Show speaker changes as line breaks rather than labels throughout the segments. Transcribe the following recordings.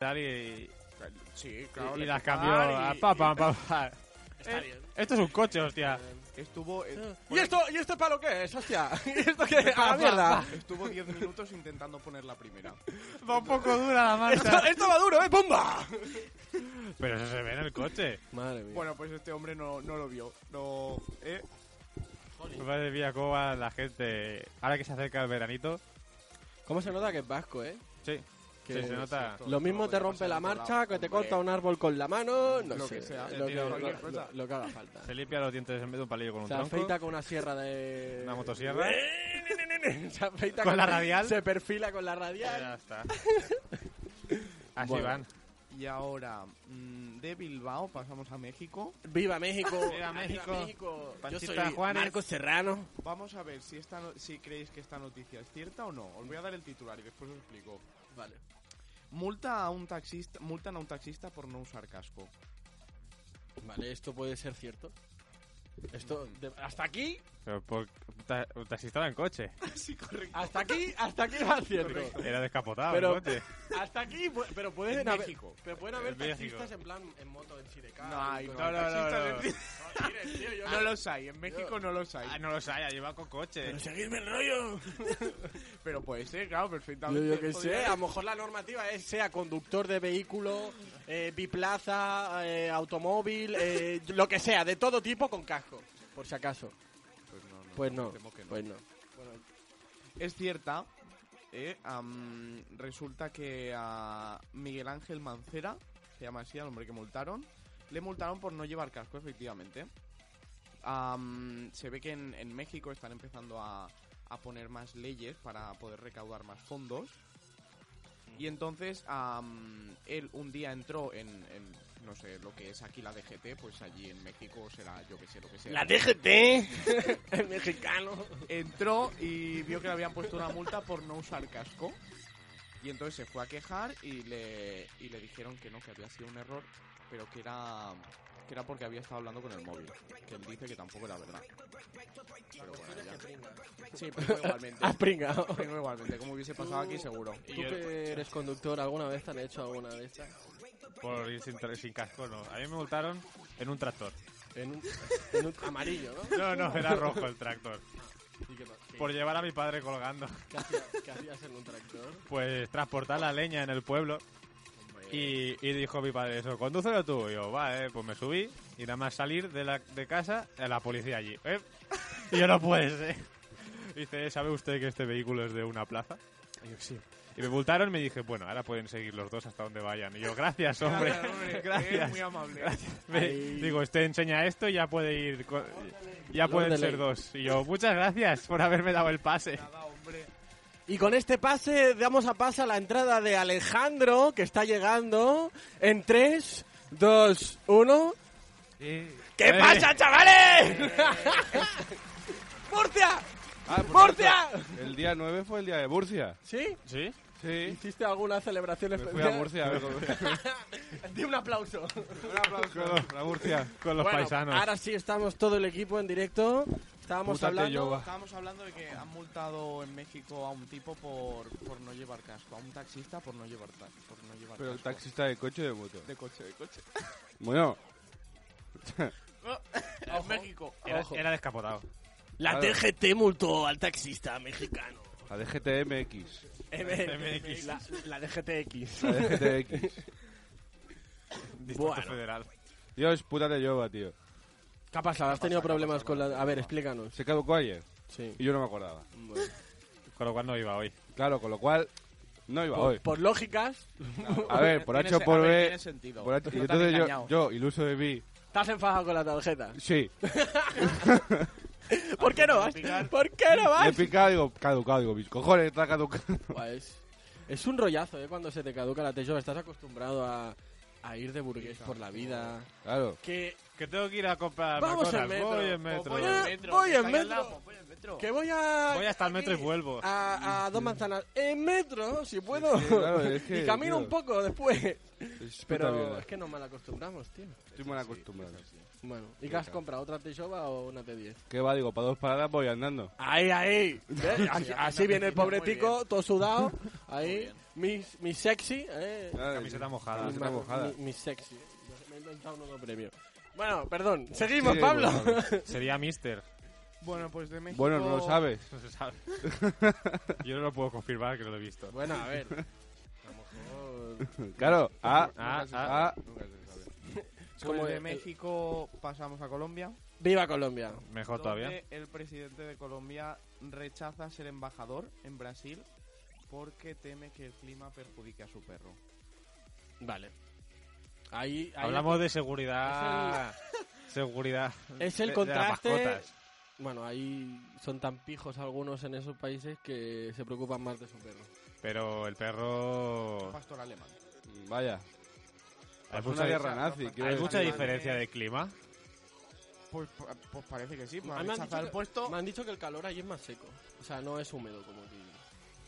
tal y,
Sí, claro.
y,
le
y las
tocan
cambió.
y-
a pa, pa,
y-
pa, pa.
Está
Eh,
bien.
Esto es un coche, hostia.
Estuvo. eh, ¿Y esto, ¿Y esto para lo que es, hostia? ¿Y esto qué? ¡A
Va,
la
va,
mierda!
va.
Estuvo 10 minutos intentando poner la primera.
Va un poco dura la
Esto,
marcha.
esto va duro, ¿eh? ¡Bomba!
Pero eso se ve en el coche.
Madre mía.
Bueno, pues este hombre no, no lo vio. No, ¿eh?
Madre mía, cómo va la gente. Ahora que se acerca el veranito.
¿Cómo se nota que es vasco, eh?
Sí.
Que
Sí, se nota.
esto-
Lo mismo
no
te
podía
rompe
pasar
la
en otro
marcha,
lado,
que te
hombre.
corta un árbol con la mano, no
Lo
sé,
que sea,
lo, que,
tío,
lo-
cualquier
lo-
cosa.
lo que haga falta.
Se limpia los dientes en vez de un palillo con un
Se
tronco.
afeita con una ¿Eh? sierra de...
Una motosierra.
se afeita
¿Con la radial?
Se perfila con la
Ya
radial.
está. Así
Bueno.
van.
Y ahora, mm, de Bilbao pasamos a México.
¡Viva México!
Viva México.
México! Yo
Panchita
soy
Juárez.
Marcos Serrano.
Vamos a ver si, esta no- si creéis que esta noticia es cierta o no. Os voy a dar el titular y después os explico.
Vale.
Multa a un taxista, multan a un taxista por no usar casco.
Vale, esto puede ser cierto. Esto, de- hasta aquí,
Pero por ta- un taxista en coche.
Sí, correcto.
hasta aquí, hasta aquí va cierto.
Correcto.
Era descapotado
Pero-
el coche.
Hasta aquí, pu- pero pueden
En
haber,
México.
pero pueden haber
En México.
taxistas en plan en moto en sidecar.
No hay,
con-
No, no, no, no.
Mires, tío, yo-
No los hay, en México no los hay.
Ah, no lo sabía, lleva con coche.
seguidme el rollo.
Pero puede ser, claro,
Yo,
perfectamente.
yo que
Podría-
sé, a lo mejor la normativa es sea conductor de vehículo, eh, biplaza, eh, automóvil, eh, lo que sea, de todo tipo con casco, por si acaso.
Pues no, no,
Pues no,
temo que
pues no.
Es cierta. eh, am, resulta que a Miguel Ángel Mancera, se llama así al hombre que multaron, le multaron por no llevar casco, efectivamente. Am, se ve que en, en México están empezando a, a poner más leyes para poder recaudar más fondos. Y entonces am, él un día entró en, en, no sé, lo que es aquí la DGT, pues allí en México será, yo que sé, lo que sea.
DGT, el mexicano.
entró y vio que le habían puesto una multa por no usar casco. Y entonces se fue a quejar y le, y le dijeron que no, que había sido un error, pero que era, que era porque había estado hablando con el móvil. Que él dice que tampoco era verdad. Pero bueno, ya. Sí, pero igualmente.
Has pringado.
Pero igualmente, como hubiese pasado aquí seguro.
¿Tú
yo-
que eres conductor alguna vez te han hecho alguna de estas?
Por ir sin, tra- sin casco, no. A mí me multaron en un tractor.
En un, en un amarillo, ¿no?
No, no, era rojo el tractor.
¿Y qué, pa- qué-
Por llevar a mi padre colgando.
qué hacías, qué hacías en un tractor?
Pues transportar la leña en el pueblo. Y, y dijo mi padre eso, condúcelo tú. Y yo, va, eh, pues me subí. Y nada más salir de, la, de casa, eh, la policía allí. ¿eh? Y yo, no puede ser. Dice, ¿sabe usted que este vehículo es de una plaza? Y yo, sí. Y me multaron y me dije, bueno, ahora pueden seguir los dos hasta donde vayan. Y yo, gracias, hombre.
Gracias, hombre, eres
Gracias.
muy amable.
Me-
Ahí.
digo, usted enseña esto y ya puede ir. co- Ya
Lord
pueden
de
ser
ley.
dos. Y yo, muchas gracias por haberme dado el pase.
Nada, hombre.
Y con este pase damos a pase a la entrada de Alejandro, que está llegando en 3, 2, 1. ¿Qué
Eh,
pasa, chavales? ¡Murcia!
Ah, por
¡Murcia!
cierto, El día 9 fue el día de Murcia.
¿Sí?
¿Sí?
Sí.
¿Hiciste alguna celebración
Me fui a Murcia. a ver cómo-
Di un aplauso.
Un aplauso a Murcia.
Con los
Bueno,
paisanos.
Ahora sí estamos todo el equipo en directo. Estábamos
Pútate,
hablando.
Yoba.
Estábamos hablando de que han multado en México a un tipo por, por no llevar casco, a un taxista por no llevar, ta- por no llevar
Pero el
casco.
taxista de coche o de moto.
De coche, de coche.
Bueno,
En México.
Era,
Ojo.
era descapotado.
La
Claro.
TGT multó al taxista mexicano.
la DGTMX.
MX.
La, la DGTX.
La DGTX.
Distrito
Bueno.
Federal.
Dios, puta de Yoba, tío.
¿Qué ha pasado? ¿Has tenido problemas con la.? A ver, explícanos.
Se caducó ayer
Sí.
y yo no me acordaba.
Con lo cual no iba hoy.
Claro, con lo cual no iba
Por,
hoy.
por lógicas,
A ver, por H o por B. por H- y entonces yo,
yo,
yo, iluso de mí,
estás enfadado con la tarjeta.
sí.
¿Por qué no vas? ¿Por qué no
Le he
vas?
picado y digo, caducado. Digo, mis cojones, está caducado.
Buah, es, Pues, es un rollazo, ¿eh? Cuando se te caduca la techo, estás acostumbrado a, a ir de burgués por la vida.
Claro.
Que
Que tengo que ir a comprar
Vamos
cosas.
en metro.
Voy en
O
metro.
voy
Eh,
en metro. que está
voy en
ahí al
metro.
lado, voy en metro.
Que voy a.
Voy hasta el metro y
aquí,
vuelvo.
Ah,
A, a dos manzanas. En metro, si puedo.
sí, claro, es que,
y camino
tío.
un poco después.
Es puta
Pero
mierda.
es que nos mal acostumbramos, tío.
Estoy mal acostumbrado.
Bueno, ¿y qué has comprado? ¿Otra T-Shoba o una T10?
¿Qué va? Digo, para dos paradas voy andando.
Ahí, ahí. ¿Ves? Así, así viene el pobre
Muy bien.
tico, todo sudado.
Muy
Ahí,
bien.
mi, mi sexy. Eh.
Ay,
Camiseta mojada.
camiseta
Mi-
mojada.
Mi, mi sexy. Me he inventado un nuevo premio. Bueno, perdón. Seguimos,
Sí,
Pablo.
bueno,
Sería Mister.
Bueno, pues de México.
Bueno, no lo sabes.
No se sabe. Yo no lo puedo confirmar que no lo he visto.
Bueno, a ver. A lo mejor.
Claro, ah,
Ah,
ah,
Nunca se sabe.
Es
Pues
como
de
el-
México pasamos a Colombia.
Viva Colombia.
donde
Mejor todavía.
El presidente de Colombia rechaza ser embajador en Brasil porque teme que el clima perjudique a su perro.
Vale. Ahí, ahí-
Hablamos de seguridad. Seguridad.
Es el
de- de las
contraste.
mascotas.
Bueno, ahí son tan pijos algunos en esos países que se preocupan más de su perro.
Pero el perro.
Pastor alemán.
vaya.
Hay
Es una
mucha,
guerra
diferencia.
nazi. quiero
hay
decir.
mucha
Alemanes.
diferencia de clima.
Pues, pa- pues parece que sí. Pues
A
ha
mí me han dicho
rechazado el
que-
puesto.
Me han dicho que el calor allí es más seco. O sea, no es húmedo como aquí.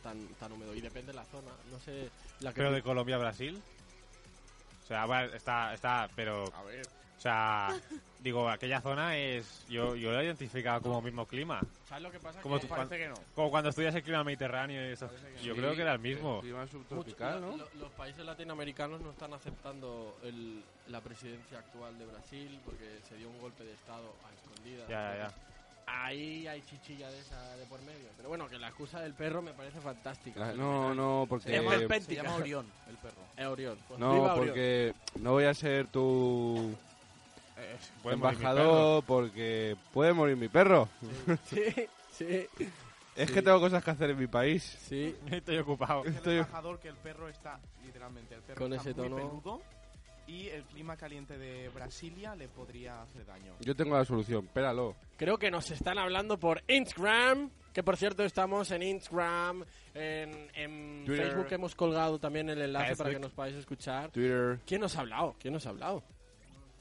Tan, tan húmedo. Y depende de la zona. No sé. La que
Pero de Colombia a Brasil. O sea, bueno, está, está, pero, o
A ver.
sea, digo, aquella zona es, yo, yo la he identificado como mismo clima.
¿Sabes lo que pasa?
Como
Que
tú-
mucho-
Parece que no.
Como cuando estudias el clima mediterráneo y eso. Yo
Sí,
creo que era el mismo.
Clima subtropical,
lo-
¿no?
lo- los países latinoamericanos no están aceptando el- la presidencia actual de Brasil porque se dio un golpe de Estado a escondidas.
Ya, ya, ya.
Ahí hay chichilla de esa de por medio. Pero bueno, que la excusa del perro me parece fantástica.
Ah, No, no,
Se llama el
porque.
pe-
Eh, Se llama Orión, el perro.
Es Orión. Pues viva
No,
Orión.
porque no voy a ser tu
Eh, Puede morir mi perro.
embajador porque puede morir mi perro.
Sí, sí,
Es
Sí.
que tengo cosas que hacer en mi país.
sí.
Estoy ocupado.
Es
Estoy-
el embajador que el perro está, literalmente, el perro
Con
está
ese
muy
tono.
peludo y el clima caliente de Brasilia le podría hacer daño.
Yo tengo la solución, péralo.
Creo que nos están hablando por Instagram. Que por cierto, estamos en Instagram, en, en
Twitter.
Facebook hemos colgado también el enlace para
Facebook.
que nos podáis escuchar.
Twitter.
¿Quién nos ha hablado? ¿Quién nos ha hablado?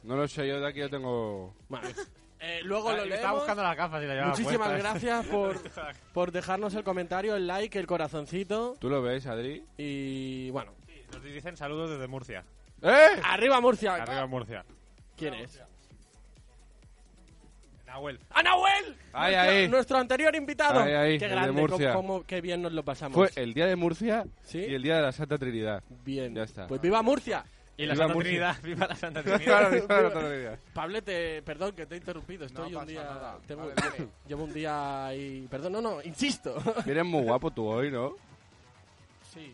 No lo sé, yo de aquí yo tengo.
Vale. Eh, luego lo
Ah, Yo estaba
leemos.
buscando las gafas y la llevaba
Muchísimas
puestas.
gracias por, por dejarnos el comentario, el like, el corazoncito.
¿Tú lo ves, Adri?
Y bueno,
Nos dicen saludos desde Murcia.
¡Eh!
arriba Murcia.
Arriba Murcia.
¿Quién es?
Nahuel.
¡Anahuel!
Ahí,
nuestro,
ahí.
nuestro anterior invitado.
Ahí, ahí,
qué
el de
grande, cómo-
Murcia.
cómo- qué bien nos lo pasamos.
Fue el día de Murcia
¿Sí?
y el día de la Santa Trinidad.
Bien.
Ya está.
Pues viva Murcia.
Y la
Viva
Santa
Murcia.
Trinidad. Viva la Santa
Claro,
Trinidad.
viva la Santa Trinidad.
Pablete, perdón que te he interrumpido. Estoy
No
un
pasa
día.
nada.
tengo-
Vale, vale.
Llevo un día ahí. Perdón, no, no, insisto.
Vienes muy guapo tú hoy, ¿no?
sí.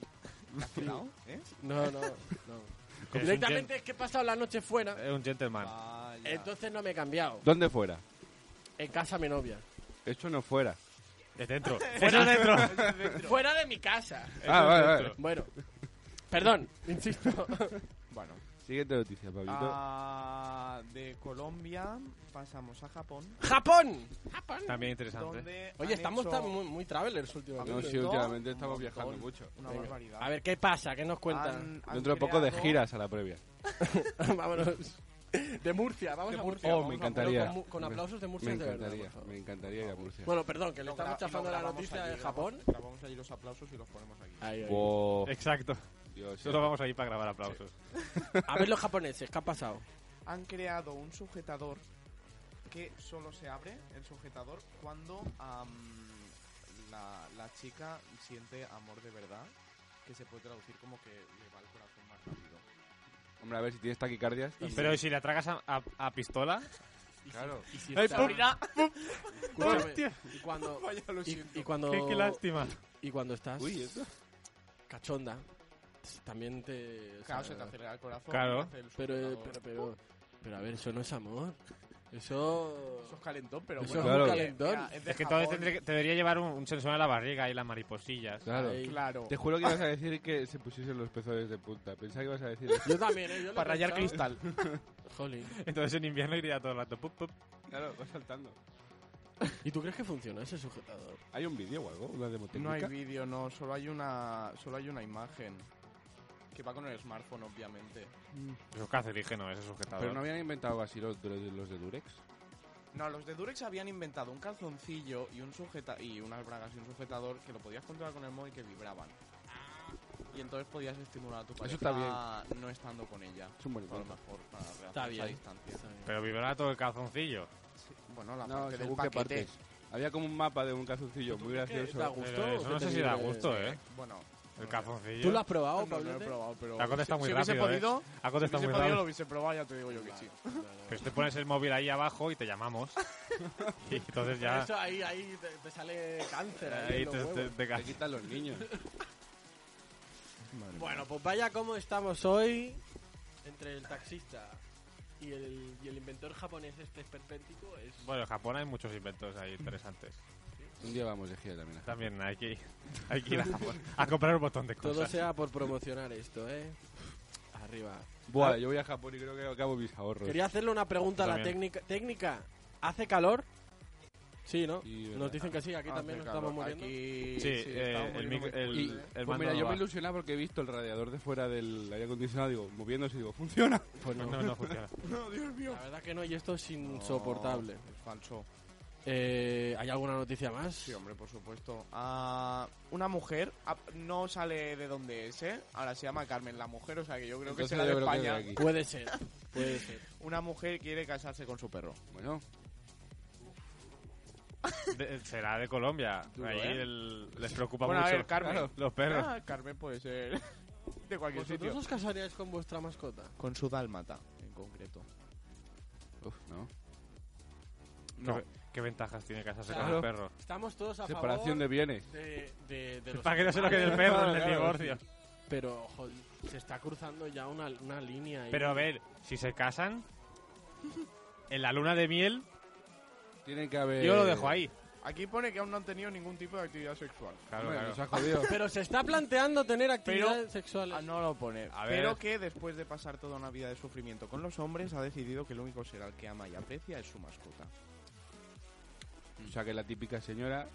¿Cuidado? ¿Eh?
No, no, no.
Que es un
Directamente es que he pasado la noche fuera.
gen- Es un gentleman.
Vaya.
Entonces no me he cambiado.
¿Dónde fuera?
En casa mi novia.
Eso no fuera.
Es dentro. Fuera dentro.
Fuera de mi casa.
Ah, vale, vale.
Bueno. Perdón, insisto.
Bueno,
Siguiente noticia, Pablito.
ah, de Colombia pasamos a Japón.
¡Japón! ¡Japón!
También interesante.
Donde
Oye,
han
estamos
hecho
tan muy, muy travelers
No,
últimamente.
sí, últimamente estamos viajando
montón.
mucho.
una
Venga.
barbaridad.
A ver, ¿qué pasa? ¿Qué nos cuentan?
Han- han
Dentro de poco de
creado-
giras a la previa.
Vámonos. De Murcia, vamos
De Murcia,
a Murcia.
Oh,
vamos
me
a-
encantaría.
Con, con aplausos de Murcia
Me
de verdad,
encantaría,
por favor.
me encantaría ir a Murcia.
Bueno, perdón, que le
Lo
estamos
gra-
chafando
lo
la
grabamos
noticia
allí,
de
grabamos-
Japón.
Grabamos allí los aplausos y los ponemos aquí.
Ahí, ahí.
Wow.
Exacto.
Dios,
Solo vamos a ir para grabar aplausos.
A ver los japoneses, ¿qué ha pasado?
Han creado un sujetador que solo se abre el sujetador cuando am, la, la chica siente amor de verdad, que se puede traducir como que le va el corazón más rápido.
Hombre, a ver si tienes taquicardias.
Pero si la tragas a, a- a pistola,
Claro.
Y si
¡Ay,
está-
pum!
Escúchame,
¡Hostia!
Y cuando, y, y
qué,
cuando,
qué lástima.
y cuando estás
Uy, eso.
cachonda, también te... o
Claro,
sea,
se te acelera el corazón.
Claro.
te hace el
pero, eh,
sujetador.
pero, pero, pero, a ver, eso no es amor. Eso...
Eso es calentón, pero
Eso
bueno.
es un
oye,
calentón.
mira, de
Es que
Japón.
todavía tendré que- te debería llevar un, un sensor en la barriga y las mariposillas.
Claro.
Ahí.
Claro.
Te juro que ibas a decir que se pusiesen los pezones de punta. Pensaba que ibas a decir eso.
Yo también, ¿eh? Yo lo he
Para rayar
pensado.
cristal.
Jolín.
Entonces en invierno iría todo el rato. pup, pup.
Claro, vas saltando.
¿Y tú crees que funciona ese sujetador?
¿Hay un vídeo o algo? ¿Una demo
No hay
técnica?
vídeo, no, solo hay una solo hay una imagen. que va con el smartphone, obviamente.
Es un cancerígeno ese sujetador.
Pero no habían inventado así los, de- los de Durex.
No, los de Durex habían inventado un calzoncillo y un sujeta y unas bragas y un sujetador que lo podías controlar con el móvil que vibraban. Y entonces podías estimular a tu pareja
Eso está
no estando con ella.
Es un buen
A lo
invento.
mejor para relaciones
Está bien.
a distancia.
Pero vibrato el calzoncillo.
Bueno, la
No,
parte del
según qué
paquete.
partes. Había como un mapa de un calzoncillo muy
¿Da
gracioso.
gusto?
Pero Eh, eso
¿Qué
no
te
sé si
digo?
da gusto, ¿eh.
Bueno,
El
¿Tú
calzoncillo.
lo has probado,
no, no lo he
Pablete?
probado, pero
Te ha contestado
si,
muy
si hubiese
rápido, ¿eh?
podido,
Ha
si
contestado
hubiese
muy
podido lo
rápido.
hubiese probado, ya te digo yo que sí.
Pero si te pones el móvil ahí abajo y te llamamos. y entonces ya...
Eso ahí, ahí te, te sale cáncer. ahí
Ahí
en los
te,
huevos.
te- te ca-
Te quitan los niños.
Bueno, pues vaya cómo estamos hoy entre el taxista y el, y el inventor japonés este esperpéntico. Es...
Bueno, en Japón hay muchos inventos ahí interesantes.
Un día vamos de gira también.
También hay que ir, hay que ir a Japón a comprar un montón de
Todo
cosas.
sea por promocionar esto, ¿eh? Arriba. Ah,
Buah, yo voy a Japón y creo que acabo mis ahorros.
Quería hacerle una pregunta a la
También.
técnica. ¿Técnica? ¿Hace calor? Sí, ¿no?
Sí,
Nos
verdad.
dicen que sí, aquí
Hace
también nos
calor.
estamos muriendo.
Aquí,
Sí, eh,
estamos
el,
muriendo
mic-
muy
el,
Y,
el
pues
mando
mira,
no
yo
va.
me ilusionaba porque he visto el radiador de fuera del aire acondicionado, digo, moviéndose, digo, funciona.
Pues no.
No, no funciona.
La verdad que no, y esto es
No,
insoportable.
es falso.
Eh, ¿Hay alguna noticia más?
Sí, hombre, por supuesto. Ah, una mujer ah, no sale de donde es, ¿eh? Ahora se llama Carmen la mujer, o sea que yo creo
Entonces
que será de
yo creo que
España.
de aquí.
Puede ser, puede ser.
Una mujer quiere casarse con su perro.
Bueno,
De- será de Colombia.
Duro,
Ahí
¿eh?
el- les preocupa
Bueno, a
mucho.
ver, Carmen.
Claro, los perros.
Ah, Carmen puede ser de cualquier
¿Vosotros
sitio.
os casaríais con vuestra mascota?
Con su dálmata, en concreto.
Uf, no.
¿Qué, qué ventajas tiene casarse
Claro.
con un perro?
Estamos todos a
Separación de
favor
bienes.
de, de, de los
Para que no se lo
animales,
quede el perro en
Claro,
el
claro,
divorcio.
Pero, joder, se está cruzando ya una, una línea. ahí.
Pero a ver, si se casan, en la luna de miel,
Tienen que haber.
yo
Eh,
lo dejo ahí.
Aquí pone que aún no han tenido ningún tipo de actividad sexual.
Claro,
Hombre,
claro.
nos ha jodido.
Pero se está planteando tener actividades
Pero-
sexuales.
Ah, no lo pone.
A ver.
Pero que después de pasar toda una vida de sufrimiento con los hombres, ha decidido que el único ser al que ama y aprecia es su mascota.
O sea, que la típica señora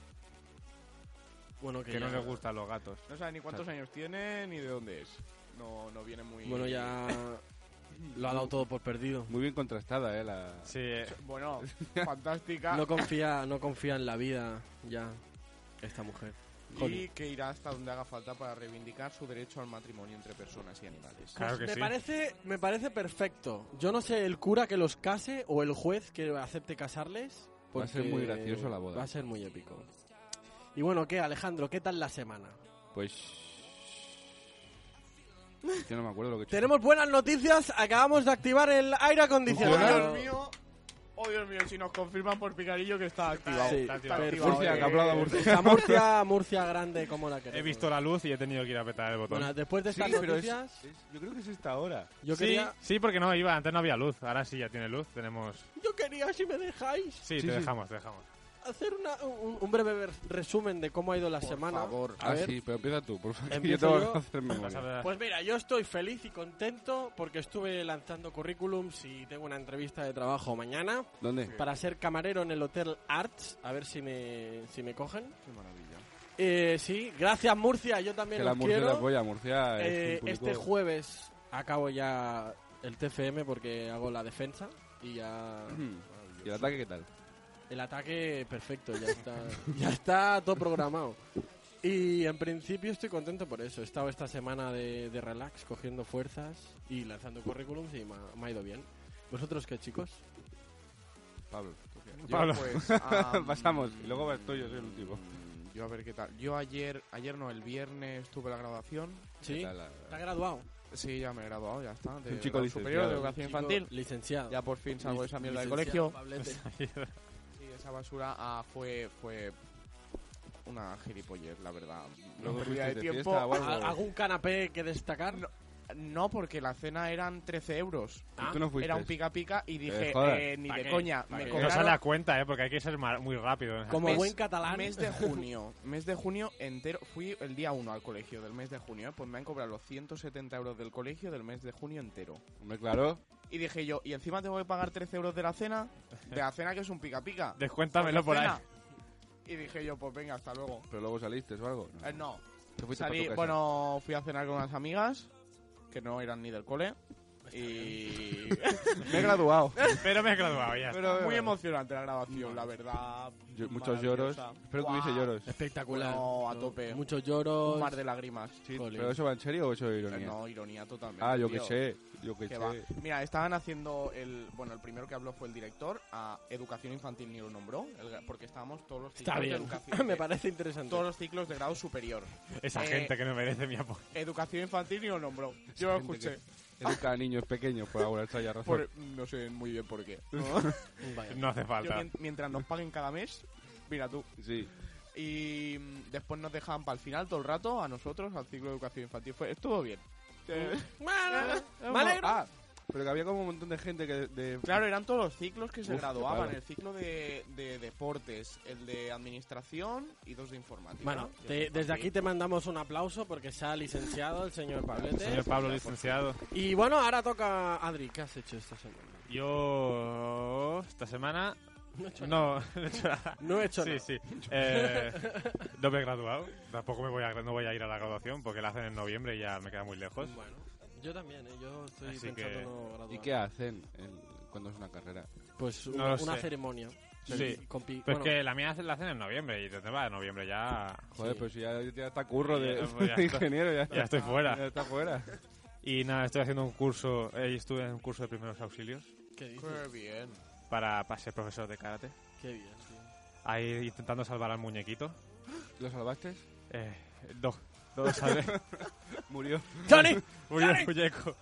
Bueno, que,
Que no
ya-
le gustan los gatos.
No sabe ni cuántos años tiene ni de dónde es. No, no viene muy.
Bueno, ya lo ha dado todo por perdido.
muy bien contrastada, ¿eh? La...
Sí, eh,
Bueno, fantástica.
No confía, no confía en la vida ya esta mujer.
y que irá hasta donde haga falta para reivindicar su derecho al matrimonio entre personas y animales.
claro
Pues
que
me
sí.
parece me parece perfecto. Yo no sé el cura que los case o el juez que acepte casarles.
Va a ser
porque
muy gracioso la boda.
Va a ser muy épico. Y bueno, ¿qué, Alejandro? ¿Qué tal la semana?
Pues. Yo no me acuerdo lo que he hecho.
Tenemos buenas noticias. Acabamos de activar el aire
¡Oh,
acondicionado.
Dios mío! ¡Oh, Dios mío! Si nos confirman por picarillo que está activado.
Sí,
Está activado.
perfecto.
Murcia, que aplauda Murcia.
La Murcia, Murcia grande como la queremos.
He visto la luz y he tenido que ir a apretar el botón.
Bueno, después de
Sí,
estas
pero es-
noticias,
es- yo creo que es esta hora.
yo
sí,
quería...
sí, porque no iba, antes no había luz, ahora sí ya tiene luz, tenemos...
Yo quería, si me dejáis,
Sí,
Sí,
te
sí.
dejamos, te dejamos.
hacer una- un, un breve ver- resumen de cómo ha ido la semana. A
ah,
ver.
sí, pero empieza tú, por favor. que Yo
Empiezo
tengo
yo.
que hacer
Vas a
memoria.
ver-
Pues mira, yo estoy feliz y contento porque estuve lanzando currículums y tengo una entrevista de trabajo mañana
¿Dónde?
para ser camarero en el Hotel Arts, a ver si me, si me cogen.
¡Qué maravilla!
Eh, sí, gracias Murcia, yo
Que
también
la
los
Murcia
quiero.
la polla, Murcia. es
Eh,
un público-
Este jueves acabo ya el TFM porque hago la defensa y ya
¿Y el ataque qué tal?
el ataque perfecto, ya está, ya está todo programado. Y en principio estoy contento por eso. He estado esta semana de, de relax, cogiendo fuerzas y lanzando currículums y me ha, me ha ido bien. ¿Vosotros qué, chicos?
Eh,
Pablo.
Yo,
Pablo.
pues, am,
Pasamos, y luego vas tú, yo soy el último.
mm, Yo a ver qué tal. Yo ayer, ayer no, el viernes tuve la graduación.
¿Qué
¿Sí?
tal la-
¿Te has graduado?
Sí, ya me he graduado, ya está. De
Un chico
grado superior de
licenciado.
educación
¿eh? Chico
infantil.
Licenciado.
Ya por fin salgo de esa mierda del
Licenciado,
colegio.
Pablete.
Y esa basura ah, fue, fue una gilipollez, la verdad.
Luego
Una pérdida
fuisteis
de
de
tiempo.
fiesta o algo.
¿Al- ¿Algún canapé que destacar?
No. No, porque la cena eran 13 euros.
Ah.
¿Y tú no fuiste?
Era un pica pica y dije,
jodas.
eh, ni
¿Pa
de
qué?
coña.
¿Pa
Me
qué?
Que no sale
cobraron
a cuenta, ¿eh? Porque hay que ser ma- muy rápido. en esas
Como
Mes-
buen catalán.
mes de junio. Mes de junio entero. Fui el día 1 al colegio del mes de junio. ¿eh? Pues me han cobrado los 170 euros del colegio del mes de junio entero.
Hombre, claro.
Y dije yo, ¿y encima tengo que pagar 13 euros de la cena? De la cena que es un pica pica.
Descuéntamelo por ahí.
Cena. Y dije yo, pues venga, hasta luego.
Pero luego saliste o algo. No.
Eh, no,
Te fuiste pa'
salí,
tu casa.
bueno, fui a cenar con unas amigas que no eran ni del cole. Y me he graduado.
Pero me he graduado ya.
Pero muy emocionante la grabación, la verdad.
Yo- muchos lloros.
maravillosa.
Espero que hubiese
Guau.
lloros.
Espectacular.
No, a tope.
Muchos
Un
lloros.
mar de lágrimas.
Sí,
Jolín.
¿Pero eso va en serio o eso es ironía?
No, ironía totalmente.
ah, yo que
tío.
sé. Yo que
Que
sé.
va. Mira, estaban haciendo el. Bueno, el primero que habló fue el director. A Educación Infantil ni lo nombró. el- porque estábamos todos los ciclos
Está
de
bien.
educación.
Me
de-
parece interesante.
todos los ciclos de grado superior.
Esa
Eh,
gente que no merece mi apoyo.
Educación Infantil ni lo nombró. Yo lo
Gente
escuché.
que Educa a niños pequeños por alguna extraña razón.
Por- no sé muy bien por qué. Yo
Vaya.
No hace falta.
mien- mientras nos paguen cada mes, mira tú.
Sí.
Y mm, después nos dejaban para el final todo el rato a nosotros, al ciclo de educación infantil. Fue, estuvo bien. Eh,
Me alegro.
Ah, pero que había como un montón de gente que... De...
Claro, eran todos los ciclos que se
Uf, qué
graduaban.
palo.
El ciclo de, de deportes, el de administración y dos de informática.
Bueno, te- desde aquí te mandamos un aplauso porque se ha licenciado el señor Pablete.
Señor Pablo, licenciado.
Y bueno, ahora toca Adri, ¿qué has hecho esta semana?
Yo esta semana
No he hecho nada.
no, no he hecho nada.
No he hecho
Sí,
nada.
sí. Eh, no me he graduado. Tampoco me voy a, no voy a ir a la graduación porque la hacen en noviembre y ya me queda muy lejos.
Bueno, yo también, ¿eh? yo estoy
Así
pensando
que-
no graduar.
¿Y qué hacen en- cuando es una carrera?
Pues
No
una,
lo
una
sé.
ceremonia.
Sí.
Con pi-
Pues
bueno,
que la mía la hacen en noviembre y desde va de noviembre ya,
Joder,
Sí.
pues ya, ya está curro de,
Ya, pues ya
de
está.
ingeniero. Ya,
ya estoy
Ya
fuera.
está fuera.
Y nada, estoy haciendo un curso, eh, estuve en un curso de primeros auxilios
¿Qué dices?
Qué bien.
para, para ser profesor de karate.
Qué bien, tío.
Ahí intentando salvar al muñequito.
¿Lo salvaste?
Eh, no, no lo salvé.
Murió.
¡Johnny!
Murió el muñeco.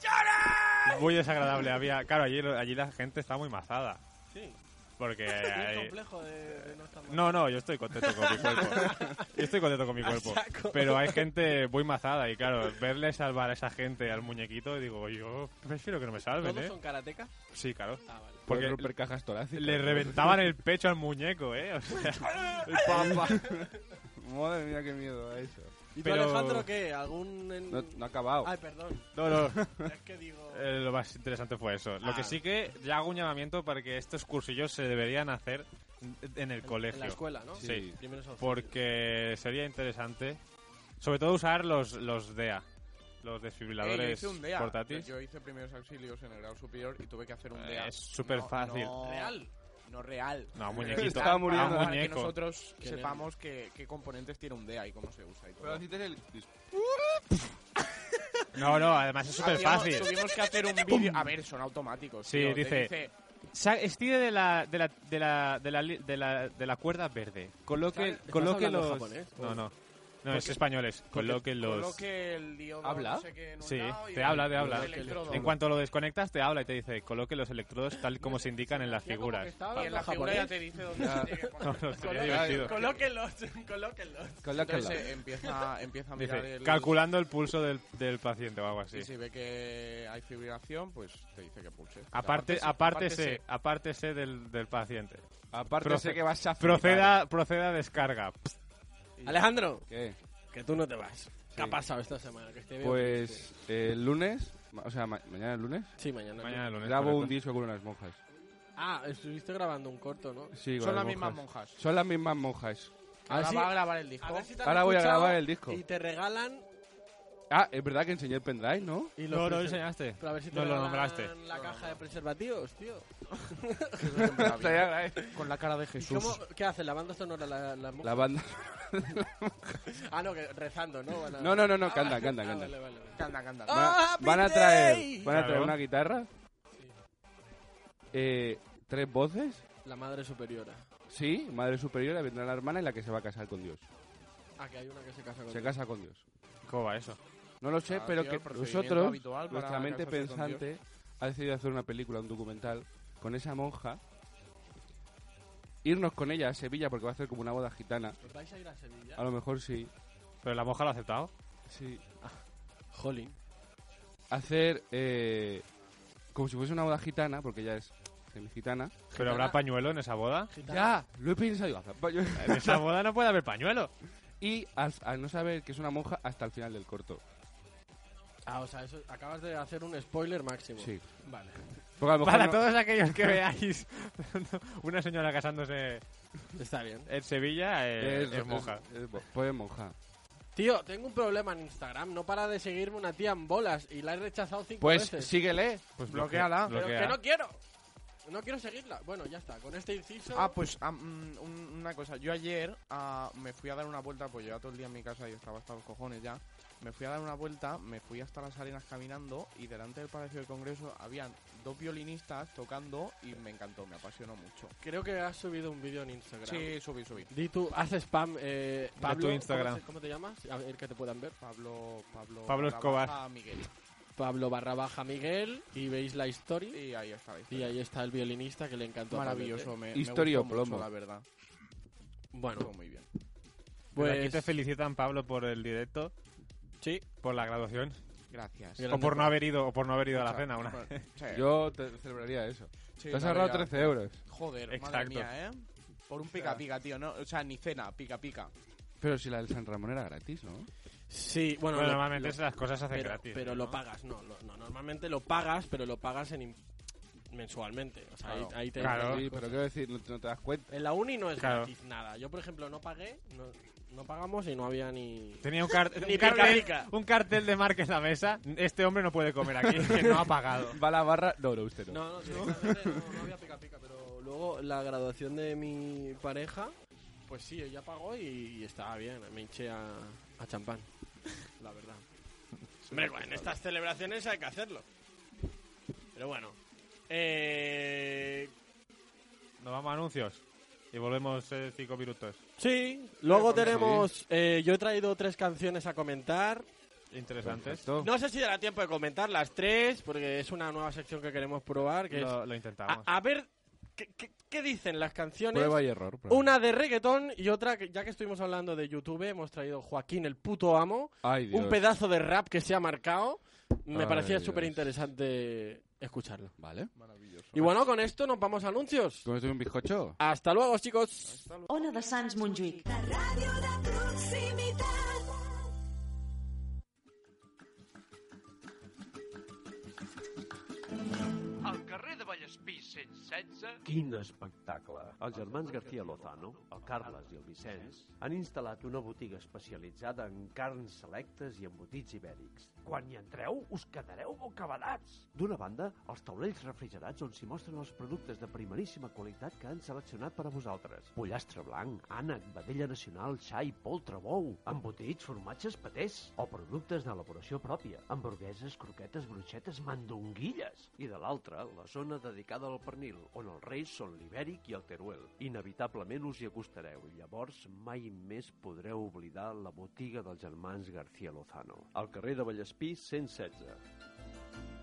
Muy desagradable. Había, claro, allí, allí la gente está muy mazada.
Sí,
Porque
un
ahí-
complejo de, de no estar mal.
No, no, yo estoy contento con mi cuerpo. Yo estoy contento con mi cuerpo. Pero hay gente muy mazada y claro, verle salvar a esa gente al muñequito, digo, yo prefiero que no me salven,
¿Todos
¿eh?
son karatecas?
Sí, claro.
Ah, vale.
Porque
Porque
romper cajas torácicas.
le reventaban el pecho al muñeco, ¿eh? O sea,
Madre mía, qué miedo a eso.
¿Y tú,
Pero-
Alejandro, qué? ¿Algún...? en-
No, no ha acabado.
Ay, perdón.
no, no.
Es que digo...
Eh, lo más interesante fue eso. Lo que sí que ya hago un llamamiento para que estos cursillos se deberían hacer en el
en-
colegio.
En la escuela, ¿no?
Sí.
Primeros auxilios.
Porque sería interesante, sobre todo usar los, los DEA, los
Eh, yo
desfibriladores
hice un DEA.
portátiles.
Yo hice primeros auxilios en el grado superior y tuve que hacer un
Eh,
DEA.
es superfácil.
No,
Real.
No real.
No, muñequito. Ah,
Real,
Estaba muriendo.
Para, para que
Muñeco.
nosotros
Qué
sepamos qué, qué componentes tiene un DEA y cómo se usa y todo.
Pero hiciste el...
No, no, además es súper fácil.
Hacíamos- Tuvimos que hacer un vídeo. A ver, son automáticos.
Sí,
tío. Te
dice- Sa- Estire de la, de la, de la, de la, li- de la, de la cuerda verde. Coloque,
¿Estás
coloque
hablando
los...
japonés?
no, no. No, es españoles. Coloque los...
Coloque el diodo.
¿Habla?
no sé qué en un
Sí,
lado y
te
el-
habla, te
el
habla.
electrodo.
En cuanto lo desconectas, te habla y te dice, coloque los electrodos tal como se indican en las
Hacía como que
figuras.
estaba
Y en la
hablando
figura ya
japonés.
te dice dónde se tiene que poner.
No, no, sería
Coloque-
divertido.
Colóquenlos, colóquenlos.
Entonces eh, empieza, empieza a mirar
Dice,
el...
calculando el pulso del, del paciente o algo
Y
así.
si ve que hay fibrilación, pues te dice que pulse.
Aparte,
apártese.
apártese, apártese del, del paciente.
Aparte
Proce-
sé que vas a flipar.
Proceda, proceda a descarga. Pst,
Alejandro,
¿Qué?
que tú no te vas. ¿Qué ha pasado esta semana? Que te veo
Pues
triste.
eh, el lunes, ma- o sea, ma- mañana el lunes,
Sí, mañana.
Mañana lunes.
grabo un
correcto.
disco con unas monjas.
Ah, estuviste grabando un corto, ¿no?
Sí, con
Son las mismas monjas.
Son las mismas monjas.
Ahora
¿Ah, sí?
va a grabar el disco.
te han
Ahora voy a
escuchado
grabar el disco.
Y te regalan...
Ah, es verdad que enseñé el pendrive, ¿no?
Y los
No, no lo
presen-
enseñaste.
Pero a ver si te
No lo
regalan
nombraste.
la caja de preservativos, tío.
Con la cara de
¿Y
Jesús.
cómo- ¿Qué hacen? ¿La banda sonora? La, la mu-
La banda.
Ah, no, que rezando, ¿no? Van a-
No, no, no, no,
Ah,
cantan,
vale.
cantan,
Ah,
cantan.
vale, vale, vale.
Canta, canta.
Van a,
Happy
van a traer,
Day.
van a traer
Claro.
una guitarra, eh, tres voces,
La madre superiora.
sí, madre superiora, vendrá la hermana y la que se va a casar con Dios.
Ah, que hay una que se casa con
Se casa con Dios.
¿Cómo va eso?
No lo sé,
Ah,
pero
tío,
que
el procedimiento
nosotros,
habitual para
nuestra mente
casarse con
pensante, ha decidido hacer una película, un documental, con esa monja, irnos con ella a Sevilla porque va a hacer como una boda gitana.
¿Os vais a ir a Sevilla?
A lo mejor sí,
¿Pero la monja lo ha aceptado?
sí.
Jolín.
Hacer eh, como si fuese una boda gitana, porque ella es semigitana.
¿Pero habrá pañuelo en esa boda?
Ya, lo he pensado. yo.
En esa boda no puede haber pañuelo.
Y al, al no saber que es una monja hasta el final del corto.
Ah, o sea, eso, acabas de hacer un spoiler máximo.
Sí.
Vale.
Porque a lo mejor
Para
no-
todos aquellos que veáis una señora casándose
Está bien.
en Sevilla, eh, es, monja.
es- es- pues es monja.
Tío, tengo un problema en Instagram. No para de seguirme una tía en bolas y la he rechazado cinco
Pues
veces.
síguele.
Pues
Bloquéala.
Pero
bloquea.
que no quiero. No quiero seguirla. Bueno, ya está. Con este inciso.
Ah, pues ah, mm, un- una cosa. Yo ayer ah, me fui a dar una vuelta, pues llevaba todo el día en mi casa y estaba hasta los cojones ya. Me fui a dar una vuelta, me fui hasta las arenas caminando y delante del Palacio del Congreso habían dos violinistas tocando y me encantó, me apasionó mucho.
Creo que has subido un vídeo en Instagram.
Sí, subí, subí.
Di tú, haz spam. Eh,
tu
Pablo,
Instagram.
¿cómo te, cómo te llamas? A ver que te puedan ver.
Pablo, Pablo,
Pablo
barra
Escobar.
baja Miguel.
Pablo barra baja Miguel y veis la historia.
Y ahí está la
Y
historia.
ahí está el violinista que le encantó. a Pablo,
Maravilloso, me, me
Historia
gustó mucho,
plomo.
la verdad.
¿eh? Bueno,
Estuvo muy bien.
Pues... Aquí
pues.
te felicitan, Pablo, por el directo,
Sí,
por la graduación.
Gracias.
Grande
O por no haber ido, o por no haber ido a la
Mucha-
cena. Una.
Sí.
Yo te celebraría eso.
Sí,
Te has
la
ahorrado
verdad.
13 euros.
Joder, madre
Exacto.
mía, ¿eh? Por un pica pica, tío, ¿no? O sea, ni cena, pica pica.
Pero si la del San Ramón era gratis, ¿no?
sí, bueno,
Bueno,
lo-
normalmente
lo-
esas las cosas se hacen
pero,
gratis.
pero
¿no?
lo pagas, no, lo- no, Normalmente lo pagas, pero lo pagas en im- mensualmente. O sea, ahí-
Claro.
ahí, te.
Claro.
Sí, pero quiero decir, no, no te das cuenta.
En la uni no es
Claro.
gratis nada. Yo, por ejemplo, no pagué, no, no pagamos y no había ni.
Tenía un, car-
Ni
un cartel,
pica, pica.
un cartel de marca en la mesa. Este hombre no puede comer aquí, que no ha pagado.
Va la barra. No, no, usted no.
No, no, directamente no, no había pica pica, pero luego la graduación de mi pareja, pues sí, ella pagó y, y estaba bien, me hinché a, a champán, la verdad. Hombre, bueno, en estas celebraciones hay que hacerlo. Pero bueno, eh,
Nos vamos a anuncios y volvemos eh, cinco minutos.
sí, luego
Pero,
tenemos, eh, yo he traído tres canciones a comentar.
Interesantes.
Perfecto.
No sé si dará tiempo de comentar las tres, porque es una nueva sección que queremos probar, que es
Lo, lo
a,
intentamos.
a ver qué, qué- qué dicen las canciones.
Prueba y error. prueba.
Una de reggaetón y otra, que, ya que estuvimos hablando de YouTube, hemos traído Joaquín el puto amo,
Ay, Dios.
un pedazo de rap que se ha marcado. Me
Ay,
parecía
Dios.
súper interesante escucharlo.
Vale.
Y bueno, con esto nos vamos a anuncios.
¿Cómo estoy un bizcocho?
Hasta luego, chicos.
Ona de Sants Montjuïc.
La ràdio de proximitat.
Al carrer de Vallespí 116
Quin espectacle! Els germans García Lozano, el Carles i el Vicenç, han instal·lat una botiga especialitzada en carns selectes i embotits ibèrics. Quan hi entreu, us quedareu bocabadats! D'una banda, els taulells refrigerats on s'hi mostren els productes de primeríssima qualitat que han seleccionat per a vosaltres. Pollastre blanc, ànec, vedella nacional, xai, poltre, bou, embotits, formatges, patés o productes d'elaboració pròpia, hamburgueses, croquetes, bruixetes, mandonguilles. I de l'altra, la zona dedicada al pernil, on els reis són l'ibèric i el teruel. Inevitablement us hi acostareu i llavors mai més podreu oblidar la botiga dels germans García Lozano. Al carrer de Vallespí, 116.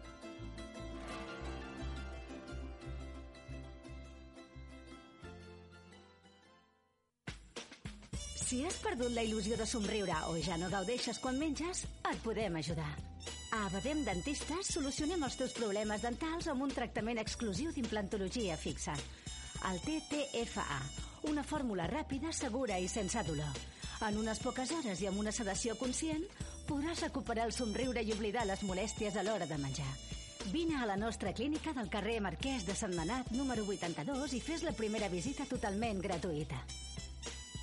Si has perdut la il·lusió de somriure o ja no gaudeixes quan menges, et podem ajudar. A Abadem Dentistes solucionem els teus problemes dentals amb un tractament exclusiu d'implantologia fixa. El TTFA, una fórmula ràpida, segura i sense dolor. En unes poques hores i amb una sedació conscient, podràs recuperar el somriure i oblidar les molèsties a l'hora de menjar. Vine a la nostra clínica del carrer Marquès de Sentmenat, número 82, i fes la primera visita totalment gratuïta.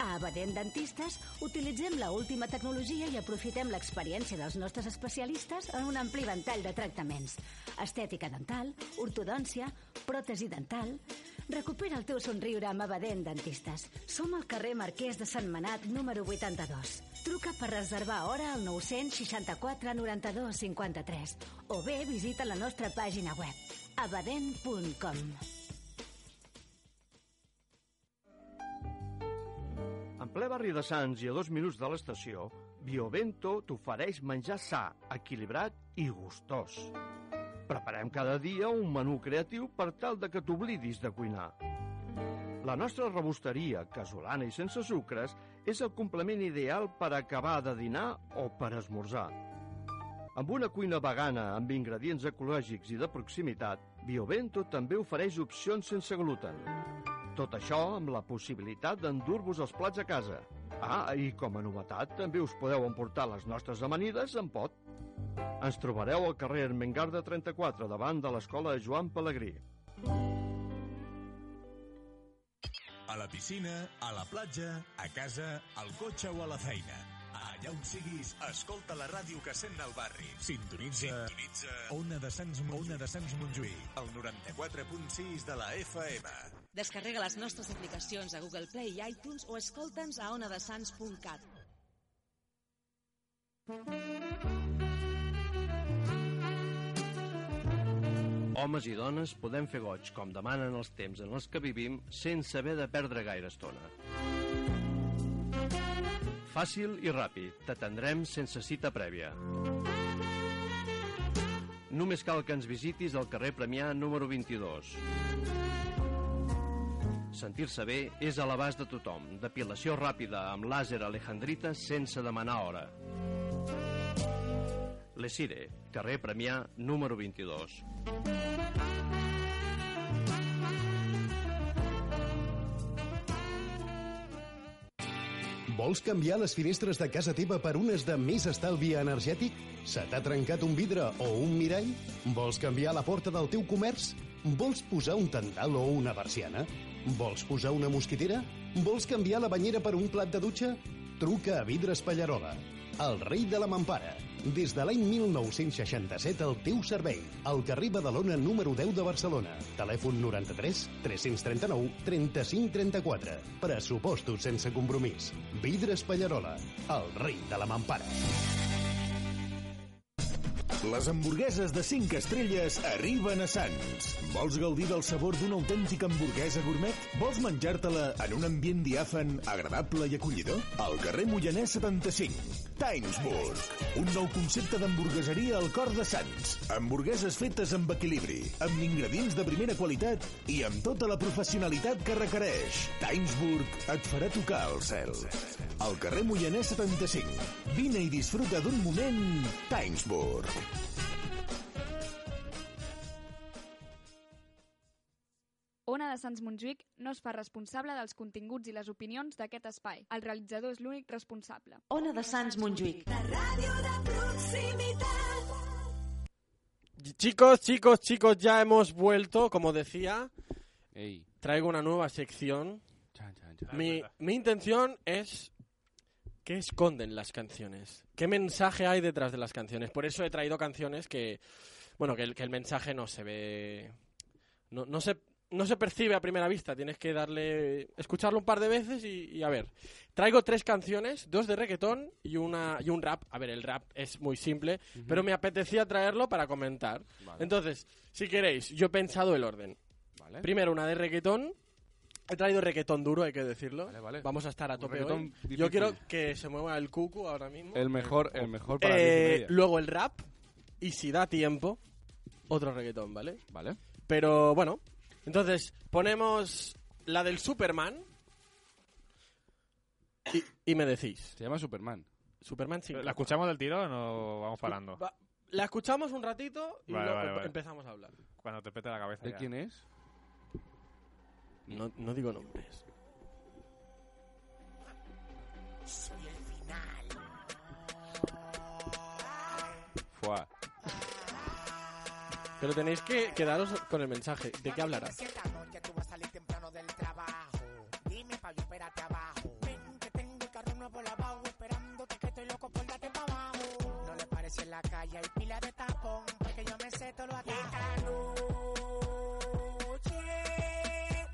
A Abadent Dentistes utilitzem la última tecnologia i aprofitem l'experiència dels nostres especialistes en un ampli ventall de tractaments. Estètica dental, ortodòncia, pròtesi dental... Recupera el teu somriure amb Abadent Dentistes. Som al carrer Marquès de Sentmenat, número 82. Truca per reservar hora al 964 92 53 o bé visita la nostra pàgina web abadent.com.
En ple barri de Sants i a dos minuts de l'estació, Biovento t'ofereix menjar sa, equilibrat i gustós. Preparem cada dia un menú creatiu per tal de que t'oblidis de cuinar. La nostra rebosteria, casolana i sense sucres, és el complement ideal per acabar de dinar o per esmorzar. Amb una cuina vegana amb ingredients ecològics i de proximitat, Biovento també ofereix opcions sense gluten. Tot això amb la possibilitat d'endur-vos els plats a casa. Ah, i com a novetat, també us podeu emportar les nostres amanides en pot. Ens trobareu al carrer Ermengarda 34, davant de l'escola Joan Pellegrí.
A la piscina, a la platja, a casa, al cotxe o a la feina. Allà on siguis, escolta la ràdio que sent el barri. Sintonitza, Sintonitza Ona de Sants, Montjuïc. Ona de Sants Montjuïc. El 94.6 de la FM.
Descarrega les nostres aplicacions a Google Play i iTunes o escolta'ns a onadesans.cat.
Homes i dones podem fer goig, com demanen els temps en els que vivim, sense haver de perdre gaire estona. Fàcil i ràpid, t'atendrem sense cita prèvia. Només cal que ens visitis al carrer Premià número 22. Sentir-se bé és a l'abast de tothom. Depilació ràpida amb làser alejandrita sense demanar hora. Lesire, E, carrer Premià número 22.
Vols canviar les finestres de casa teva per unes de més estalvi energètic? Se t'ha trencat un vidre o un mirall? Vols canviar la porta del teu comerç? Vols posar un tendal o una barciana? Vols posar una mosquitera? Vols canviar la banyera per un plat de dutxa? Truca a Vidres Pallarola, el rei de la mampara. Des de l'any 1967 al teu servei, al carrer Badalona número 10 de Barcelona. Telèfon 93 339 35 34. Pressupostos sense compromís. Vidres Pallarola, el rei de la mampara.
Les hamburgueses de 5 estrelles arriben a Sants. Vols gaudir del sabor d'una autèntica hamburguesa gourmet? Vols menjar-te-la en un ambient diàfan agradable i acollidor? Al carrer Moianès 75, Timesburg. Un nou concepte d'hamburgueseria al cor de Sants. Hamburgueses fetes amb equilibri, amb ingredients de primera qualitat i amb tota la professionalitat que requereix. Timesburg et farà tocar el cel. Al carrer Moianès 75. Vine i disfruta d'un moment Timesburg.
Ona de Sants Montjuïc no es fa responsable dels continguts i les opinions d'aquest espai. El realitzador és l'únic responsable.
Ona de Sants Montjuïc.
Chicos, chicos, chicos, ya hemos vuelto, como decía. Traigo una nueva sección. Mi, mi intención es qué esconden las canciones, qué mensaje hay detrás de las canciones. Por eso he traído canciones que, bueno, que el, que el mensaje no se ve, no, no se no se percibe a primera vista. Tienes que darle, escucharlo un par de veces y, y a ver. Traigo tres canciones, dos de reggaetón y una y un rap. A ver, el rap es muy simple,
Ujú.
pero me apetecía traerlo para comentar.
Vale.
Entonces, si queréis, yo he pensado el orden.
Vale.
Primero una de reggaetón. He traído reggaetón duro, hay que decirlo.
vale.
Vamos a estar a
Un
tope
reggaetón
hoy.
difícil.
Yo quiero que se mueva el cucu ahora mismo.
El mejor, el mejor
Eh,
para diez y media.
luego el rap y si da tiempo, otro reggaetón, ¿vale?
Vale.
Pero bueno, entonces ponemos la
Eh,
del Superman y, y me decís.
Se llama Superman.
Superman sí.
¿La escuchamos del tirón o vamos parando?
Va- la escuchamos un ratito y
Vale,
luego
vale, vale.
empezamos a hablar.
Cuando te pete la cabeza.
¿De
ya.
quién es?
No, no digo nombres.
Fuá.
Pero tenéis que quedaros con el mensaje. ¿De qué hablará?
Que tú vas a salir temprano del trabajo. Dime, pa' yo espérate abajo. Ven, que tengo el carro nuevo lavado. Esperándote que estoy loco por darte pa' abajo. No le parece en la calle, hay pila de tapón. Porque yo me sé todo lo atajado. Esta noche,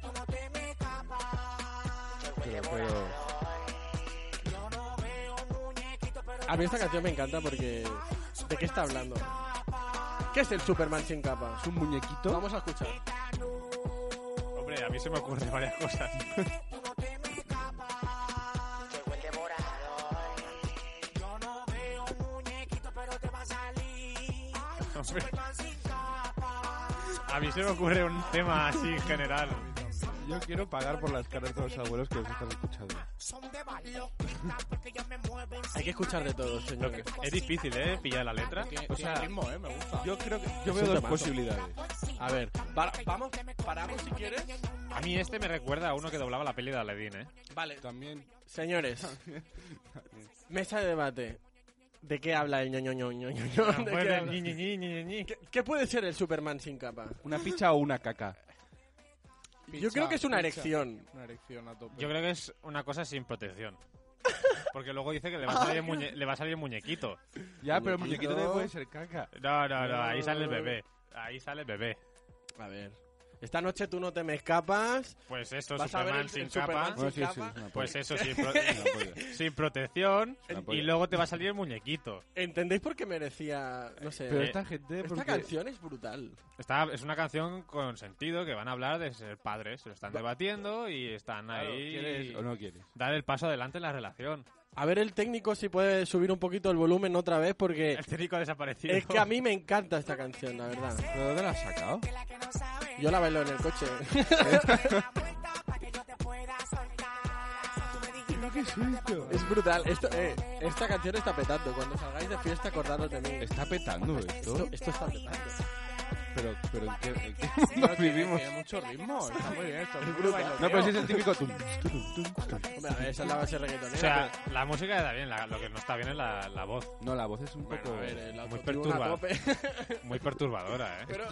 tú no te me escapas.
Pero- pero- A mí esta canción me encanta porque... ¿De qué está hablando? ¿Qué es el Superman sin capa? ¿Es
un muñequito?
Vamos a escuchar.
Hombre, a mí se me ocurren varias cosas.
Llegó el devorador. Yo no veo un muñequito, pero te va a salir.
Hombre,
Superman sin capa.
a mí se me ocurre un tema así en general.
Yo quiero pagar por las caras de los abuelos que os están escuchando.
Son de valor, porque yo me muevo en
Hay que escuchar de todo, señores.
Es difícil, ¿eh? Pillar la letra.
O sea, ritmo, ¿eh? Me gusta. Yo creo que...
Yo veo dos posibilidades.
A ver, para- vamos, paramos si quieres.
A mí este me recuerda a uno que doblaba la peli de Aladín, ¿eh?
Vale.
También.
Señores, mesa de debate. ¿De qué habla el ñoño ñoño ñoño? ñoño? ¿De
Bueno,
qué, habla?
ñi, ñi, ñi, ñi, ñi.
¿Qué- qué puede ser el Superman sin capa?
¿Una picha o una caca?
Yo creo que es una erección.
Yo creo que es una cosa sin protección. Porque luego dice que le va a salir el, muñe- le va a salir el muñequito.
Ya, pero el muñequito también puede ser caca.
No, no, no, ahí sale el bebé. Ahí sale el bebé.
A ver. Esta noche tú no te me escapas.
Pues esto,
Vas a ver
Superman
el-
sin
el Superman
capa.
sin Bueno, sí, capa. sí, es una polla.
pues eso, sin, pro- pues,
Es una polla.
sin protección.
Es una
Y
polla.
luego te va a salir el muñequito.
¿Entendéis por qué merecía, no sé...
Pero
eh,
esta gente,
Esta
porque-
canción es brutal.
Está, es una canción con sentido que van a hablar de ser padres. Se lo están debatiendo y están
Claro,
ahí.
¿quieres o no quieres?
Dar el paso adelante en la relación.
A ver el técnico si puede subir un poquito el volumen otra vez porque... El
técnico ha desaparecido.
Es que a mí me encanta esta canción, la verdad.
¿Pero dónde la has sacado?
Yo la bailo en el coche. Es brutal. Esto, eh, esta canción está petando. Cuando salgáis de fiesta, acordaros de mí.
¿Está petando esto?
Esto, esto está petando.
Pero, pero ¿en qué, en qué mundo vivimos?
mucho ritmo. Está muy bien esto.
Es brutal. No, pero si es el típico... tum, tum, tum, tum.
Hombre, a ver, esa es la base reggaetonera.
O sea, la música está bien, la- lo que no está bien es la, la voz.
No, la voz es un
Bueno,
poco...
a ver, el Muy
autotune a
perturbadora.
tope.
Muy perturbadora, ¿eh?
Pero,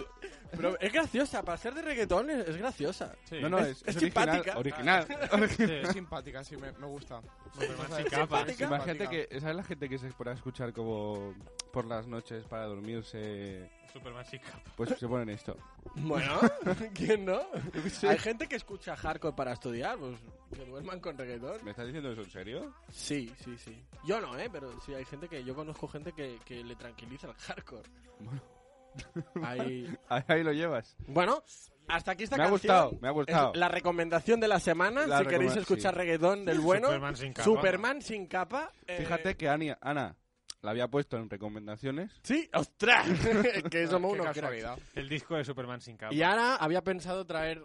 pero es graciosa. Para ser de reggaetón es, es graciosa.
No, no, es, es original. Original.
Es simpática, sí, me, me gusta.
Superman
Sí,
sin capa.
simpática.
Imagínate que... ¿Sabes la gente que se pone a escuchar como por las noches para dormirse?
Superman sin capa.
Pues se ponen esto.
Bueno, ¿quién no?
Yo qué sé.
Hay gente que escucha hardcore para estudiar, pues que duerman con reggaetón.
¿Me estás diciendo eso en serio?
Sí, sí, sí. Yo no, ¿eh? Pero sí, hay gente que... Yo conozco gente que, que le tranquiliza el hardcore. Ahí-
Ahí, ahí lo llevas.
Bueno, hasta aquí esta
Me ha
canción.
gustado, me ha gustado.
Es la recomendación de la semana,
La
si queréis
recomend-
escuchar
sí.
reggaetón del bueno.
Superman sin capa.
Superman sin capa, eh,
Fíjate que Ani- Ana la había puesto en recomendaciones.
Sí, ostras, que somos
Qué
unos
casualidad.
cracks.
El disco de Superman sin capa.
Y ahora había pensado traer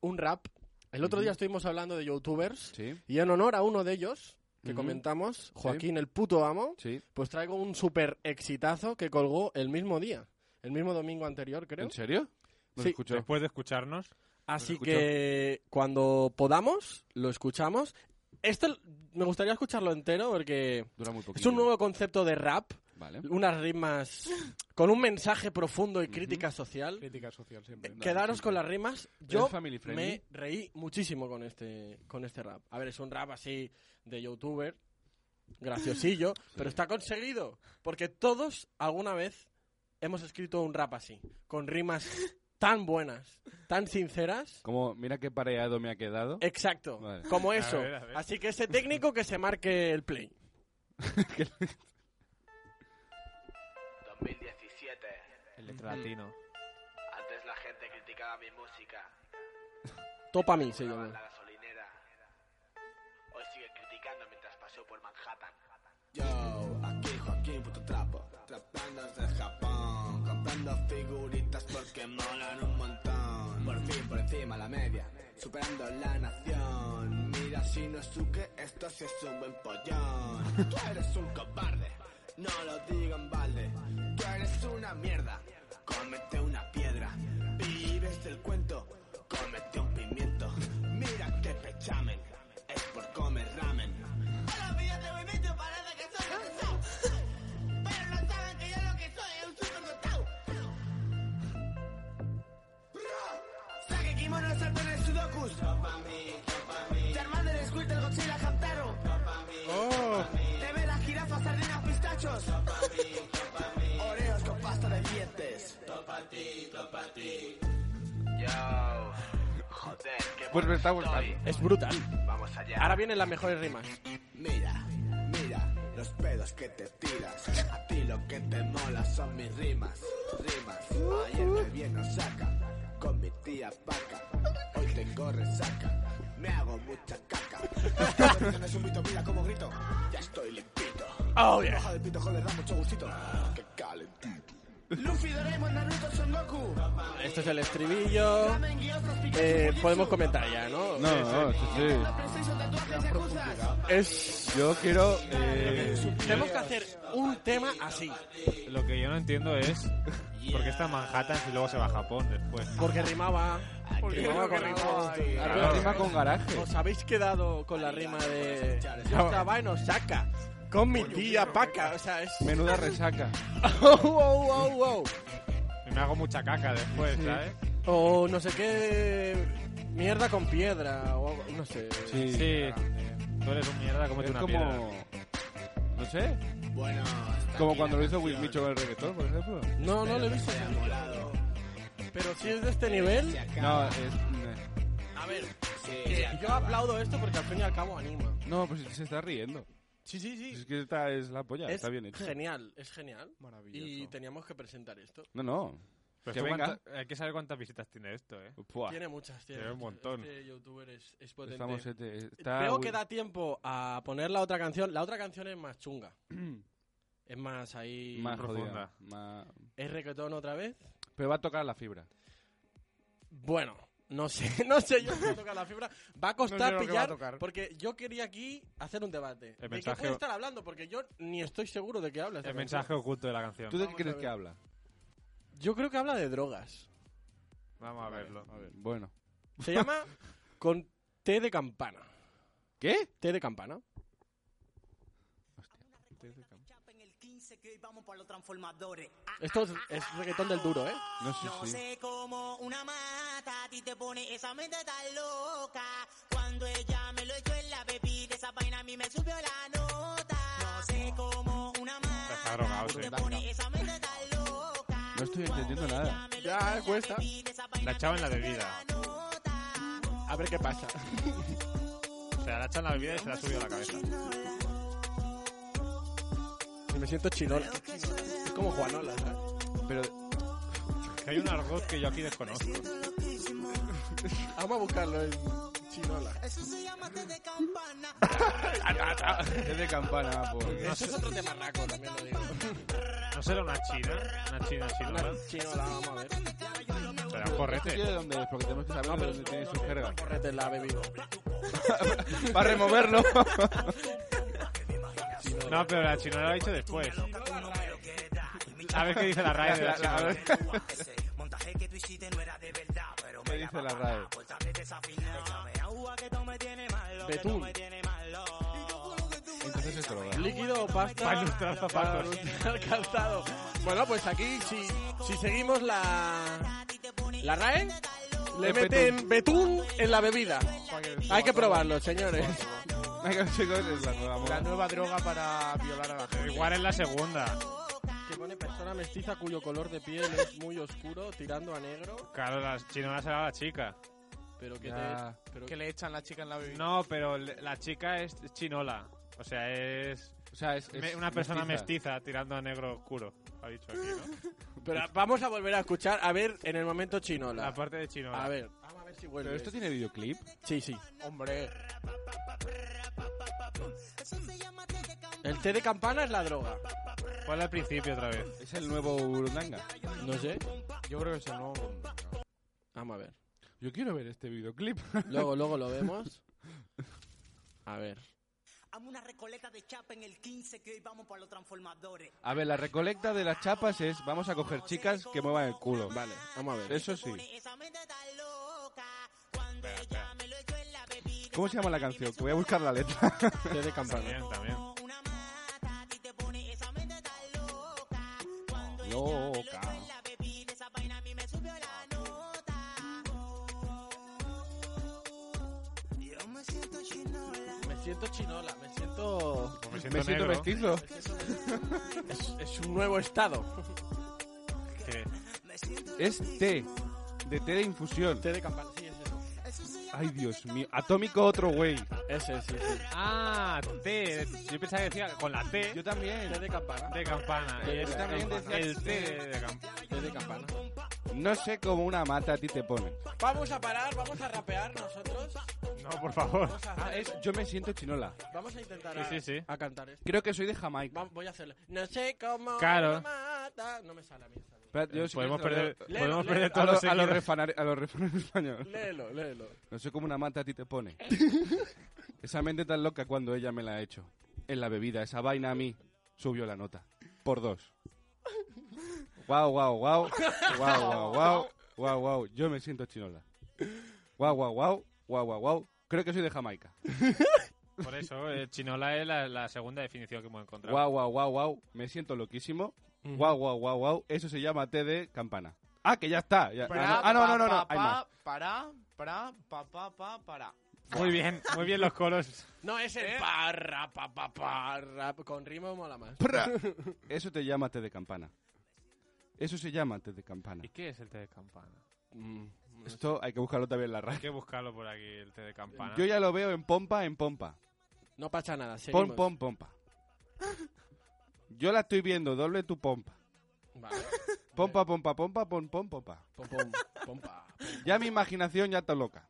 un rap. El otro
Ujú.
día estuvimos hablando de youtubers.
Sí.
Y en honor a uno de ellos, que
Ujú.
comentamos, Joaquín el puto amo, pues traigo un super exitazo que colgó el mismo día. El mismo domingo anterior, creo.
¿En serio? No
Sí.
escucho.
Después de escucharnos,
Así
escucho.
que cuando podamos, lo escuchamos. Esto l- me gustaría escucharlo entero porque
Dura muy
es un nuevo concepto de rap.
Vale.
Unas rimas con un mensaje profundo y crítica social.
Crítica social siempre.
Quedaros con las rimas. Yo
Es family friendly.
me reí muchísimo con este, con este rap. A ver, es un rap así de youtuber, graciosillo, pero está conseguido. Porque todos alguna vez hemos escrito un rap así, con rimas tan buenas, tan sinceras.
Como, mira qué pareado me ha quedado.
Exacto,
Vale.
como eso. Así que ese técnico que se marque el play.
2017.
el letra latino.
Antes la gente criticaba mi música.
Topa a mí, se
Cobraban la
llama.
gasolinera. Hoy sigue criticando mientras paseo por Manhattan.
Yo, aquí Joaquín puto trapo, trapandas de Japón, comprando figuritas porque molan un montón. Por fin por encima la media, superando la nación. Mira si no es que esto sí es un buen pollón. Tú eres un cobarde, no lo digo en balde. Tú eres una mierda, cómete una piedra. Vives del cuento, cómete un pimiento. Mira que pechamen, es por comer ramen. Ahora mírate, voy metido, parece que soy retrasado. Pero no saben que yo lo que soy es un superdotado. Saque kimono, saltones, sudokus. Charmander, Squirtle, Godzilla, Hamtaro. Te ve la jirafa, sardinas, pistachos. Oreos con pasta de dientes. Topati, topati. Yo. Joder, qué
Pues me está gustando.
Es brutal.
Vamos allá.
Ahora vienen las mejores rimas.
Mira, mira los pedos que te tiras. A ti lo que te mola son mis rimas, rimas. Ayer me vieron saca con mi tía Paca. Hoy tengo resaca, me hago mucha caca. Esto que no es un mito, mira cómo grito. Ya estoy limpito.
Oh, yeah.
Hoja de pito, joder, da mucho gustito. Qué calentito. Luffy, Doraemon, Naruto, Son Goku.
Este es el estribillo. Eh, podemos comentar ya, ¿no?
No, no, sí, sí.
Es...
Yo quiero... eh,
Tenemos que hacer un tema así.
Lo que yo no entiendo es por qué está en Manhattan si luego se va a Japón después.
Porque rimaba.
Porque
rimaba
creo
con
que
algo.
rimaba ahí.
Claro.
Claro. Rima con garaje.
Os habéis quedado con la rima de. Yo estaba en Osaka. Con mi tía Paca. O sea, es.
Menuda resaca.
Oh, oh, oh, oh.
Y me hago mucha caca después,
Sí.
¿sabes?
O no sé qué. Mierda con piedra. O algo- no sé.
Sí. eh, Tú eres un mierda, cómete
es
una
como...
piedra.
No sé.
Bueno,
como cuando lo hizo Will Mitchell en el reggaetón, por ejemplo.
No, no lo he visto. Pero si es de este nivel.
No, es... eh,
A ver, que yo aplaudo esto porque al fin y al cabo anima.
No, pues se está riendo.
Sí, sí, sí.
Es que esta es la polla,
es
está bien hecho.
genial, es genial. Maravilloso. Y teníamos que presentar esto.
No, no.
Pero
que
esto
venga.
cuánta- hay que saber cuántas visitas tiene esto, eh.
Buah.
Tiene muchas, tiene.
un
muchas.
montón.
Este youtuber es, es potente.
Estamos, este, está
Veo
Will-
que da tiempo a poner la otra canción. La otra canción es más chunga. es más ahí.
Más jodida. más-
¿Es reggaetón otra vez?
Pero va a tocar la fibra.
Bueno, no sé, no sé yo si va a tocar la fibra. Va a costar
No sé lo que va a
pillar, porque yo quería aquí hacer un debate. ¿De
mensaje-
qué puede estar hablando? Porque yo ni estoy seguro de qué habla. esta
El
canción.
mensaje oculto de la canción.
¿Tú de qué crees que habla?
Yo creo que habla de drogas.
Vamos a verlo.
Bueno.
Se llama Con té de campana.
¿Qué?
Té de campana.
vamos por los transformadores.
Esto es, es reggaetón del duro, ¿eh?
No
No sé cómo una mata a ti te pone esa mente tan loca. Cuando ella me lo echó en la bebida, esa vaina a mí me subió la nota. No sé cómo una mata
Está drogado,
te pone esa mente tan loca.
No estoy entendiendo nada.
Ya, cuesta.
La echaba en la bebida.
A ver qué pasa.
O sea, la echa en la bebida y se la ha subido a la cabeza.
Y me siento chinola. Es como Juanola, ¿sabes?
Pero
Que hay un argot que yo aquí desconozco.
vamos a buscarlo en chinola.
Eso se llama té de campana.
es de campana, por.
No sé, es otro tema raco, también lo digo.
¿No será una china? ¿Una china chinola?
Chinola, vamos a ver.
Será un correte.
¿De dónde es? Porque tenemos que saber de dónde tiene su jerga.
Correte la ha bebido.
Para removerlo.
No, pero la chinola lo ha dicho después. A ver qué dice la RAE de la
La- la- a
chinola.
ver. ¿Qué dice la RAE?
Betún.
Entonces es droga.
Líquido o pasta para
lustrar zapatos.
lustrar calzado. Bueno, pues aquí si, si seguimos la la RAE le
Es
meten betún en la bebida. Hay que probarlo, señores.
Hay que chicos, es la nueva moda.
La nueva droga para violar a la gente.
Igual es la segunda.
Que pone persona mestiza cuyo color de piel es muy oscuro, tirando a negro,
Claro, la chinola será la chica.
pero que
Ya.
te pero
Ah, Que le echan la chica en la bebida.
No, pero le- la chica es chinola. O sea, es...
O sea, es, es
me- una persona
mestiza.
mestiza. tirando a negro oscuro. Ha dicho aquí, ¿no?
Pero vamos a volver a escuchar a ver en el momento
La
chinola.
parte de chinola.
A ver, vamos a ver si vuelve.
Pero esto tiene videoclip.
Sí, sí.
Hombre,
El té de campana es la droga.
¿Cuál al principio otra vez?
Es el nuevo Burundanga.
No sé.
yo creo que es el nuevo.
Vamos a ver.
Yo quiero ver este videoclip.
Luego, luego lo vemos. A ver.
Hazme una recoleta de chapa en el 15 que hoy vamos por los transformadores.
A ver, la recolecta de las chapas es vamos a coger chicas que muevan el culo.
Vale, vamos a ver.
Eso sí.
Esa mente tan loca. Cuando ella me lo echó en la bebida,
¿Cómo se llama la canción? Que voy a buscar la letra.
Té de campana.
También, también.
a ti te pone esa mente tan loca. Cuando ella me lo
Loca.
echó en la bebida, esa vaina a mí me subió la nota. Yo me siento chinola.
Me siento chinola, me siento...
Pues me siento,
Me siento
negro.
mestizo.
Es, es un nuevo estado.
Que-
Es té. De té de infusión.
Té de campana, sí, es eso.
Ay, Dios mío. Atómico otro güey.
Ese, sí, sí.
Ah, T. Yo pensaba que decía con la T
Yo también.
Té de campana.
de campana.
Yo
Y es
también decía
el T de campana.
Té de campana.
No sé cómo una mata a ti te pone.
Vamos a parar, vamos a rapear nosotros.
No, por favor.
Vamos a,
Ah, es yo me siento chinola.
vamos a intentar
Sí,
a,
sí, sí.
a cantar esto.
Creo que soy de Jamaica.
Va- voy a hacerlo. No sé cómo...
Claro. Eh,
me mata. No me sale a mí. esta mierda.
Espera, yo si
Podemos
quieres
perder,
te lo leo.
Léelo,
podemos
léelo.
perder
A
todos los
los, a los
seguidores.
refanar- a los refanar españoles.
Léelo, léelo.
No sé cómo una manta a ti te pone. Esa mente tan loca cuando ella me la ha hecho. En la bebida, esa vaina a mí subió la nota. Por dos. Guau, guau, guau. Guau, guau, guau. Guau, guau. Yo me siento chinola. Guau, guau, guau. Guau, guau, guau. Creo que soy de Jamaica.
Por eso, eh, chinola es la, la segunda definición que hemos encontrado.
Guau, guau, guau, guau. Me siento loquísimo. Guau, guau, guau, guau. Eso se llama té de campana. Ah, que ya está. ya. Ah, no, ah, no, no, no. no. Hay más.
Para, para, para, pa, Eh. pa, pa, para.
Muy bien, muy bien los coros.
No, es el parra, pa, pa, parra. Con rima mola más.
Prra. Eso te llama té de campana. Eso se llama té de campana.
¿Y qué es el té de campana?
Mm, Esto hay que buscarlo también en la
Hay
radio.
que buscarlo por aquí, el té de campana.
Yo ya lo veo en pompa, en pompa.
No pasa nada, seguimos.
Pom, pom, pompa. Yo la estoy viendo, doble tu pompa.
Vale.
Pompa, pompa, pompa, pom, pom, pompa.
Pom, pom, pompa.
Ya mi imaginación ya está loca.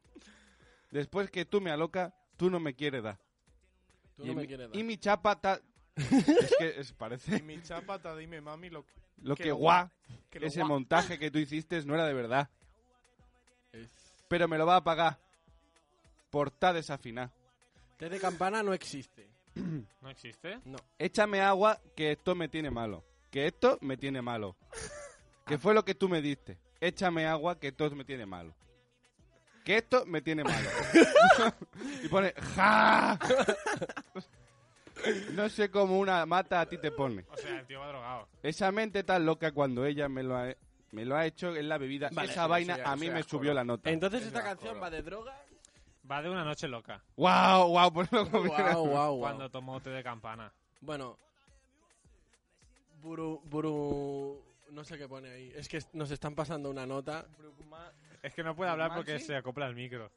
Después que tú me aloca, tú no me quieres dar.
Tú
y,
no me
mi,
quieres dar.
y mi chapa ta... es que es-
Y
parece...
mi chapata, dime mami lo que...
Lo que,
lo
guá,
que lo
ese
guá.
montaje que tú hiciste no era de verdad. Pero me lo va a pagar. Por ta desafinar.
Té de campana no existe.
¿No existe?
No.
Échame agua que esto me tiene malo. Que esto me tiene malo. Que fue lo que tú me diste. Échame agua que esto me tiene malo. Que esto me tiene malo. y pone ja. no sé cómo una mata a ti te pone.
O sea, el tío va drogado.
Esa mente tan loca cuando ella me lo ha, me lo ha hecho en la bebida.
Vale,
Esa
eso
vaina
ya-
a
eso
mí
ya
me
es
subió
coro.
la nota.
Entonces esta canción va de droga.
Va de una noche loca.
Guau, guau, ponlo como quieras.
Guau, guau, guau.
Cuando tomó té de campana.
Bueno. Buru, buru... No sé qué pone ahí. Es que nos están pasando una nota.
Es que no puede hablar porque
¿Mansi?
se acopla el micro.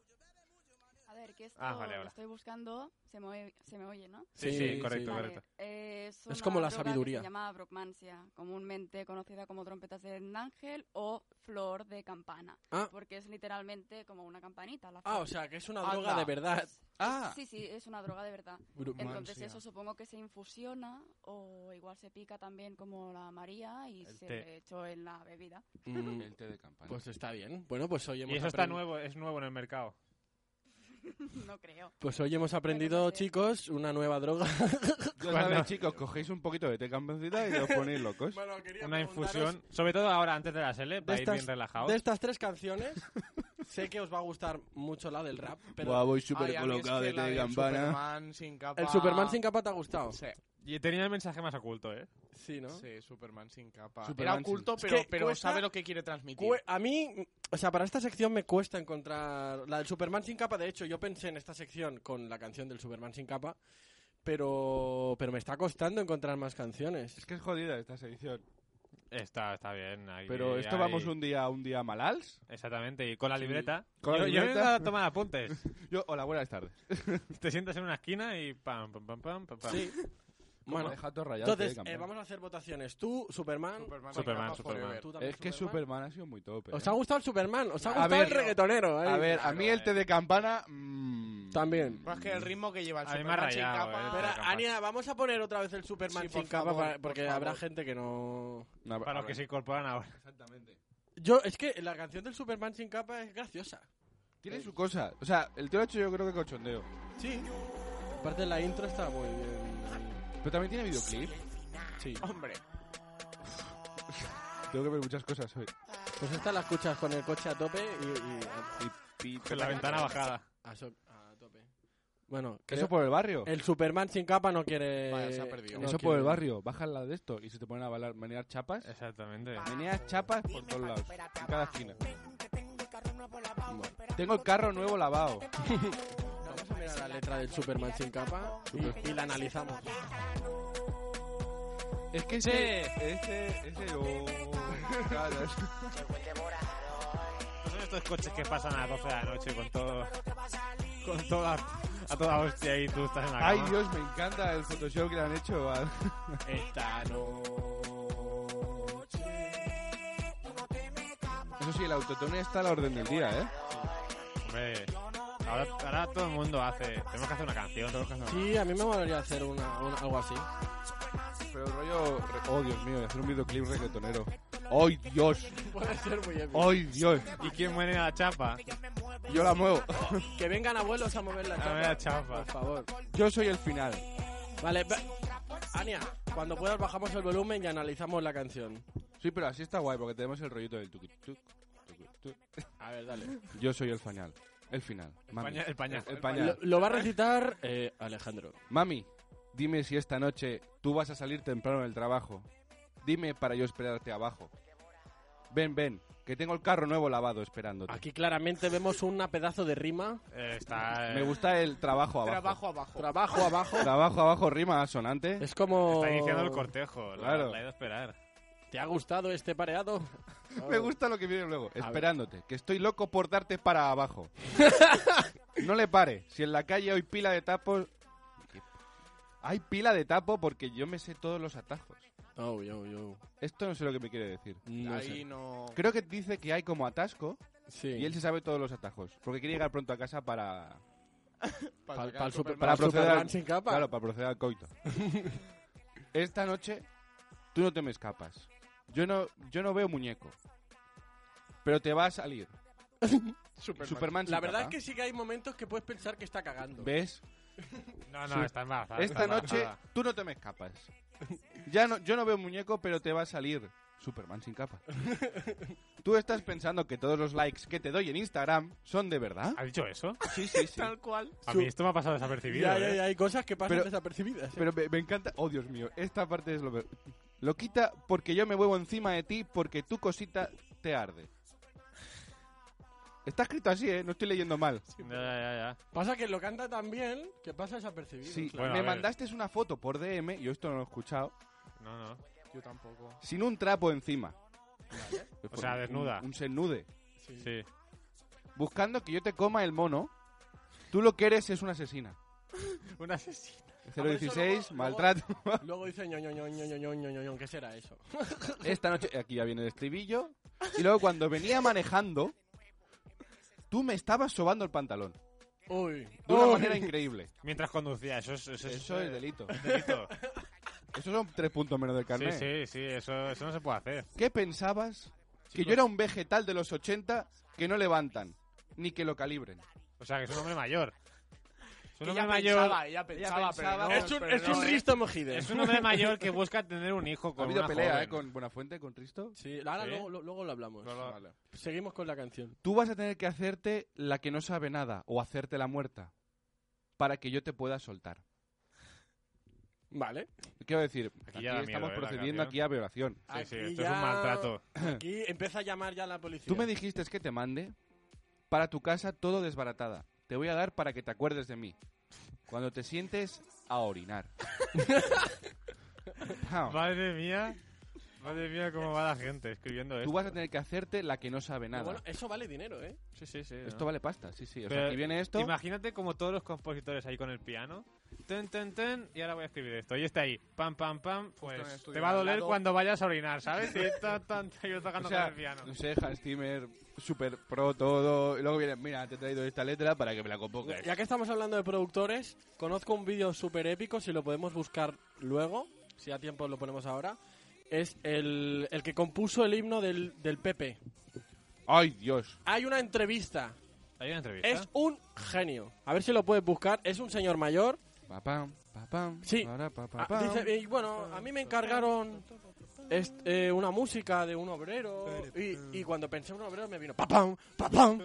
A ver, que esto
Ah, vale,
lo
ahora.
estoy buscando. Se me, oye- se me oye, ¿no?
Sí, sí, Sí, correcto, sí.
Vale,
correcto.
eh, es,
Es
una
como la
droga que
sabiduría.
se llama brocmancia, comúnmente conocida como trompetas de ángel o flor de campana.
Ah.
Porque es literalmente como una campanita. La
Ah,
flor.
o sea, que es una droga de verdad. Ah.
Sí, sí, es una droga de verdad.
Brocmancia.
Entonces eso supongo que se infusiona o igual se pica también como la María y
El
se
té.
le echó en la bebida.
Mm,
El té de campana.
Pues está bien. Bueno, pues hoy hemos
Y eso está
aprendi-
nuevo, es nuevo en el mercado.
no creo.
Pues hoy hemos aprendido, chicos, una nueva droga.
Ya sabéis, chicos, cogéis un poquito de té campancita y os ponéis locos.
Una infusión. Sobre todo ahora, antes de la SL,
De
para ir
estas-
bien relajados.
De estas tres canciones, sé que os va a gustar mucho la del rap, pero...
Guau, voy súper Ay, a mí es colocado que de la té de del campana.
Superman sin capa-
¿El Superman sin capa te ha gustado?
Sí.
Y tenía el mensaje más oculto, ¿eh?
Sí, ¿no?
Sí, Superman sin capa.
Superman
Era oculto,
sin-
pero,
Es que
pero
cuesta-
sabe lo que quiere transmitir.
Cue- A mí, o sea, para esta sección me cuesta encontrar la del Superman sin capa. De hecho, yo pensé en esta sección con la canción del Superman sin capa, pero pero me está costando encontrar más canciones.
Es que es jodida esta sección.
Está, está bien. ahí-
Pero esto
ahí-
vamos un día un día malals.
Exactamente, y con la
Sí.
libreta.
Con la
yo, yo
libreta.
vengo a tomar apuntes.
Yo, hola, buenas tardes.
Te sientas en una esquina y pam, pam, pam, pam, pam. pam.
Sí.
Como
Bueno,
de jato rayado,
entonces
té de
eh,
campana.
vamos a hacer votaciones. Tú, Superman. Superman,
Superman, Capa Superman. Forever.
Tú también,
Es que Superman ha sido muy tope.
¿Os
¿eh?
ha gustado el Superman? ¿Os ha
A
gustado
ver,
el reggaetonero? eh?
A ver, a mí el té de campana... mm,
También.
Pues es que el ritmo que lleva el
A mí me ha
Superman sin
rayado,
capa...
eh,
Espera, Ania, vamos a poner otra vez el Superman
Sí, por
sin capa
favor,
para-
por
porque
favor.
habrá gente que no...
No,
Para
a
los que
ver.
se incorporan ahora.
Exactamente.
Yo, es que la canción del Superman sin capa es graciosa.
Tiene su cosa. O sea, el tío lo ha hecho yo creo que cochondeo.
Sí. Aparte la intro está muy bien.
Pero también tiene videoclip.
Sí.
Hombre.
Tengo que ver muchas cosas hoy.
Pues esta la escuchas con el coche a tope y...
Con la ventana bajada.
A, so- a tope. Bueno,
¿Eso por el barrio?
El Superman sin capa no quiere...
Vaya, Ah, se ha perdido.
Eh, no
Eso por
quiere-
el barrio. Bajan la de esto y se te ponen a bailar, menear chapas.
Exactamente.
Meneas chapas por todos lados. En cada esquina. Tengo el carro nuevo lavado.
Vamos a mirar la letra del Superman sin capa y, y la analizamos.
Es que ese... Ese... Ese... oh, claro, es-
No Pues son estos coches que pasan a las 12 de la noche con todo. Con toda. A toda hostia y tú estás en la cama.
Ay, Dios, me encanta el Photoshop que le han hecho. al-
Esta
Eso sí, el autotune está a la orden del día, ¿eh?
Hombre. Ahora, ahora todo el mundo hace. Tenemos que hacer una canción.
Sí, a mí me molaría hacer una, una- algo así.
Pero el rollo... Oh, Dios mío, hacer un videoclip reggaetonero. ¡Ay, Dios!
Puede ser muy épico.
¡Ay, Dios!
¿Y quién muere a la chapa?
Yo la muevo.
Que vengan abuelos a mover la
A
chapa.
ver, la chapa.
Por favor.
Yo soy el final.
Vale, va- Ania, cuando puedas bajamos el volumen y analizamos la canción.
Sí, pero así está guay porque tenemos el rollito del tuki tuk, tuki tuk.
A ver, dale.
Yo soy el final. El final. Mami.
pañal, el pañal.
El pañal.
Lo, lo va a recitar eh, Alejandro.
Mami, dime si esta noche tú vas a salir temprano del trabajo. Dime para yo esperarte abajo. Ven, ven, Que tengo el carro nuevo lavado esperándote.
Aquí claramente vemos una pedazo de rima.
Eh, está.
Me gusta el trabajo abajo.
Trabajo abajo.
Trabajo abajo.
Trabajo abajo, rima asonante.
Es como.
Está iniciando el cortejo, la-
Claro.
la he ido a esperar.
¿Te ha gustado este pareado?
Me gusta lo que viene luego. Esperándote, que estoy loco por darte para abajo. no le pare. Si en la calle hay pila de tapos. Hay pila de tapo porque yo me sé todos los atajos.
Oh, yo, yo.
Esto no sé lo que me quiere decir.
No
Ahí sé. no-
Creo que dice que hay como atasco.
Sí.
Y él se sabe todos los atajos. Porque quiere llegar pronto a casa para.
Para Pa'l- sacar pa'l el super- Superman.
para
pa'l
proceder
Superman
al,
sin capa.
Claro, para proceder al coito. Esta noche tú no te me escapas. Yo no, yo no veo muñeco. Pero te va a salir. Superman. sin
La verdad es
capa.
que sí que hay momentos que puedes pensar que está cagando.
¿Ves?
No,
Sí.
no, está embarazada.
Esta
está
noche
embarazada.
tú no te me escapas. Ya no, yo no veo muñeco, pero te va a salir Superman sin capa. Tú estás pensando que todos los likes que te doy en Instagram son de verdad.
¿Ha dicho eso?
Sí, sí, sí.
Tal cual.
Ah,
A mí esto me ha pasado desapercibido.
Ya,
¿eh?
ya, ya,
Hay cosas que pasan
Pero-
desapercibidas. ¿eh?
Pero me, me encanta. Oh, Dios mío, esta parte es lo peor. Lo quita porque yo me muevo encima de ti porque tu cosita te arde. Está escrito así, ¿eh? No estoy leyendo mal.
Pasa que lo canta tan bien que pasa desapercibido.
Sí,
claro.
me mandaste una foto por DM, yo esto no lo he escuchado,
No, no.
Yo tampoco.
sin un trapo encima.
O sea,
Un-
desnuda.
Un, senude.
Sí.
Buscando que yo te coma el mono, tú lo que eres es una asesina.
Un asesino.
por eso
016,
luego-
maltrato.
Luego, luego dice ño, ño, ño, ño, ño, ño, ño, ño, ño, ¿qué será eso?
Esta noche, aquí ya viene el estribillo. Y luego cuando venía manejando, tú me estabas sobando el pantalón.
Uy.
De una
Uy.
manera increíble.
Mientras conducía, eso es. Eso,
Eso es delito.
delito.
Esos son tres puntos menos del
sí,
carnet.
sí, sí, eso, eso no se puede hacer.
¿Qué pensabas? Que yo era un vegetal de los 80 que no levantan, ni que lo calibren.
O sea, que es un hombre mayor. Es
Que
un hombre
ya
mayor.
pensaba, ya pensaba,
Ya
pero
pensaba,
no, Es un- pero es no, un ¿eh? Risto Mojide.
Es un hombre mayor que busca tener un hijo
Ha
con
habido
una
pelea,
joven.
¿eh? Con Buenafuente, con Risto.
Sí, ahora
¿Sí?
Luego, lo- luego lo hablamos.
Vale.
Seguimos con la canción.
Tú vas a tener que hacerte la que no sabe nada o hacerte la muerta para que yo te pueda soltar.
Vale.
Quiero decir,
Aquí
aquí,
ya da miedo,
estamos
¿eh? la
procediendo
canción.
aquí a violación.
Sí, sí,
Aquí
esto es
ya-
un maltrato.
Aquí empieza a llamar ya la policía.
Tú me dijiste que te mande para tu casa todo desbaratada. Te voy a dar para que te acuerdes de mí. Cuando te sientes a orinar. Pau,
Madre mía. Madre mía, cómo va la gente escribiendo esto.
Tú vas a tener que hacerte la que no sabe
Pero
nada.
Bueno, eso vale dinero, ¿eh?
Sí, sí, sí.
Esto vale pasta, sí, sí. O sea, aquí viene esto.
Imagínate como todos los compositores ahí con el piano. Ten, ten, ten, y ahora voy a escribir esto. Y está ahí, pam, pam,
en
pam.
el
Pues
estudio
te va a
al
doler
lado.
cuando vayas a orinar, ¿sabes? Y tan, tan, tan, yo
O
tocando
sea,
con el piano.
no sé, Hans Zimmer, super pro todo. Y luego viene, mira, te he traído esta letra para que me la compongas.
Ya que estamos hablando de productores, conozco un vídeo súper épico, si lo podemos buscar luego, si a tiempo lo ponemos ahora. Es el, el que compuso el himno del, del PP.
Ay, Dios.
Hay una entrevista.
Hay una entrevista.
Es un genio. A ver si lo puedes buscar. Es un señor mayor.
Pa, pam, pa, pam,
Sí.
para, pa, pa,
Ah,
pam.
dice, y bueno, a mí me encargaron est- eh, una música de un obrero. Y, y cuando pensé en un obrero me vino papam, papam.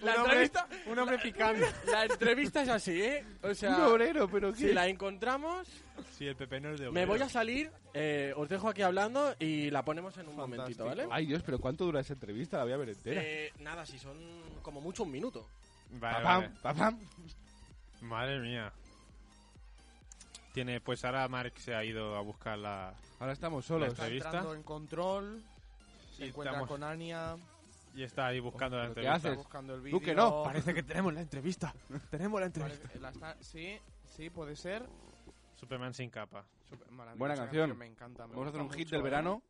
La
hombre-
entrevista.
un hombre picando.
La entrevista es así, ¿eh? O sea,
Un obrero, pero
si
qué-
la encontramos,
Sí, el PP no es de
me voy a salir. eh, os dejo aquí hablando y la ponemos en un momentito, ¿vale?
Ay, Dios, pero ¿cuánto dura esa entrevista? La voy a ver entera.
Eh, nada, si son como mucho un minuto.
Vale,
Papam,
vale.
papam.
Madre mía. Tiene, pues ahora Mark se ha ido a buscar la,
Ahora estamos
la
solos.
entrevista
entrando en control. Se
Y
encuentra
estamos-
con Ania.
y está ahí buscando la
¿Pero qué
entrevista.
haces?
buscando el
Tú que
vídeo.
no.
Parece que tenemos la entrevista. Tenemos la entrevista.
Vale, eh, la está- Sí, sí, puede ser.
Superman sin capa.
Super- maravillosa
Buena canción.
Me encanta. me
Vamos a hacer un
gusta
hit
mucho,
del
eh.
verano.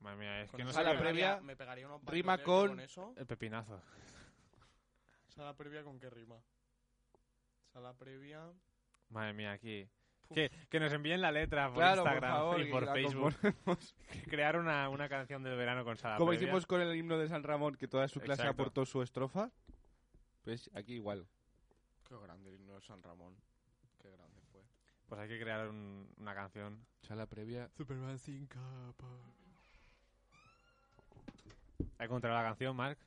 Madre mía, es
Con
que no
esa
sé
la
qué-
previa-
Me pegaría unos
rima
pantalones
con-
eso.
El pepinazo.
Sala previa con qué rima. Sala previa.
Madre mía, aquí. Que, que nos envíen la letra por
Claro, por
Instagram
favor,
y por
y la
Facebook. Pues, Crear una, una canción del verano con Sala
Como
Previa.
hicimos con el himno de San Ramón, que toda su clase
Exacto.
aportó su estrofa. Pues aquí igual.
Qué grande el himno de San Ramón. Qué grande fue.
Pues hay que crear un- una canción.
Sala previa.
Superman sin capa.
¿Has encontrado la canción, Mark?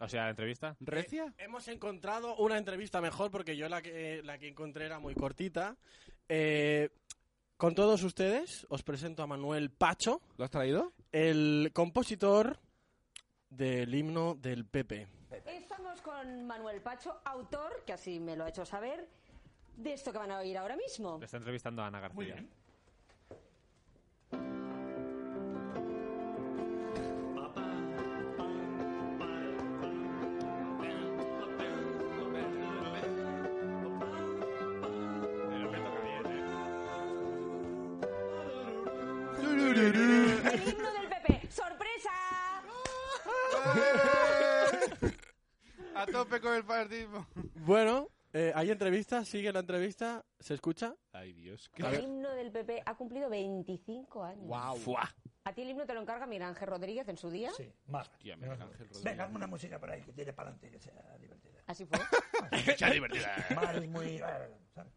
O sea, la entrevista.
¿Recia?
Eh, Hemos encontrado una entrevista mejor porque yo la que, eh, la que encontré era muy cortita. Eh, con todos ustedes os presento a Manuel Pacho,
¿Lo has traído?
el compositor del himno del PP.
Estamos con Manuel Pacho, autor, que así me lo ha hecho saber, de esto que van a oír ahora mismo.
Le está entrevistando a Ana García.
El himno del PP. ¡Sorpresa!
A tope con el fanatismo.
Bueno, eh, hay entrevista, sigue la entrevista, ¿se escucha?
Ay, Dios,
El himno del PP ha cumplido 25 años.
Fuá.
¿A ti el himno te lo encarga Miguel Ángel Rodríguez en su día? Sí.
Más. Venga, hazme una música por ahí que tire para adelante, que sea divertida.
Así fue.
que
sea divertida.
Mar es muy. eh, ¿sabes?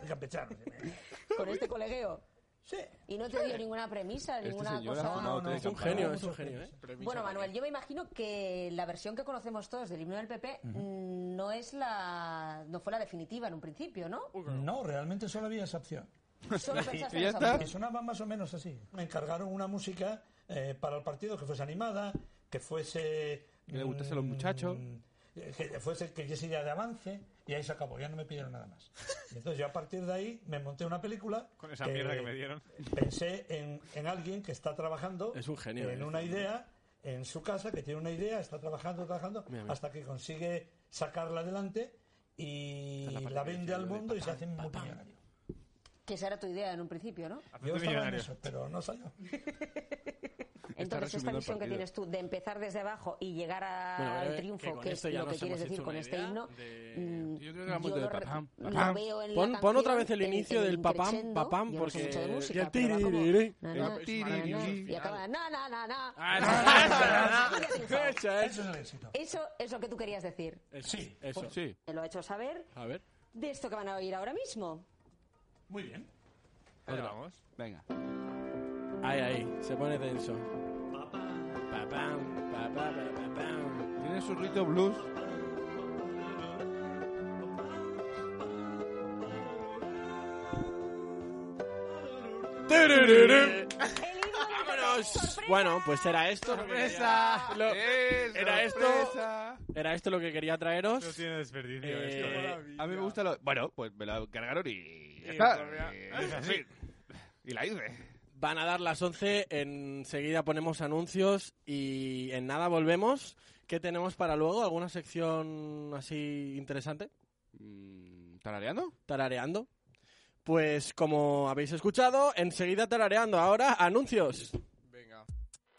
Muy campechano. sí.
Con este colegueo. Sí. Y no te dio ninguna premisa,
Este
ninguna
señor ha
cosa.
fumado No, no, tres es un campanadas. genio, es un genio, ¿eh?
Bueno, Manuel, yo me imagino que la versión que conocemos todos del himno del PP mm, no es la no fue la definitiva en un principio, ¿no?
No, realmente solo había esa opción.
Solo pensaste en esa opción.
Que sonaba más o menos así. Me encargaron una música eh, para el partido que fuese animada, que fuese.
Que le gustase a los
mm,
muchachos.
eh, Que fuese que diese idea de avance, y ahí se acabó, ya no me pidieron nada más. Y entonces yo a partir de ahí me monté una película.
Con esa mierda que
Eh,
me dieron.
Pensé en, en alguien que está trabajando
Es un genio,
en
eh.
una idea, en su casa, que tiene una idea, está trabajando, trabajando,
Mira, mira.
hasta que consigue sacarla adelante y
Esta es la
la,
parte que
vende
decía
al
yo de
mundo y se hace multimillonario.
Que esa era tu idea en un principio, ¿no?
Yo estaba en eso, pero no salió.
Entonces, esta
resumiendo el
visión que
partido.
tienes tú de empezar desde abajo y llegar a-
Bueno,
al
eh,
que
triunfo,
con
que es
esto ya
lo
nos
que quieres
hemos
decir
hecho
con
una
este
idea
himno,
Eh,
mm,
Yo creo que vamos
yo
de
lo
papam,
re- lo
papam.
veo en la
Pon, pon otra
canción,
vez el
en-
inicio
en
del papam,
crescendo.
papam,
Yo no sé
porque...
mucho de música,
Ya
pero va como-
tiririri.
Na, na,
Ya
na, na, na,
tiririri.
y acaba na, na, na, na.
Esa es.
Eso es lo que tú querías decir.
Sí, eso.
Sí.
Te lo he hecho saber
A ver.
de esto que van a oír ahora mismo.
Muy bien.
Otra.
vamos.
Venga.
Ahí, ahí, se pone denso. Papam, papam, papam.
Tiene su rito blues.
Turururu. Vámonos. Bueno, pues era esto. lo que
Sorpresa.
quería- lo-
Eh,
Era
sorpresa.
esto. Era esto lo que quería traeros.
No tiene desperdicio
Eh,
esto.
A mí me gusta lo. Bueno, pues me la cargaron y. Ya
Y
está.
todavía-
Y es así. Y la hice.
Van a dar las 11, enseguida ponemos anuncios y en nada volvemos. ¿Qué tenemos para luego? ¿Alguna sección así interesante?
Mm, ¿Tarareando?
Tarareando. Pues como habéis escuchado, enseguida tarareando. Ahora, anuncios.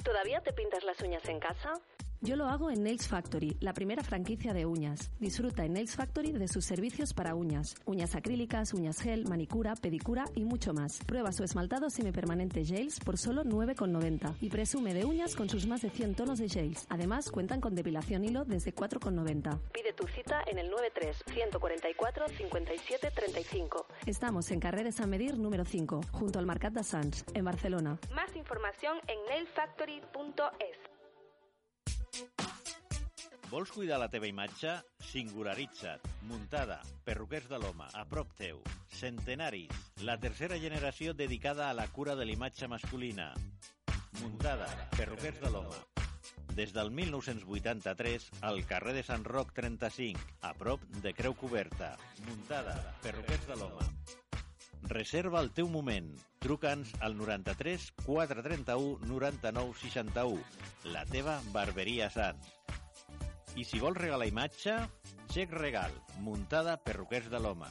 ¿Todavía te pintas las uñas en casa?
Yo lo hago en Nails Factory, la primera franquicia de uñas. Disfruta en Nails Factory de sus servicios para uñas. Uñas acrílicas, uñas gel, manicura, pedicura y mucho más. Prueba su esmaltado semipermanente Gels por solo 9,90 y presume de uñas con sus más de 100 tonos de Gels. Además, cuentan con depilación hilo desde 4,90.
Pide tu cita en el 93 144 57 35.
Estamos en Carrer de San Medir número 5, junto al Mercat de Sants, en Barcelona.
Más información en nailfactory.es.
Vols cuidar la teva imatge? Singularitza't. Muntada, perruquers de l'home, a prop teu. Centenaris, la tercera generació dedicada a la cura de l'imatge masculina. Muntada, perruquers de l'home. Des del 1983, al carrer de Sant Roc 35, a prop de Creu Coberta. Muntada, perruquers de l'home. Reserva el teu moment. Truca'ns al 93 431 99 61. La teva barberia Sants. I si vols regalar imatge, xec regal, muntada perruquers de l'home.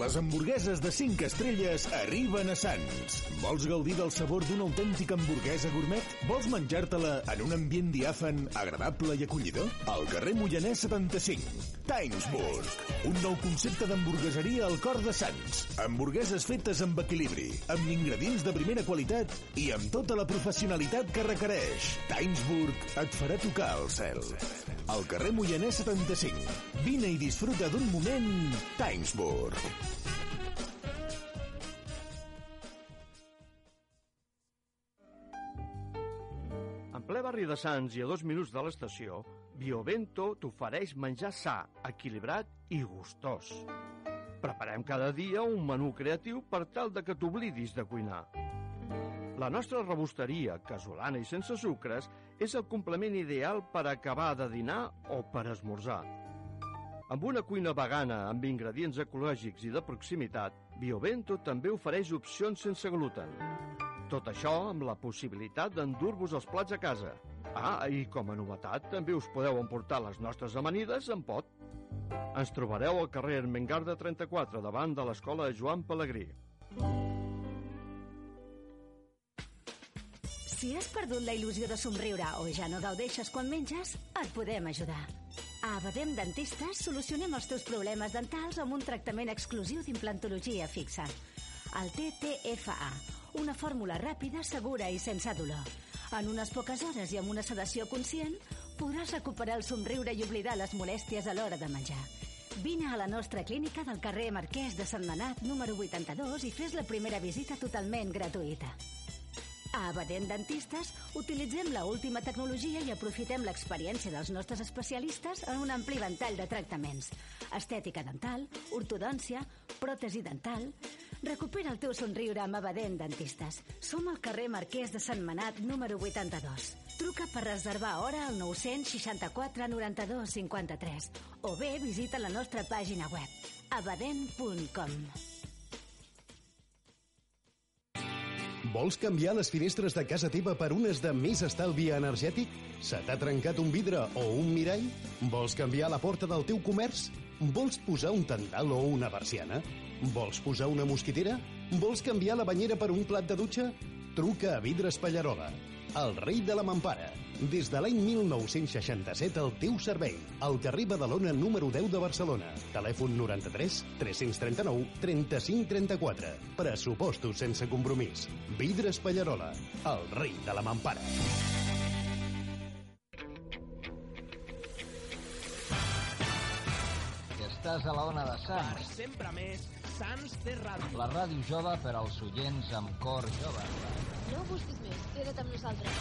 Les hamburgueses de 5 estrelles arriben a Sants. Vols gaudir del sabor d'una autèntica hamburguesa gourmet? Vols menjar-te-la en un ambient diàfan, agradable i acollidor? Al carrer Moianès 75, Timesburg. Un nou concepte d'hamburgueseria al cor de Sants. Hamburgueses fetes amb equilibri, amb ingredients de primera qualitat i amb tota la professionalitat que requereix. Timesburg et farà tocar el cel. Al carrer Moianès 75. Vine i disfruta d'un moment Timesburg.
En ple barri de Sants i a dos minuts de l'estació, Biovento t'ofereix menjar sa, equilibrat i gustós. Preparem Preparem cada dia un menú creatiu per tal de que t'oblidis de cuinar. La nostra rebosteria, casolana i sense sucres, és el complement ideal per acabar de dinar o per esmorzar. Amb una cuina vegana amb ingredients ecològics i de proximitat, Biovento també ofereix opcions sense gluten. Tot això amb la possibilitat d'endur-vos els plats a casa. Ah, i com a novetat, també us podeu emportar les nostres amanides en pot. Ens trobareu al carrer Mengarda 34, davant de l'escola Joan Pellegrí.
Si has perdut la il·lusió de somriure o ja no gaudeixes quan menges, et podem ajudar. A Abadem Dentistes solucionem els teus problemes dentals amb un tractament exclusiu d'implantologia fixa. El TTFA, una fórmula ràpida, segura i sense dolor. En unes poques hores i amb una sedació conscient, podràs recuperar el somriure i oblidar les molèsties a l'hora de menjar. Vine a la nostra clínica del carrer Marquès de Sentmenat, número 82, i fes la primera visita totalment gratuïta. A Abadent Dentistes utilitzem la última tecnologia i aprofitem l'experiència dels nostres especialistes en un ampli ventall de tractaments. Estètica dental, ortodòncia, pròtesi dental... Recupera el teu somriure amb Abadent Dentistes. Som al carrer Marquès de Sant Manat, número 82. Truca per reservar hora al 964 92 53 o bé visita la nostra pàgina web abadent.com.
Vols canviar les finestres de casa teva per unes de més estalvi energètic? Se t'ha trencat un vidre o un mirall? Vols canviar la porta del teu comerç? Vols posar un tendal o una persiana? Vols posar una mosquitera? Vols canviar la banyera per un plat de dutxa? Truca a Vidres Pallarola, el rei de la mampara. Des de l'any 1967 al teu servei. Al carrer Badalona número 10 de Barcelona. Telèfon 93 339 35 34. Pressupostos sense compromís. Vidres Pallarola, el rei de la mampara.
Estàs a la ona de
Per
Sants,
sempre més, Sants té ràdio.
la ràdio jove per als oients amb cor jove.
No busquis més, queda't amb nosaltres.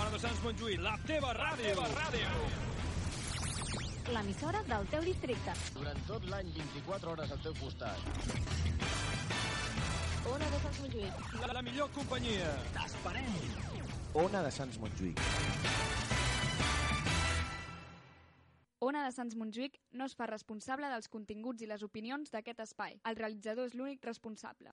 Hora de Sants Montjuïc, la teva ràdio. La teva ràdio.
L'emissora del teu districte.
Durant tot l'any, 24 hores al teu costat.
Ona de Sants Montjuïc.
La, la millor companyia.
T'esperem.
Ona de Sants Montjuïc.
Ona de Sants Montjuïc no es fa responsable dels continguts i les opinions d'aquest espai. El realitzador és l'únic responsable.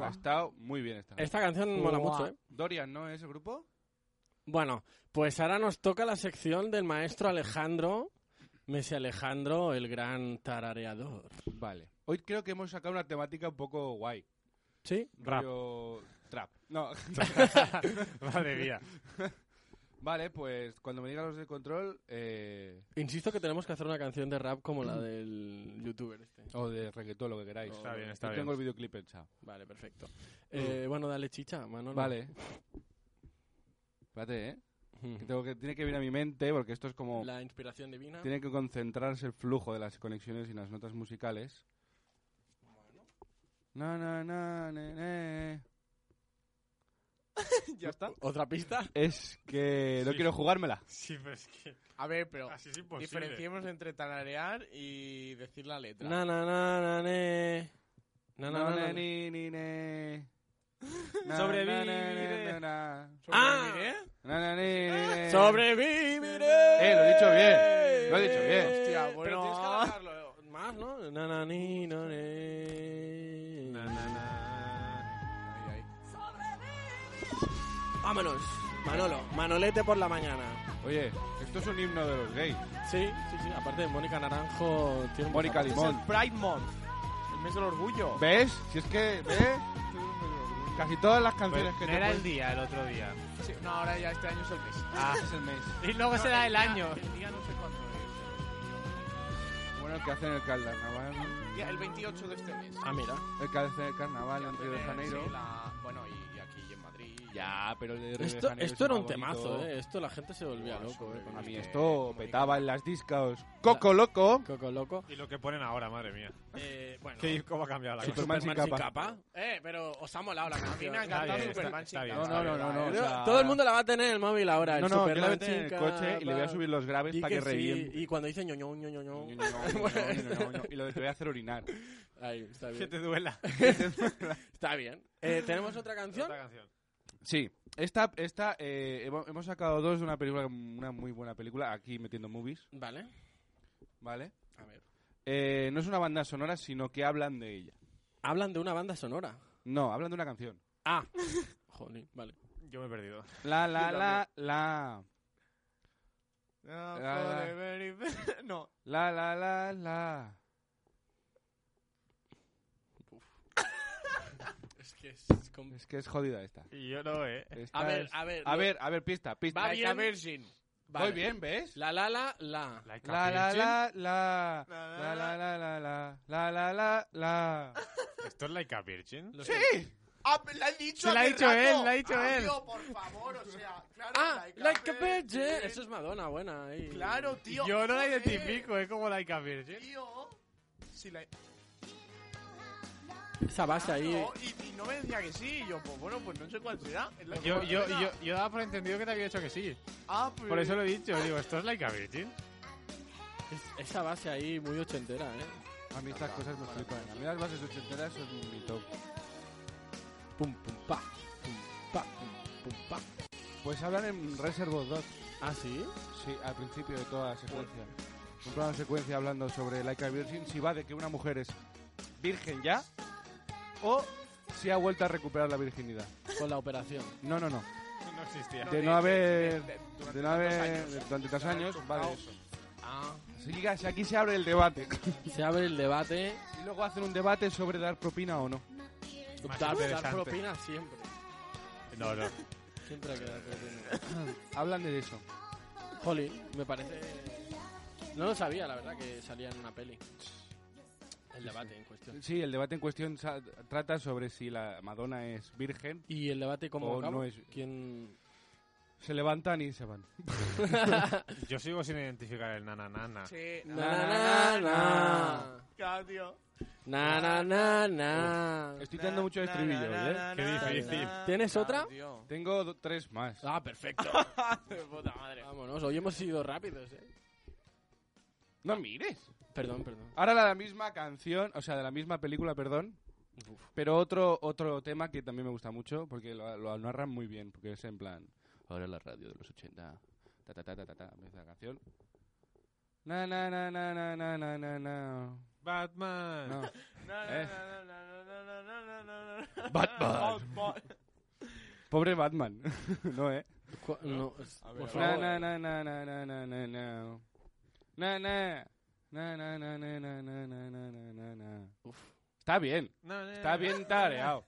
Ha estado muy bien esta.
Esta canción mola mucho, ¿eh?
Dorian, ¿no es el grupo?
Bueno, pues ahora nos toca la sección del maestro Alejandro, Messi Alejandro, el gran tarareador.
Vale. Hoy creo que hemos sacado una temática un poco guay.
¿Sí? Rap.
Rollo Trap. No.
Madre mía.
Vale, pues cuando me digan los de control... Eh...
Insisto que tenemos que hacer una canción de rap como la del youtuber este.
O de reggaetón, lo que queráis.
Está bien,
está
Yo tengo el
bien.
videoclip Mm. pensado.
Vale, perfecto. Eh, bueno, dale chicha, Manolo.
Vale. Espérate, ¿eh? Que tengo que, tiene que venir a mi mente porque esto es como...
La inspiración divina.
Tiene que concentrarse el flujo de las conexiones y las notas musicales. Na, na, na, ne, ne.
¿Ya está?
¿Otra pista?
Es que Eh, no
Sí.
quiero jugármela.
Sí, pero es que...
A ver, pero
Así es imposible.
diferenciemos entre tararear y decir la letra.
Na, na, na, na, ne. Na, na,
No,
na,
ne,
na, ne.
ni, ni, ne. Na,
Sobreviviré.
na, na, na, na.
¡Ah!
Na, na, ni, ni, ne.
¡Sobreviviré!
Eh, lo he dicho bien. Lo he dicho bien.
Hostia,
bueno.
tienes que alargarlo eh, más, ¿no? Na, na, ni, na, ne. Vámonos. Manolo, Manolete por la mañana.
Oye, esto es un himno de los gays.
Sí, sí, sí. Aparte, Mónica Naranjo tiene un
Mónica
bozarrón.
Limón.
Este Pride Month. El mes del orgullo.
¿Ves? Si es que, ¿ves? Casi todas las canciones que
no
te
era el
pon-
día el otro día.
Sí, no, ahora ya este año es el mes.
Ah, es el mes.
Y luego
No,
será el
día-
año.
El día no sé cuánto es.
Bueno, el que hacen el carnaval.
El día- El 28 de este mes.
Ah, mira.
El que hacen el carnaval en
Sí,
Río de Janeiro.
sí, la- Bueno, y, y aquí y en Madrid.
Ya, pero el de Río de
Esto,
Janeiro
esto
es
era un
más bonito.
temazo, ¿eh? Esto la gente se volvía loco, ¿eh? con
A mí
esto.
esto petaba en las discos. Coco loco.
Coco loco.
Y lo que ponen ahora, madre mía.
Eh, bueno.
¿Qué, ¿Cómo ha cambiado la cosa?
Superman sin
Superman sin
capa.
capa. Eh, pero os ha molado la canción.
ha encantado
Está bien,
Superman
está
sin
bien,
capa,
está
No,
bien.
no, no, no, o
Pero
sea-
Todo el mundo la va a tener en el móvil ahora. el
No, no, yo la
Superman
voy a tener en
sin
el coche y le voy a
capa.
subir los graves
Di
para que reviente.
sí, Y cuando dice ñoño, ñoño, ñoño.
Ño, ño, ño, ño, ño, ño, ño. Y lo de te voy a hacer orinar.
Ahí, está bien.
Que te duela.
Está bien. Eh, ¿Tenemos otra canción?
Otra canción.
Sí, esta, esta eh, hemo- hemos sacado dos de una película, una muy buena película, aquí metiendo movies,
Vale.
¿vale?
A ver.
Eh, no es una banda sonora, sino que hablan de ella.
Hablan de una banda sonora.
No, hablan de una canción.
Ah. Jolín, vale.
Yo me he perdido.
La, la, la, la.
No,
Ah.
forever if- no.
La, la, la, la.
Es que es...
Es que es jodida esta.
Y yo no, eh.
Esta
A ver,
es-
a ver,
A
no.
ver, a ver, pista, pista.
Va
Like a
bien.
virgin.
Voy bien, ¿ves?
La, la, la, la.
Like
La,
a
la,
virgin.
la, la. La, la, la, la, la. La, la, la, la.
¿Esto es Like a Virgin?
Los-
¡Sí! Ah, la ha dicho
Se la ha
hace
dicho
rato.
él, la ha dicho
Ah,
él.
tío, por favor, o sea, claro.
Ah, like a
virgin.
virgin. Eso es Madonna, buena. ahí.
Claro, tío.
Yo no la
joder,
identifico, es como Like a Virgin.
Tío. Si la...
Esa base ahí.
Claro, y, y no me decía que sí. y yo, pues bueno, pues no sé cuál será. es la que
Pues
Yo,
me
yo,
suena.
yo, yo daba por entendido que te había dicho que sí.
Ah, pues.
Por eso lo he dicho. Digo, ¿esto es Like a Virgin?
es- esa base ahí muy ochentera, ¿eh?
A mí
Ah,
estas cosas me flipan. A mí las bases ochenteras son mi top.
Pum, pum, pa. Pum, pa. Pum, pum, pa.
Pues hablan en Reservoir Dogs.
Ah, sí.
Sí, al principio de toda la secuencia. Un plano de secuencia hablando sobre Like a Virgin, si va de que una mujer es virgen ya o si ha vuelto a recuperar la virginidad.
Con la operación.
No, no, no.
No existía.
De
de-
no haber.
de- de- durante
De
tantos
no haber.
años.
Durante tantos años, va de eso.
Ah.
Si diga- si aquí se abre el debate.
Se abre el debate.
Y luego hacen un debate sobre dar propina o no.
Más
Dar, dar
interesante.
propina siempre.
No, no.
Siempre hay que dar propina.
Hablan de eso.
Jolín, me parece. No lo sabía, la verdad, que salía en una peli. El debate en cuestión.
Sí, el debate en cuestión sa- trata sobre si la Madonna es virgen.
¿Y el debate cómo
O
acabó?
no es-
¿Quién...?
Se levantan y se van.
Yo sigo sin identificar el nananana.
Sí.
Na, na, na,
Claro, tío.
na. Na, na, na, na.
Estoy dando mucho estribillo, ¿eh?
Qué difícil.
¿Tienes
Claro,
otra?
tío.
Tengo do- tres más.
Ah, perfecto.
De puta madre.
Vámonos, hoy hemos sido rápidos, ¿eh?
No mires.
Perdón, perdón.
Ahora la, la misma canción, o sea, de la misma película, perdón.
Uf.
Pero otro, otro tema que también me gusta mucho, porque lo, lo narran muy bien, porque es en plan... Ahora la radio de los 80. Ta, ta, ta, ta, ta, ta, empieza la canción. Na, na, na, na, na, na, na, na, na.
Batman.
No.
No, no,
Eh.
no, no, no, no, no, no, no, no, no.
Batman. Pobre Batman. no, eh.
Cu- no, es-
A
por
ver,
favor.
Na, na, na, na, na, na, na, na. Na, na. Na, na, na, na, na, na, na, na, na, na, na. Está bien.
No, no,
Está
no,
bien
no,
tarareado.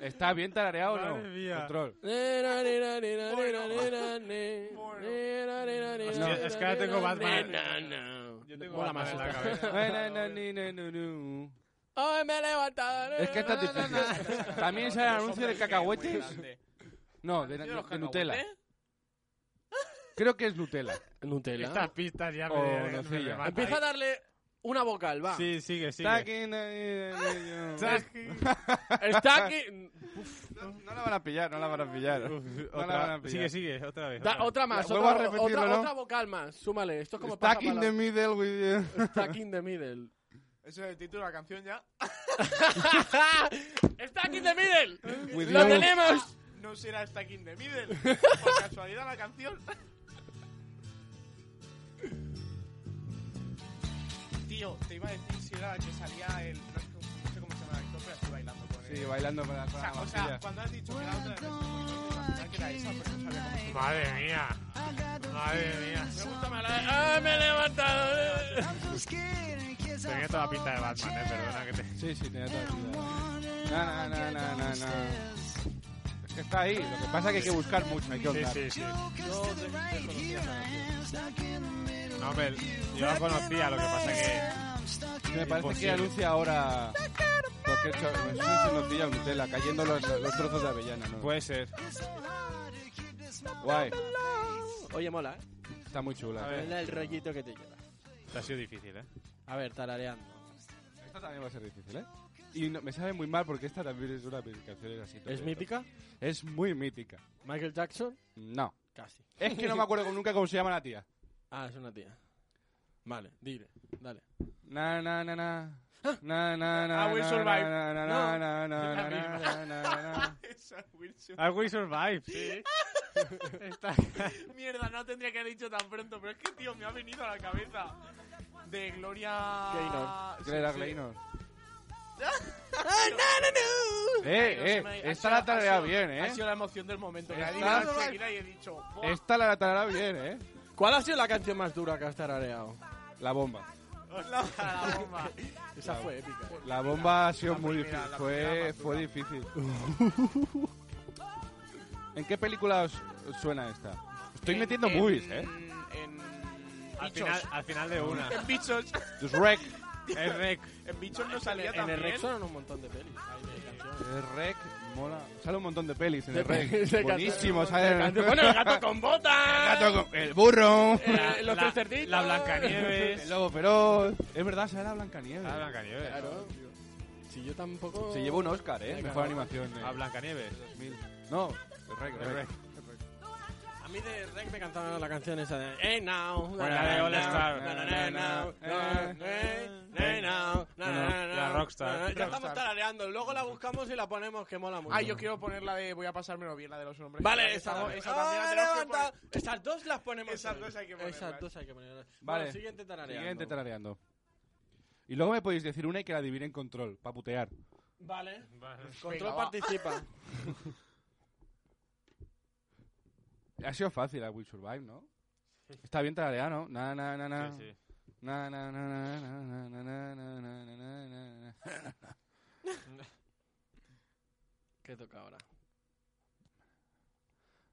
Está bien tarareado o
Madre
no?
mía.
Control.
No,
Hostia, es que ahora tengo Batman.
Na, na, na.
Yo tengo
Mola
Batman
más
en la
esta.
cabeza.
Na, na, ni, na, nu, nu.
Hoy me he levantado.
Es que esta es
Na, na, na,
difícil.
na.
También sale el anuncio de cacahuetes. No, de,
¿Anuncio de los
de Nutella.
cacahuetes?
Creo que es Nutella.
Nutella.
Estas pistas ya me-
O
me
nocilla.
rematan.
Empieza a darle una vocal, va.
Sí, sigue, sigue.
Taki, na, na, na, na.
Está aquí.
No, no la van a pillar, no la van a pillar. No la
Otra-
van a pillar.
sigue, sigue, otra vez.
Da- otra más,
Vuelvo
otra,
a repetirlo,
otra,
¿no?
otra vocal más. Súmale, esto es como
Stuck in
pasapalabra.
the middle with you.
Stuck in the middle.
Eso es el título de la canción ya.
¡Stuck in the middle!
With
¡Lo
you.
tenemos!
No será Stuck in the Middle. Por casualidad la canción. Tío, te iba a decir si era la que salía el. No sé cómo- no sé cómo se llama el actor, pero estoy bailando con él.
Sí, bailando con la- con
O
la
sea, o
masilla.
sea cuando has dicho que era otra de las que era esa, pero no sabía cómo se llama.
Madre mía. Madre mía.
Me gusta más la de-
¡Ah, me he levantado!
Tenía toda la pinta de Batman, eh, perdona que te...
Sí, sí, tenía toda la pinta. Na, na, na, na, na, na. Es que está ahí. Lo que pasa es que hay que buscar mucho, hay que
Sí,
ahondar.
sí, sí.
Yo de- desconocía esa canción.
No, hombre, yo la conocía, lo que pasa que...
Me parece que
Imposible.
anuncia ahora cualquier cho- no sé si nocilla o Nutella, cayendo los, los trozos de avellana, ¿no?
Puede ser.
Guay,
Oye, mola, ¿eh?
está muy
A
chula. ¿eh?
ver, el rollito que te lleva.
Te ha sido difícil, ¿eh?
A ver, tarareando.
Esta también va a ser difícil, ¿eh? Y no- me sabe muy mal porque esta también es una de mis canciones así.
¿Es
totalmente.
mítica?
Es muy mítica.
¿Michael Jackson?
No.
Casi.
Es que no me acuerdo nunca cómo se llama la tía.
Ah, es una tía. Vale, dile, dale.
Na na na na. Na na na.
I will
na,
survive.
na, na,
No,
na, na,
la
na, na,
misma.
na, na, na.
Esa Wilson.
I will survive, sí. Está...
Mierda, no tendría que haber dicho tan pronto, pero es que, tío, me ha venido a la cabeza. De Gloria.
Gaynor.
Sí,
¿Quién era
sí.
Gleynor?
no, no, no.
Eh, eh, esta la tarea bien, eh.
Ha sido la emoción del momento. Me ha
Esta-
dicho enseguida y he dicho. "Buah".
Esta la tarará bien, eh.
¿Cuál ha sido la canción más dura que has tarareado?
La bomba.
La, la bomba.
Esa fue épica. ¿eh?
La bomba ha sido
La
muy
primera,
difícil.
la primera
Fue,
más
fue
dura.
difícil. ¿En qué película os os suena esta? Estoy
En-
metiendo
en-
movies, eh.
En.
Al
bichos.
final, al final de una.
En bichos.
Shrek.
Es rec.
Eh, En bichos no,
En
salía
el-
tan
en el
bien.
Rex son un montón de pelis. Hay de canciones.
Shrek mola. Sale un montón de pelis en
De
el
pelis, de
Rec. Buenísimo,
canciones, de
sale.
canciones. Bueno, el gato con botas.
El gato con- el burro.
Eh, los
la,
tres cerditos.
la Blancanieves.
El lobo feroz. Es verdad, sale la Blancanieves.
Ah, Blancanieves.
Claro. Si yo tampoco.
Se llevó un Oscar, ¿eh?
Venga,
Mejor
¿no?
animación. eh.
A Blancanieves.
2000. No, el rec, el
El
rec.
A mí de Rec me cantaban la canción esa de. Hey now.
Bueno, la de Eh, All Star.
Na, na, na, na, na,
eh,
na, na, na, na, na, na,
La Rockstar.
na, na. Ya estamos
Rockstar.
tarareando. Luego la buscamos y la ponemos que mola mucho.
Ah, yo quiero poner la de. Voy a pasármelo bien, la de los hombres.
Vale,
esa,
esa,
esa también Ah, la tenemos que poner.
Esas dos las ponemos.
Esas
hoy.
dos hay que ponerlas.
Esas dos hay que ponerlas.
Vale.
Bueno, siguiente tarareando.
Siguiente tarareando. Y luego me podéis decir una y que la adivine en control, para putear.
Vale.
Eh,
Venga,
Control
va.
participa.
Ha sido fácil a Will Survive, ¿no? Está bien tararear, ¿no? Na, na, na, na.
Sí, sí.
Na, na, na, na, na, na, na, na, na, na, na, na, na.
¿Qué toca ahora?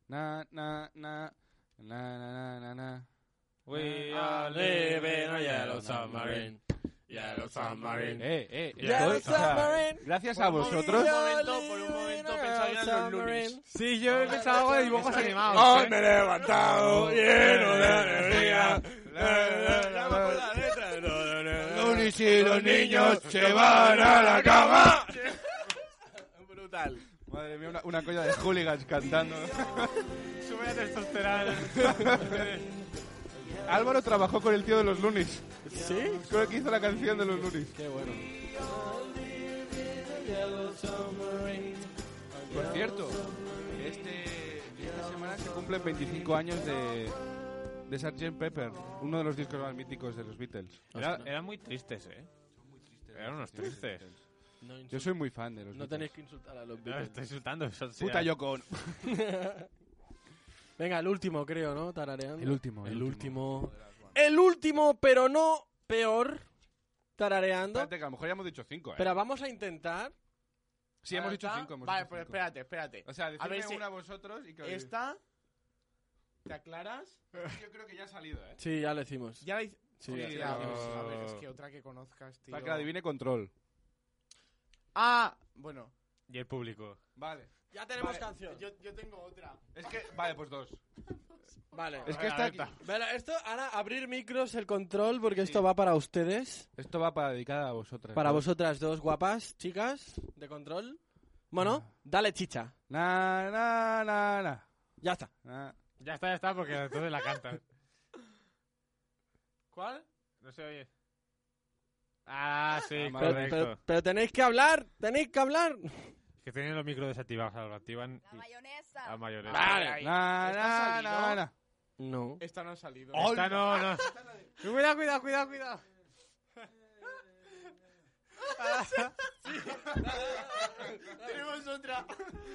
Na, na, na. Na, na, na, na, na. Eh, ah,
We
are
are
living on
yellow
yellow
submarine.
submarine. Yellow submarine.
Eh, eh,
Yeah,
esto- o sea,
submarine.
Gracias a vosotros.
Por un momento, por un momento pensaba que eran los lunes.
Sí, yo he pensado algo de dibujos animados.
Hoy
¿eh?
me he levantado lleno de alegría. Ya me acuerdo la letra.
Lunes y los niños se van a la cama.
Brutal.
Madre mía, una, una colla de hooligans cantando.
Sube la testosterona.
Álvaro trabajó con el tío de los Lunis.
¿Sí?
Creo que hizo la canción de los Lunis.
Qué bueno.
Por cierto, este, esta semana se cumplen 25 años de, de Sgt. Pepper, uno de los discos más míticos de los Beatles.
Era- eran muy tristes, eh. Eran unos tristes.
No
Yo soy muy fan de los
No
Beatles.
tenéis que insultar a los
No,
Beatles.
estoy insultando. eso sí,
Puta
eh.
Yoko Ono.
Venga, el último, creo, ¿no? Tarareando.
El último,
El,
el
último. El último, pero no peor. Tarareando.
Espérate, que a lo mejor ya hemos dicho cinco, ¿eh?
Pero vamos a intentar.
Sí, hemos dicho
¿Está?
cinco. Hemos
Vale,
dicho
pues
cinco.
espérate, espérate.
O sea,
a ver
decidme
si
una vosotros y que...
esta... ¿Te aclaras?
Yo creo que ya ha salido, ¿eh?
Sí, ya lo hicimos.
Ya la hice.
Sí,
Hostia,
ya
ya.
a ver, a ver, es
Oh.
que otra que conozcas, tío.
Para que la adivine control.
Ah, bueno.
Y el público.
Vale.
Ya
tenemos canción.
Yo, yo tengo otra.
Es que... Vale, pues dos.
Vale.
Es que
Venga,
esta-
Venga, esto, ahora abrir micros, el control, porque esto va para ustedes.
Esto va para dedicada a vosotras.
Para
¿no?
vosotras dos guapas, chicas, de control. Bueno, dale chicha.
Ah. Na, na, na, na.
Ya está.
Ya está, ya está, porque entonces la cantas.
¿Cuál?
No se oye. Ah, sí,
Pero,
correcto.
pero- pero tenéis que hablar, tenéis que hablar.
Es que tienen los micros desactivados, ahora lo activan. La mayonesa. La mayonesa.
Vale.
Na,
¿Esta
na,
ha salido?
na, na.
No.
Esta no ha salido.
Esta no, no. Cuidado, cuidado, cuidado, cuidado.
Tenemos otra.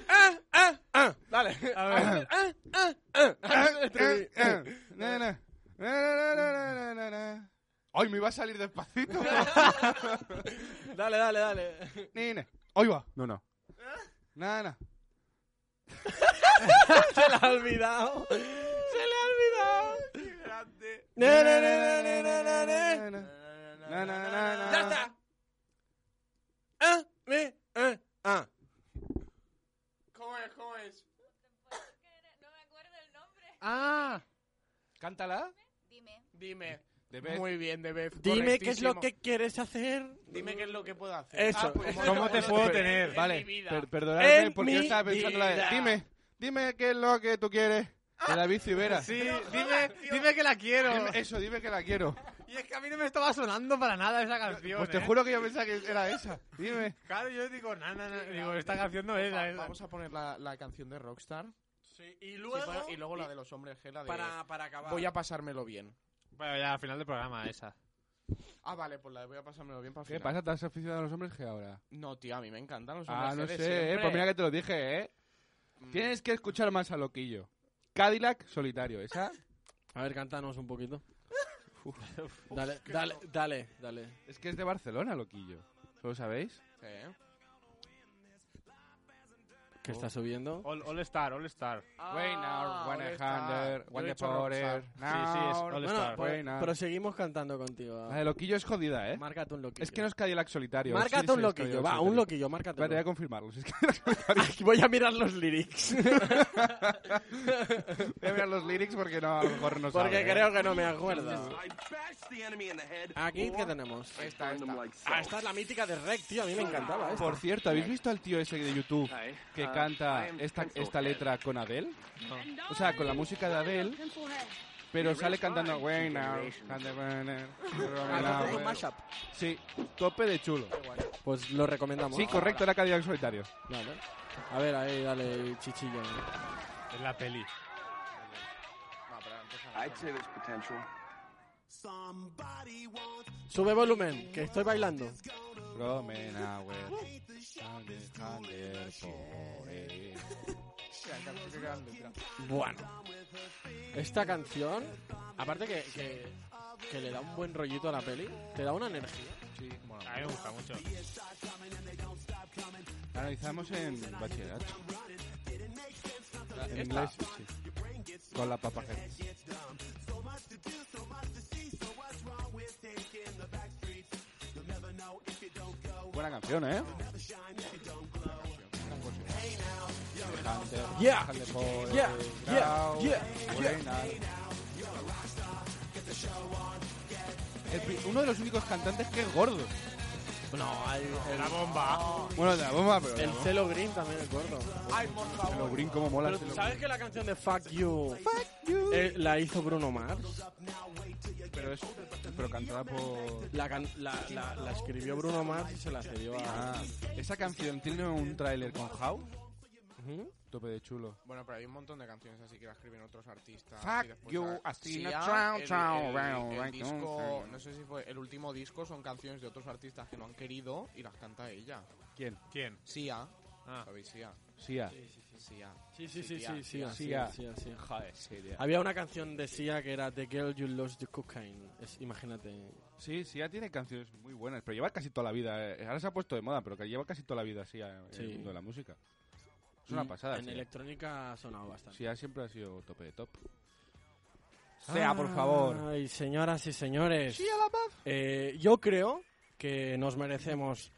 Ah, ah, ah. Dale.
A
Ah,
ver.
ah, ah, ah.
Na, na. Na, na, na, na, na, na. Ay, me iba a salir despacito.
Dale, dale, dale.
Nina. Hoy va. No, no. Na, na.
Se la ha olvidado. Se le ha olvidado.
Qué grande.
Ne, ne, ne, ne, ne, ne, ne, ne.
Na, na, na, na.
Ya está. Ah, me, ah, ah.
¿Cómo es? ¿Cómo es?
Ah.
Cántala.
Dime.
De vez.
Muy bien, de vez.
Dime qué es lo que quieres hacer.
Dime qué es lo que puedo hacer.
Eso.
Ah, pues
¿Cómo
eso
te
no
puedo
sé.
tener?
En
Vale,
mi vida.
per- perdonadme
En
porque yo
mi
estaba pensando la de...
vida. Ah.
Dime, dime qué es lo que tú quieres de David Civera.
Sí, dime, dime que la quiero.
Dime- eso, dime que la quiero.
Y es que a mí no me estaba sonando para nada esa canción.
Pues te
¿eh?
juro que yo pensaba que era esa. Dime.
Claro, yo digo, na, na, na. Digo, esta canción no es
Va-
la es la-
Vamos a poner la, la canción de Rockstar.
Y
y, bueno, y luego la de los hombres G, la de
para, para acabar.
Voy a pasármelo bien.
Bueno, ya, al final del programa, esa.
Ah, vale, pues la de voy a pasármelo bien para el
¿Qué
final.
pasa? ¿Te has aficionado a los hombres que ahora?
No, tío, a mí me encantan los hombres
Ah, no
G de
sé, eh,
siempre.
pues mira que te lo dije, ¿eh?
Mm.
Tienes que escuchar más a Loquillo. Cadillac solitario, esa.
A ver, cántanos un poquito. Dale, dale, dale, dale.
Es que es de Barcelona, Loquillo. ¿Lo sabéis?
Sí.
¿Qué
Oh.
está subiendo?
All, All Star, All Star.
Ah,
Waynar,
All Star.
Wayner,
Yo he
Wayne
hecho
Power,
Rockstar.
Sí, sí, es All
Bueno,
Ah,
Star.
pro-
Buena.
Pues, proseguimos cantando contigo.
La de Loquillo es jodida, ¿eh?
Márcate un loquillo.
Es que no es Cadillac solitario.
Márcate
Sí, sí,
un
es
loquillo,
Cadillac
va, un
solitario.
loquillo, márcate.
Espérate, voy a
uno.
confirmarlo. si es que-
Voy a mirar los lyrics.
Voy a mirar los lyrics porque no, a lo mejor no
Porque
sabe, ¿eh?
creo que no me acuerdo. Aquí, ¿qué
Or-
tenemos?
Esta, esta.
Ah, esta es la mítica de Rec, tío. A mí me encantaba esta.
Por cierto, ¿habéis visto al tío ese de YouTube que
Ah,
canta esta, esta letra con Adele? O sea, con la música de Adele, pero sale cantando... "When I- and the- when I-
Ah, no, es un mashup.
Sí, tope de chulo.
Pues lo recomendamos.
Sí, correcto, era Cadillac Solitario.
Vale. A ver, ahí, dale, chichillo.
Es la peli.
Sube volumen, que estoy bailando.
Hostia, qué canción, qué gran letra.
Bueno. Esta canción, aparte que, que, que le da un buen rollito a la peli, te da una energía.
A mí me gusta mucho.
Analizamos en bachillerato. En
Esta.
inglés, sí. Con la papajera. Buena canción, ¿eh?
Yeah,
Déjale por
yeah,
el
yeah,
grau,
yeah,
buena. El pri- Uno de los únicos cantantes que es gordo.
No, hay
La bomba.
Bueno, de la bomba, pero.
el, el Celo Green también es gordo.
Ay, por favor.
Lo green como mola.
Pero
se lo-
¿sabes que la canción de Fuck You, eh, la hizo Bruno Mars?
Pero es. Pero cantada por.
La, can- la, la- la escribió Bruno Mars y se la cedió a...
Ah, esa canción tiene un tráiler con House
Ujú.
Tope de chulo.
Bueno, pero hay un montón de canciones así que va a escribir otros artistas.
Fuck
y después
you,
la-
así
Sí,
no,
ya,
chao,
el-
chao,
el-
bueno,
el
bueno,
disco,
bueno.
no sé si fue el último disco, son canciones de otros artistas que no han querido y las canta ella.
¿Quién?
¿Quién?
Sia. ¿Sabéis Sia?
Sia.
Sí, sí, sí. Sia.
Sí, sí, sí,
Sia,
sí, sí,
Sia.
sí,
Sia.
sí, sí.
Joder, Sia.
Había una canción de Sia que era The Girl You Lost the Cocaine. Es- imagínate.
Sí, sí, ya tiene canciones muy buenas, pero lleva casi toda la vida. eh, Ahora se ha puesto de moda, pero que lleva casi toda la vida así eh, en
Sí.
el mundo de la música. Es una
Y
pasada.
En
sí.
electrónica ha sonado bastante.
Sí, ya siempre ha sido tope de top. Sea, por favor.
Ay, señoras y señores.
Sí, a la paz.
Eh, yo creo que nos merecemos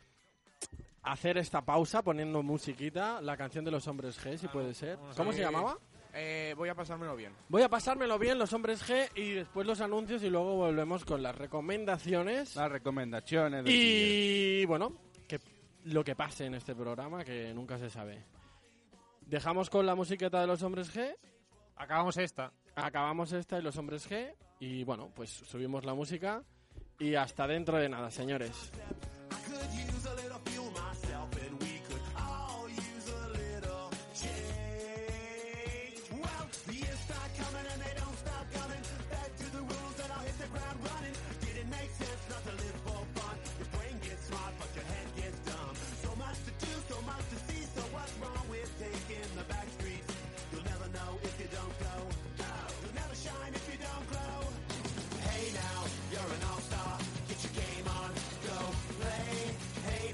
hacer esta pausa poniendo musiquita, la canción de los hombres G, si puede ser. ¿Cómo
Sí.
se llamaba?
Eh, voy a pasármelo bien.
Voy a pasármelo bien, los hombres G, y después los anuncios y luego volvemos con las recomendaciones.
Las recomendaciones. del
Y bueno, que lo que pase en este programa, que nunca se sabe. Dejamos con la musiqueta de los hombres G.
Acabamos esta.
Acabamos esta y los hombres G. Y bueno, pues subimos la música. Y hasta dentro de nada, señores.
could use a little fuel myself, and we could all use a little change. Well, the years start coming and they don't stop coming. Back to the rules that I'll hit the ground running. Didn't make sense not to live for fun. Your brain gets smart, but your head gets dumb. So much to do, so much to see. So what's wrong with taking the back streets? You'll never know if you don't go. Go. You'll never shine if you don't grow. Hey now, you're an all-star. Get your game on. Go play.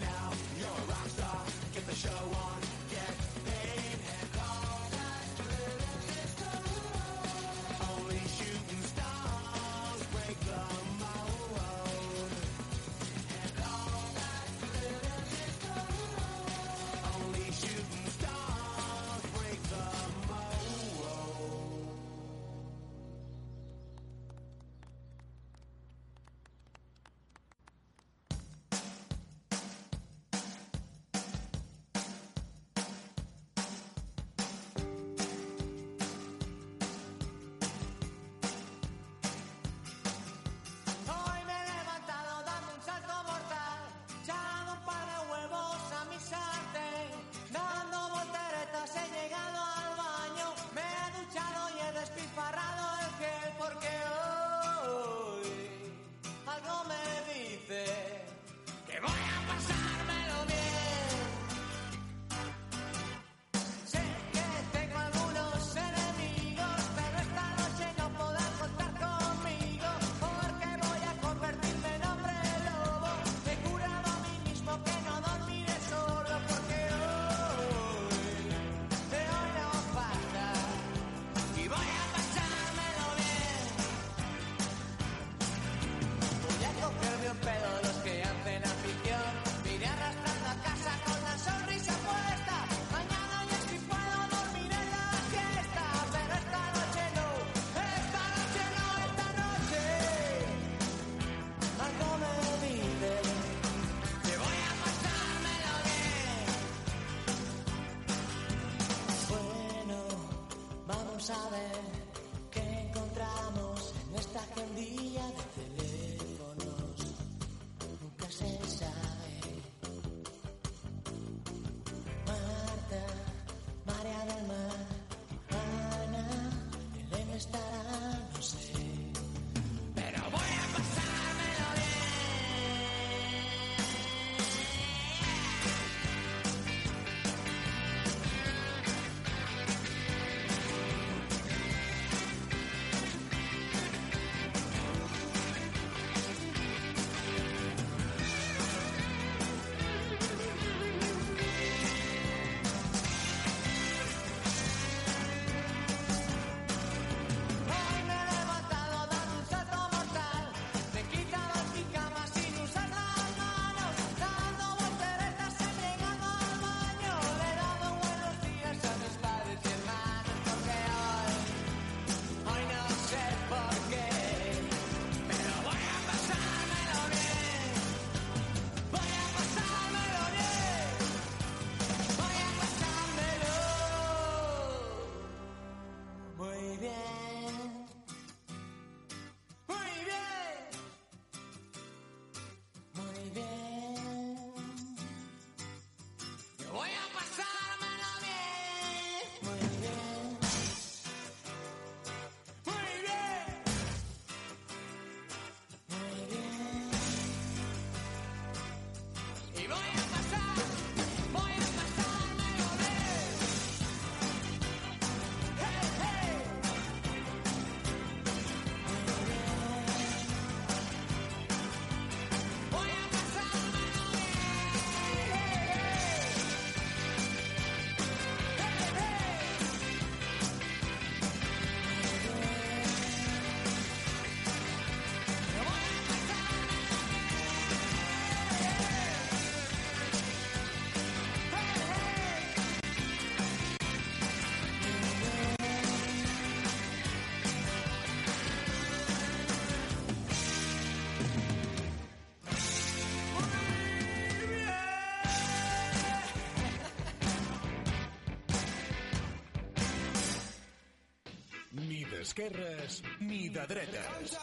d'esquerres ni de dretes.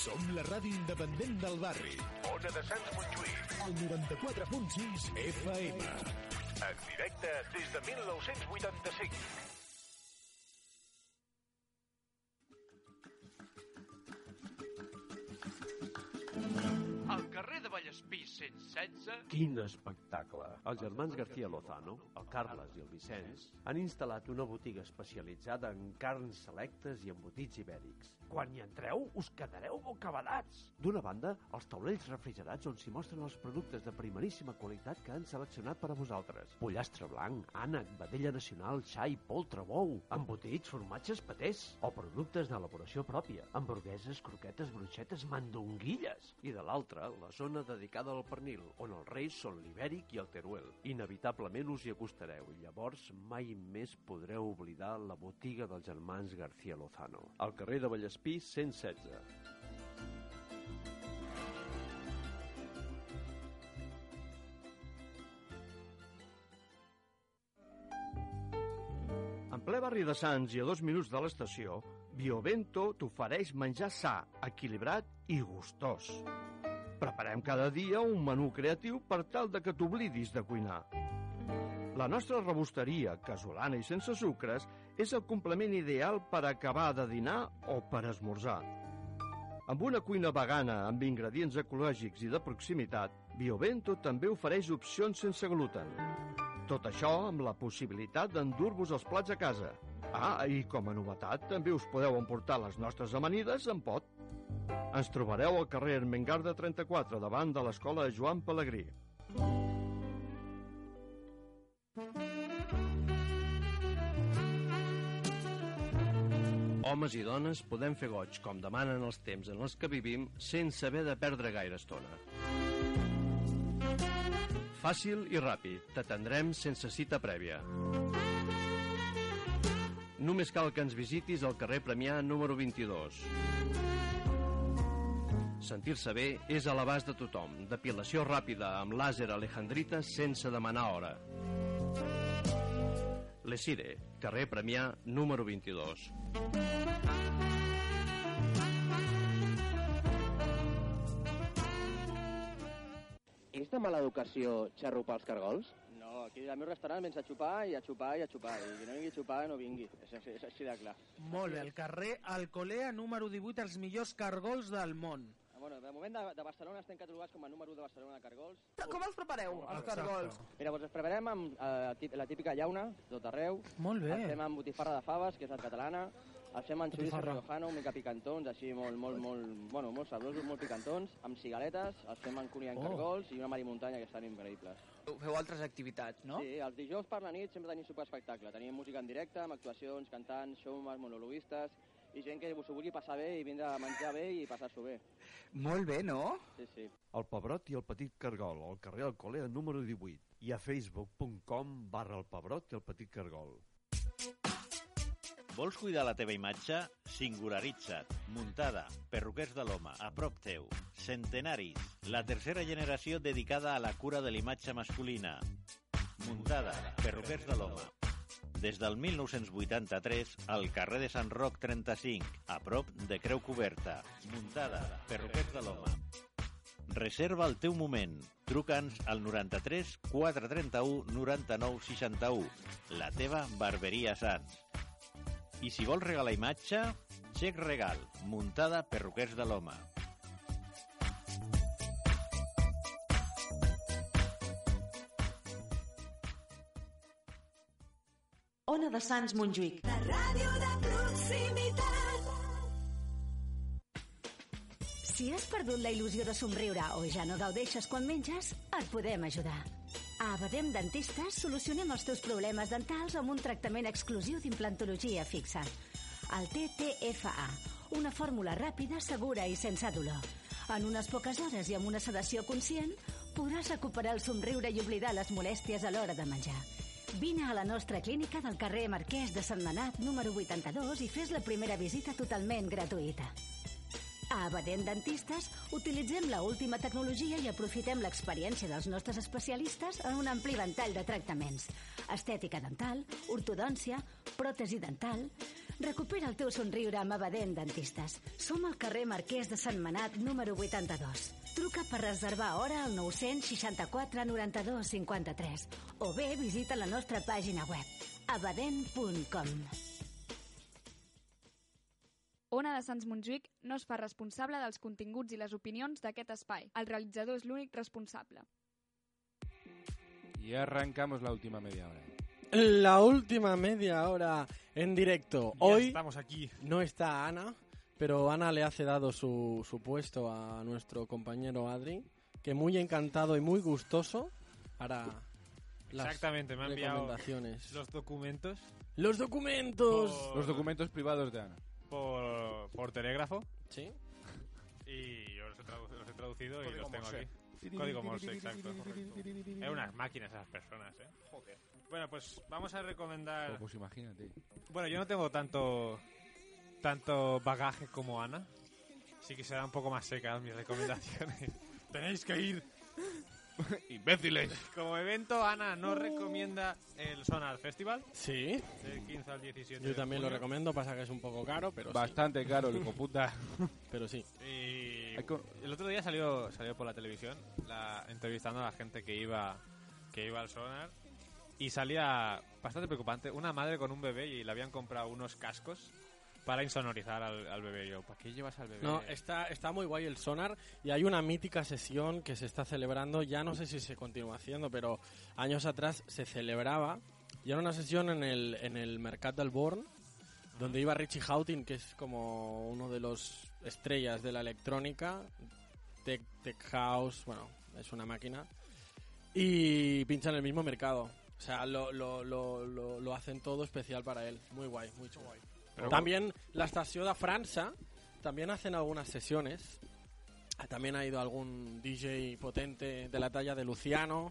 Som la ràdio independent del barri. Ona de Sants Montjuïc. El 94.6 FM. En directe des de 1985.
Al carrer de Vallespí 116...
Quin espectacle! Els germans García Lozano, el Carles i el Vicenç, han instal·lat una botiga especialitzada en carns selectes i embotits ibèrics. Quan hi entreu, us quedareu bocabadats! D'una banda, els taulells refrigerats on s'hi mostren els productes de primeríssima qualitat que han seleccionat per a vosaltres. Pollastre blanc, ànec, vedella nacional, xai, poltre, bou, embotits, formatges, patés, o productes d'elaboració pròpia, hamburgueses, croquetes, bruixetes, mandonguilles. I de l'altra, la zona dedicada al pernil, on els reis són l'ibèric i el teruel. Inevitablement us hi acostareu i llavors mai més podreu oblidar la botiga dels germans García Lozano. Al carrer de Vallespí 116. En ple barri de Sants i a dos minuts de l'estació, Biovento t'ofereix menjar sa, equilibrat i gustós. Preparem cada dia un menú creatiu per tal de que t'oblidis de cuinar. La nostra rebosteria, casolana i sense sucres, és el complement ideal per acabar de dinar o per esmorzar. Amb una cuina vegana amb ingredients ecològics i de proximitat, Biovento també ofereix opcions sense gluten. Tot això amb la possibilitat d'endur-vos els plats a casa. Ah, i com a novetat, també us podeu emportar les nostres amanides en pot. Ens trobareu al carrer Ermengarda 34, davant de l'escola Joan Pellegrí. Homes i dones podem fer goig, com demanen els temps en els que vivim, sense haver de perdre gaire estona. Fàcil i ràpid, t'atendrem sense cita prèvia. Només cal que ens visitis al carrer Premià número 22. Sentir-se bé és a l'abast de tothom. Depilació ràpida amb làser alejandrita sense demanar hora. Lesire, E, carrer Premià número 22.
És de mala educació xarrupar els cargols?
No, aquí al meu restaurant vens a xupar i a xupar i a xupar. I qui no vingui a xupar no vingui. És, així- és així de clar.
Molt bé, al carrer Alcolea, número 18, els millors cargols del món.
Ah, Bueno, de moment de, de Barcelona estem catalogats com a número 1 de Barcelona de cargols.
Com els prepareu, els cargols?
Mira, doncs els preparem amb eh, tip- la típica llauna, tot arreu.
Molt bé.
Els fem amb botifarra de faves, que és la catalana. Els fem amb xoriços
Botifarra.
rojano, una mica picantons, així molt, molt, molt, bueno, molt sabrosos, molt picantons. Amb cigaletes, els fem amb cunyant
Oh.
oh. cargols i una marimuntanya, que estan increïbles.
Feu altres activitats, no?
Sí, els dijous per la nit sempre tenim super espectacle. Tenim música en directe, amb actuacions, cantants, showmans, monologuistes i gent que s'ho vulgui passar bé i vindre a menjar bé i passar-s'ho bé.
Molt bé, no?
Sí, sí.
El Pebrot i el Petit Cargol, al carrer Alcolea número 18 i a facebook.com barra el Pebrot i el Petit Cargol.
Vols cuidar la teva imatge? Singularitza't. Muntada, perruquers de l'home, a prop teu. Centenaris, la tercera generació dedicada a la cura de l'imatge masculina. Muntada, perruquers de l'home. Des del 1983, al carrer de Sant Roc 35, a prop de Creu Coberta. Muntada, perruquers de l'home. Reserva el teu moment. Truca'ns al 93 431 99 61. La teva barberia Sants. I si vols regalar imatge, xec regal, muntada perruquers de l'home.
Ona de Sants Montjuïc. La ràdio de proximitat.
Si has perdut la il·lusió de somriure o ja no gaudeixes quan menges, et podem ajudar. A Abadem Dentistes solucionem els teus problemes dentals amb un tractament exclusiu d'implantologia fixa. El TTFA, una fórmula ràpida, segura i sense dolor. En unes poques hores i amb una sedació conscient, podràs recuperar el somriure i oblidar les molèsties a l'hora de menjar. Vine a la nostra clínica del carrer Marquès de Sentmenat, número 82, i fes la primera visita totalment gratuïta. A Abadent Dentistes utilitzem la última tecnologia i aprofitem l'experiència dels nostres especialistes en un ampli ventall de tractaments. Estètica dental, ortodòncia, pròtesi dental... Recupera el teu somriure amb Abadent Dentistes. Som al carrer Marquès de Sant Manat, número 82. Truca per reservar hora al 964 92 53 o bé visita la nostra pàgina web abadent.com.
Ona de Sants Montjuïc no es fa responsable dels continguts i les opinions d'aquest espai. El realitzador és l'únic responsable.
Y arrancamos la última media hora.
La última media hora en directo. Hoy
estamos aquí.
No está Ana, pero Ana le hace dado su, su puesto a nuestro compañero Adri, que muy encantado y muy gustoso hará las
Exactamente, me ha enviado
recomendaciones.
los documentos
Los documentos.
Los documentos privados de Ana.
por, por telégrafo.
Sí.
Y yo los he, tradu- los he traducido y
Código
los tengo
Morse.
aquí. Código Morse, exacto. Es unas máquinas esas personas, ¿eh?
Joder.
Bueno, pues vamos a recomendar...
Oh, pues imagínate.
Bueno, yo no tengo tanto tanto bagaje como Ana. Sí que serán un poco más secas mis recomendaciones. Tenéis que ir.
Imbéciles.
Como evento, Ana nos recomienda el Sonar Festival.
Sí.
Del 15 al 17.
Yo
de
también lo
junio.
recomiendo, pasa que es un poco caro, pero sí.
Bastante caro, el hijo puta.
Pero sí.
Y
Hay co-
Eh, el otro día salió salió por la televisión la, entrevistando a la gente que iba que iba al sonar y salía bastante preocupante una madre con un bebé y le habían comprado unos cascos para insonorizar al, al bebé. Yo, ¿para qué llevas al bebé? Eh,
No, está, está muy guay el sonar y hay una mítica sesión que se está celebrando, ya no sé si se continúa haciendo, pero años atrás se celebraba y era una sesión en el, en el Mercat del Born, donde iba Richie Houghton, que es como uno de los estrellas de la electrónica, Tech, tech House, bueno, es una máquina, y pinchan el mismo mercado. O sea, lo, lo, lo, lo, lo hacen todo especial para él. Muy guay, muy chulo.
Però-
También la estación de França también hacen algunas sesiones. Ah, También ha ido algún DJ potente de la talla de Luciano.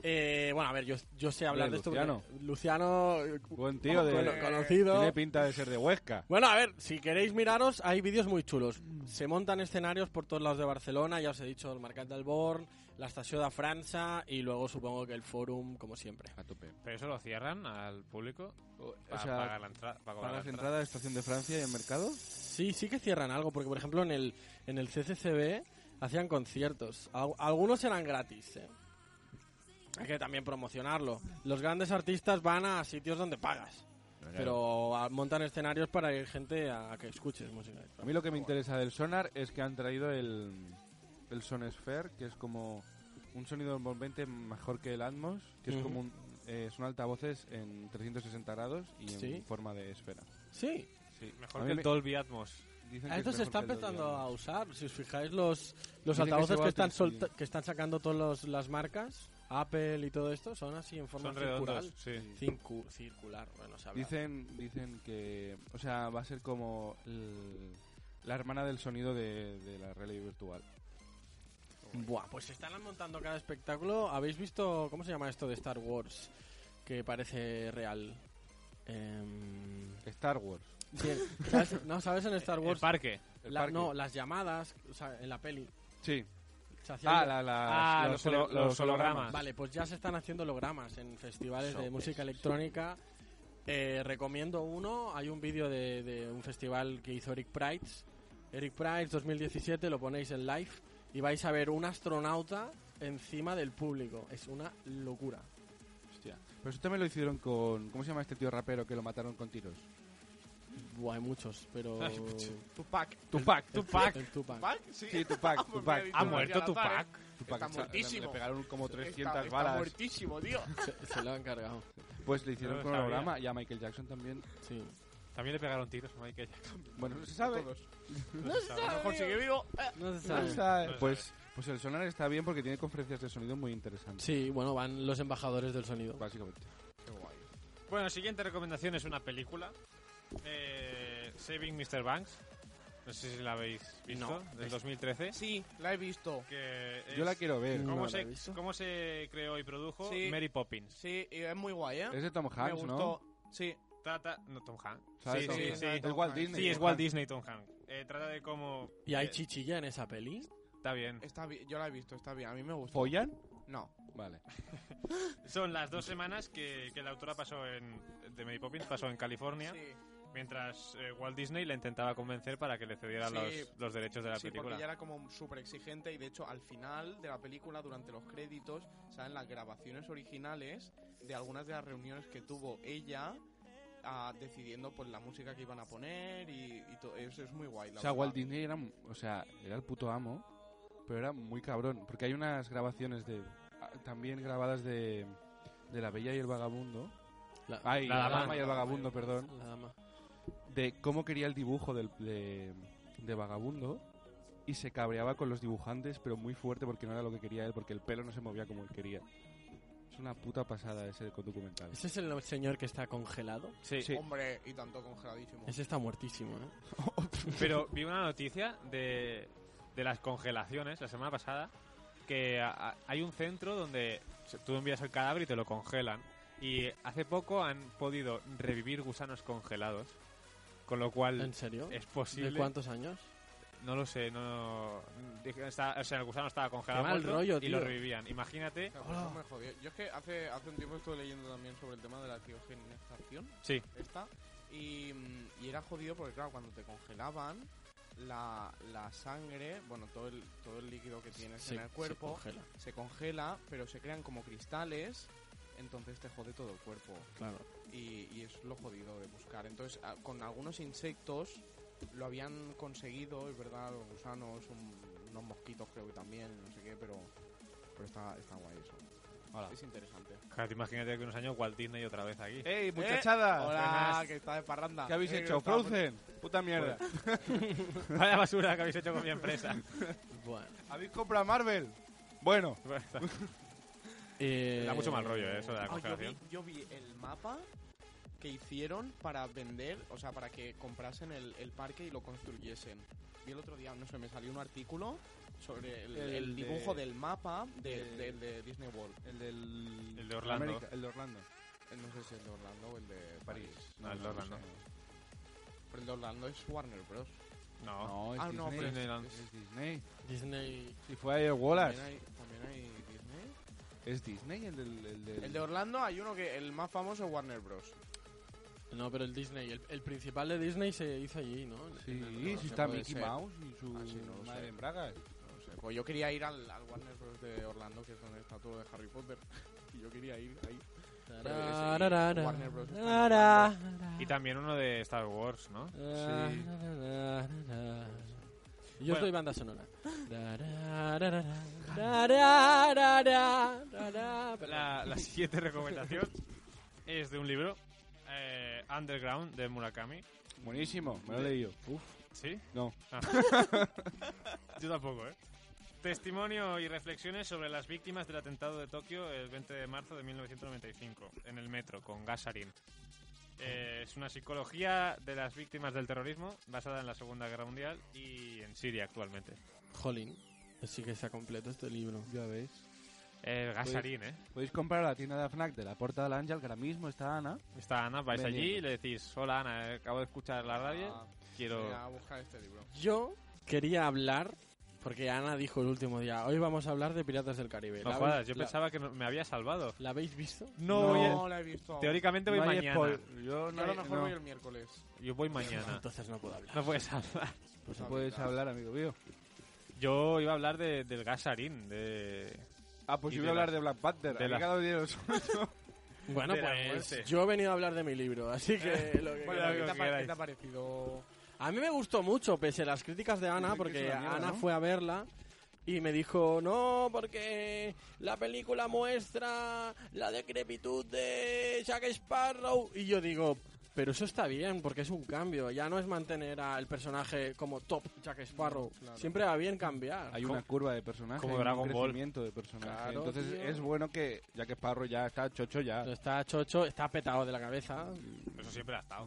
Eh, bueno, a ver, yo, yo sé hablar
Hombre,
de esto.
Luciano.
porque Luciano. eh,
Buen tío de...
cono- conocido.
Tiene pinta de ser de Huesca.
Bueno, a ver, si queréis miraros, hay vídeos muy chulos. Se montan escenarios por todos lados de Barcelona, ya os he dicho, el Mercat del Born, la Estació de França y luego supongo que el Fórum, como siempre.
A tope.
Pero eso lo cierran al público.
o
pa-
sea,
pagar la entrada.
¿Pagas entrada de Estación de Francia y el mercado?
Sí, sí que cierran algo, porque por ejemplo en el, en el CCCB hacían conciertos. Al- algunos eran gratis, ¿eh? Hay que también promocionarlo. Los grandes artistas van a sitios donde pagas. Pero ah, montan escenarios para ir gente a, a que escuches música.
A mí lo que me interesa del Sonar es que han traído el, el Sonesphere, que es como un sonido envolvente mejor que el Atmos, que es
Ujú.
como un, eh, son altavoces en 360 grados y en
Sí.
forma de esfera.
Sí.
Sí.
Mejor
A mí
que el
me-
Dolby Atmos.
Dicen que
Esto
es
se
mejor
está
que el Dolby
Ah, empezando
Atmos.
a usar. Si os fijáis, los, los
Dicen que se
altavoces
va
que,
a
están
utilizar,
solta- que están sacando todas las marcas, Apple y todo esto, son así en forma
Son redondos,
circular.
sí.
Circu- circular, bueno, se habla.
Dicen, dicen que, o sea, va a ser como el- la hermana del sonido de, de la realidad virtual.
Buah, pues se están montando cada espectáculo. ¿Habéis visto cómo se llama esto de Star Wars? Que parece real. Em,
Star Wars.
sí, ¿sabes- no, ¿sabes en Star
El
Wars?
parque. El
La-
parque.
No, las llamadas, o sea, en la peli.
Sí.
Se hacían-
Ah, la- la- Ah, los los holo- holo- los hologramas. hologramas.
Vale, pues ya se están haciendo hologramas en festivales de
Sopes.
música electrónica. Eh, recomiendo uno. Hay un vídeo de, de un festival que hizo Eric Price. Eric Price 2017, lo ponéis en live y vais a ver un astronauta encima del público. Es una locura.
Hostia. Pero eso también lo hicieron con, ¿cómo se llama este tío rapero que lo mataron con tiros?
Buah, hay muchos, pero...
Hay muchos.
Tupac.
Tupac,
El- el-
Tupac.
el Tupac.
Sí,
Sí, Tupac,
Pues me
Tupac.
he visto la tía al azar, ¿eh?
Tupac,
Está
o sea,
muertísimo.
Le pegaron como
Está-
300
está
balas.
muertísimo, tío.
Se, se lo han cargado.
Pues le hicieron
No lo
con
sabía.
holograma y a Michael Jackson también.
Sí.
También le pegaron tiros a Michael Jackon.
Bueno, no se sabe.
No se sabe.
A lo mejor sigue vivo. Eh.
No se sabe. Pues, pues el sonar está bien porque tiene conferencias de sonido muy interesantes.
Sí, bueno, van los embajadores del sonido.
Básicamente.
Bueno, siguiente recomendación es una película. Eh, Saving Mr. Banks. No sé si la habéis visto.
No.
del
Es-
2013.
Sí, la he visto.
Yo la quiero ver.
¿Cómo,
No la
se,
he visto.
cómo se creó y produjo
Sí.
Mary Poppins?
Sí, y es muy guay, ¿eh?
Es de Tom
Me
Hanks, ¿no?
gustó. Sí.
Trata... No, Tom Hanks.
¿Sabes
Sí,
Tom
sí,
Hanks?
sí.
Es Tom Walt Hanks. Disney,
Sí, es
Tom
Walt
Hanks.
Disney, Tom Hanks. Eh, trata de cómo...
¿Y hay
eh,
chichilla en esa peli?
Está bien.
Está bien, yo la he visto, está bien. A mí me gusta.
¿Follan?
No.
Vale.
Son las dos semanas que, que la autora pasó en... De Mary Poppins pasó en California. Mientras eh, Walt Disney le intentaba convencer para que le cediera
Sí.
los, los derechos de la
sí,
película.
porque ya era como súper exigente y de hecho al final de la película, durante los créditos, salen las grabaciones originales de algunas de las reuniones que tuvo ella ah, decidiendo pues la música que iban a poner y, y todo. Eso es muy guay. La
O sea,
verdad.
Walt Disney era, o sea, era el puto amo, pero era muy cabrón. Porque hay unas grabaciones de. ah, También grabadas de. De La Bella y el Vagabundo.
La-
Ay,
La
la,
Dama.
Dama y el Vagabundo, perdón.
La Dama.
De cómo quería el dibujo del, de, de Vagabundo. Y se cabreaba con los dibujantes, pero muy fuerte porque no era lo que quería él, porque el pelo no se movía como él quería. Es una puta pasada ese documental.
¿Ese es el señor que está congelado?
Sí.
Hombre, y tanto congeladísimo.
Ese está muertísimo, ¿eh?
Pero vi una noticia de, de las congelaciones la semana pasada, que a- a- hay un centro donde se- tú envías el cadáver y te lo congelan. Y hace poco han podido revivir gusanos congelados, con lo cual
¿En serio?
es posible.
¿De cuántos años?
No lo sé, no. dije, está- o sea, el gusano estaba congelado
Qué mal
muerto
rollo,
y lo
tío.
revivían. Imagínate.
O sea, pues eso me jodió. Yo es que hace, hace un tiempo estuve leyendo también sobre el tema de la criogenización.
Sí.
Esta. Y, mm, y era jodido porque, claro, cuando te congelaban, la, la sangre, bueno, todo el, todo el líquido que tienes
Se-
en el
se
cuerpo
congela.
se congela, pero se crean como cristales. Entonces te jode todo el cuerpo.
Claro.
Y, y es lo jodido de buscar. Entonces, a- con algunos insectos lo habían conseguido, es verdad, los gusanos, un- unos mosquitos creo que también, no sé qué, pero, pero está, está guay eso. Es interesante.
Claro, imagínate que unos años Walt Disney otra vez aquí. ¡Eh!
¡Ey,
muchachadas!
Hola,
Buenas.
que está de parranda.
¿Qué habéis
Eh,
hecho?
estamos-
¡Frozen! ¡Puta mierda!
Pues, Vaya basura que habéis hecho con mi empresa.
Bueno.
¿Habéis comprado Marvel? Bueno.
Da mucho mal rollo, eh, eso de la
Ah, yo,
congelación.
vi, yo vi el mapa que hicieron para vender, o sea, para que comprasen el, el parque y lo construyesen. Vi el otro día, no sé, me salió un artículo sobre el,
El
el
de-
dibujo del mapa de,
el-
del de Disney World.
El del...
El de Orlando.
América- el de Orlando.
Eh, No sé si el de Orlando o el de París.
No, el de Orlando.
sé. Pero el de Orlando es Warner Bros.
No.
No, es
ah, no,
Disney.
pero es-
Disneyland.
es-
Es Disney.
Disney...
Si fue ayer Wallace.
También hay, también hay Disney.
¿Es Disney el del...? El, del-
El de Orlando hay uno que el más famoso es Warner Bros.
No, pero el Disney, el, el principal de Disney se hizo allí, ¿no?
Sí,
no
si
sé,
está
puede
Mickey
ser.
Mouse y su
Ah, sí, no lo
Mm, madre
sé.
en bragas.
No sé, pues yo quería ir al, al Warner Bros. de Orlando, que es donde está todo de Harry Potter. Y yo quería ir ahí. Pero ese- Warner Bros. está en Orlando.
Y también uno de Star Wars, ¿no?
Sí. Yo
Bueno.
soy banda sonora. La,
La, la siguiente recomendación es de un libro, eh, Underground, de Murakami.
Buenísimo, me lo he leído. Uf.
¿Sí?
No.
Ah. Yo tampoco, ¿eh? Testimonio y reflexiones sobre las víctimas del atentado de Tokio el 20 de marzo de 1995, en el metro, con Gasarin. Eh, es una psicología de las víctimas del terrorismo basada en la Segunda Guerra Mundial y en Siria actualmente.
Jolín, sí que está completo este libro.
Ya ves.
El Gasarin, ¿eh?
Podéis comprar a la tienda de FNAC de la Puerta del Ángel, que ahora mismo está Ana.
Está Ana, vais
Vendiendo.
allí y le decís, hola Ana, eh, acabo de escuchar la radio,
Voy Ah, a
quiero...
buscar este libro.
Yo quería hablar, porque Ana dijo el último día, hoy vamos a hablar de Piratas del Caribe.
No
¿La
jodas,
habéis-
yo
la-
pensaba que no- me había salvado.
¿La habéis visto?
No,
No la he visto. aún.
Teóricamente voy
No hay
mañana.
spoil- Yo
Yo a
no,
lo
he-
mejor
no.
voy el miércoles.
Yo voy mañana.
Entonces no puedo hablar.
No puedes hablar.
Pues
No
hablar.
puedes hablar, amigo mío.
Yo iba a hablar de- del gasarín, de...
Ah, pues
Y
yo voy
de
a hablar
las-
de Black Panther.
de
De
las-
Dios.
Bueno,
de la muerte.
pues yo he venido a hablar de mi libro, así que lo que
Bueno,
lo
¿qué te,
que
ha, pare-
queráis.
qué te ha parecido?
A mí me gustó mucho, pese a las críticas de Ana,
Dicen que
porque
es una mierda,
Ana
¿no?
fue a verla y me dijo, no, porque la película muestra la decrepitud de Jack Sparrow. Y yo digo, pero eso está bien, porque es un cambio. Ya no es mantener al personaje como top Jack Sparrow. Siempre va bien cambiar.
Hay una curva de personaje.
Como
hay un
Dragon Ball.
crecimiento de personaje.
Claro,
Entonces
tío.
es bueno que, ya que Sparrow ya está chocho ya.
Está chocho, está petado de la cabeza,
Eso siempre ha estado.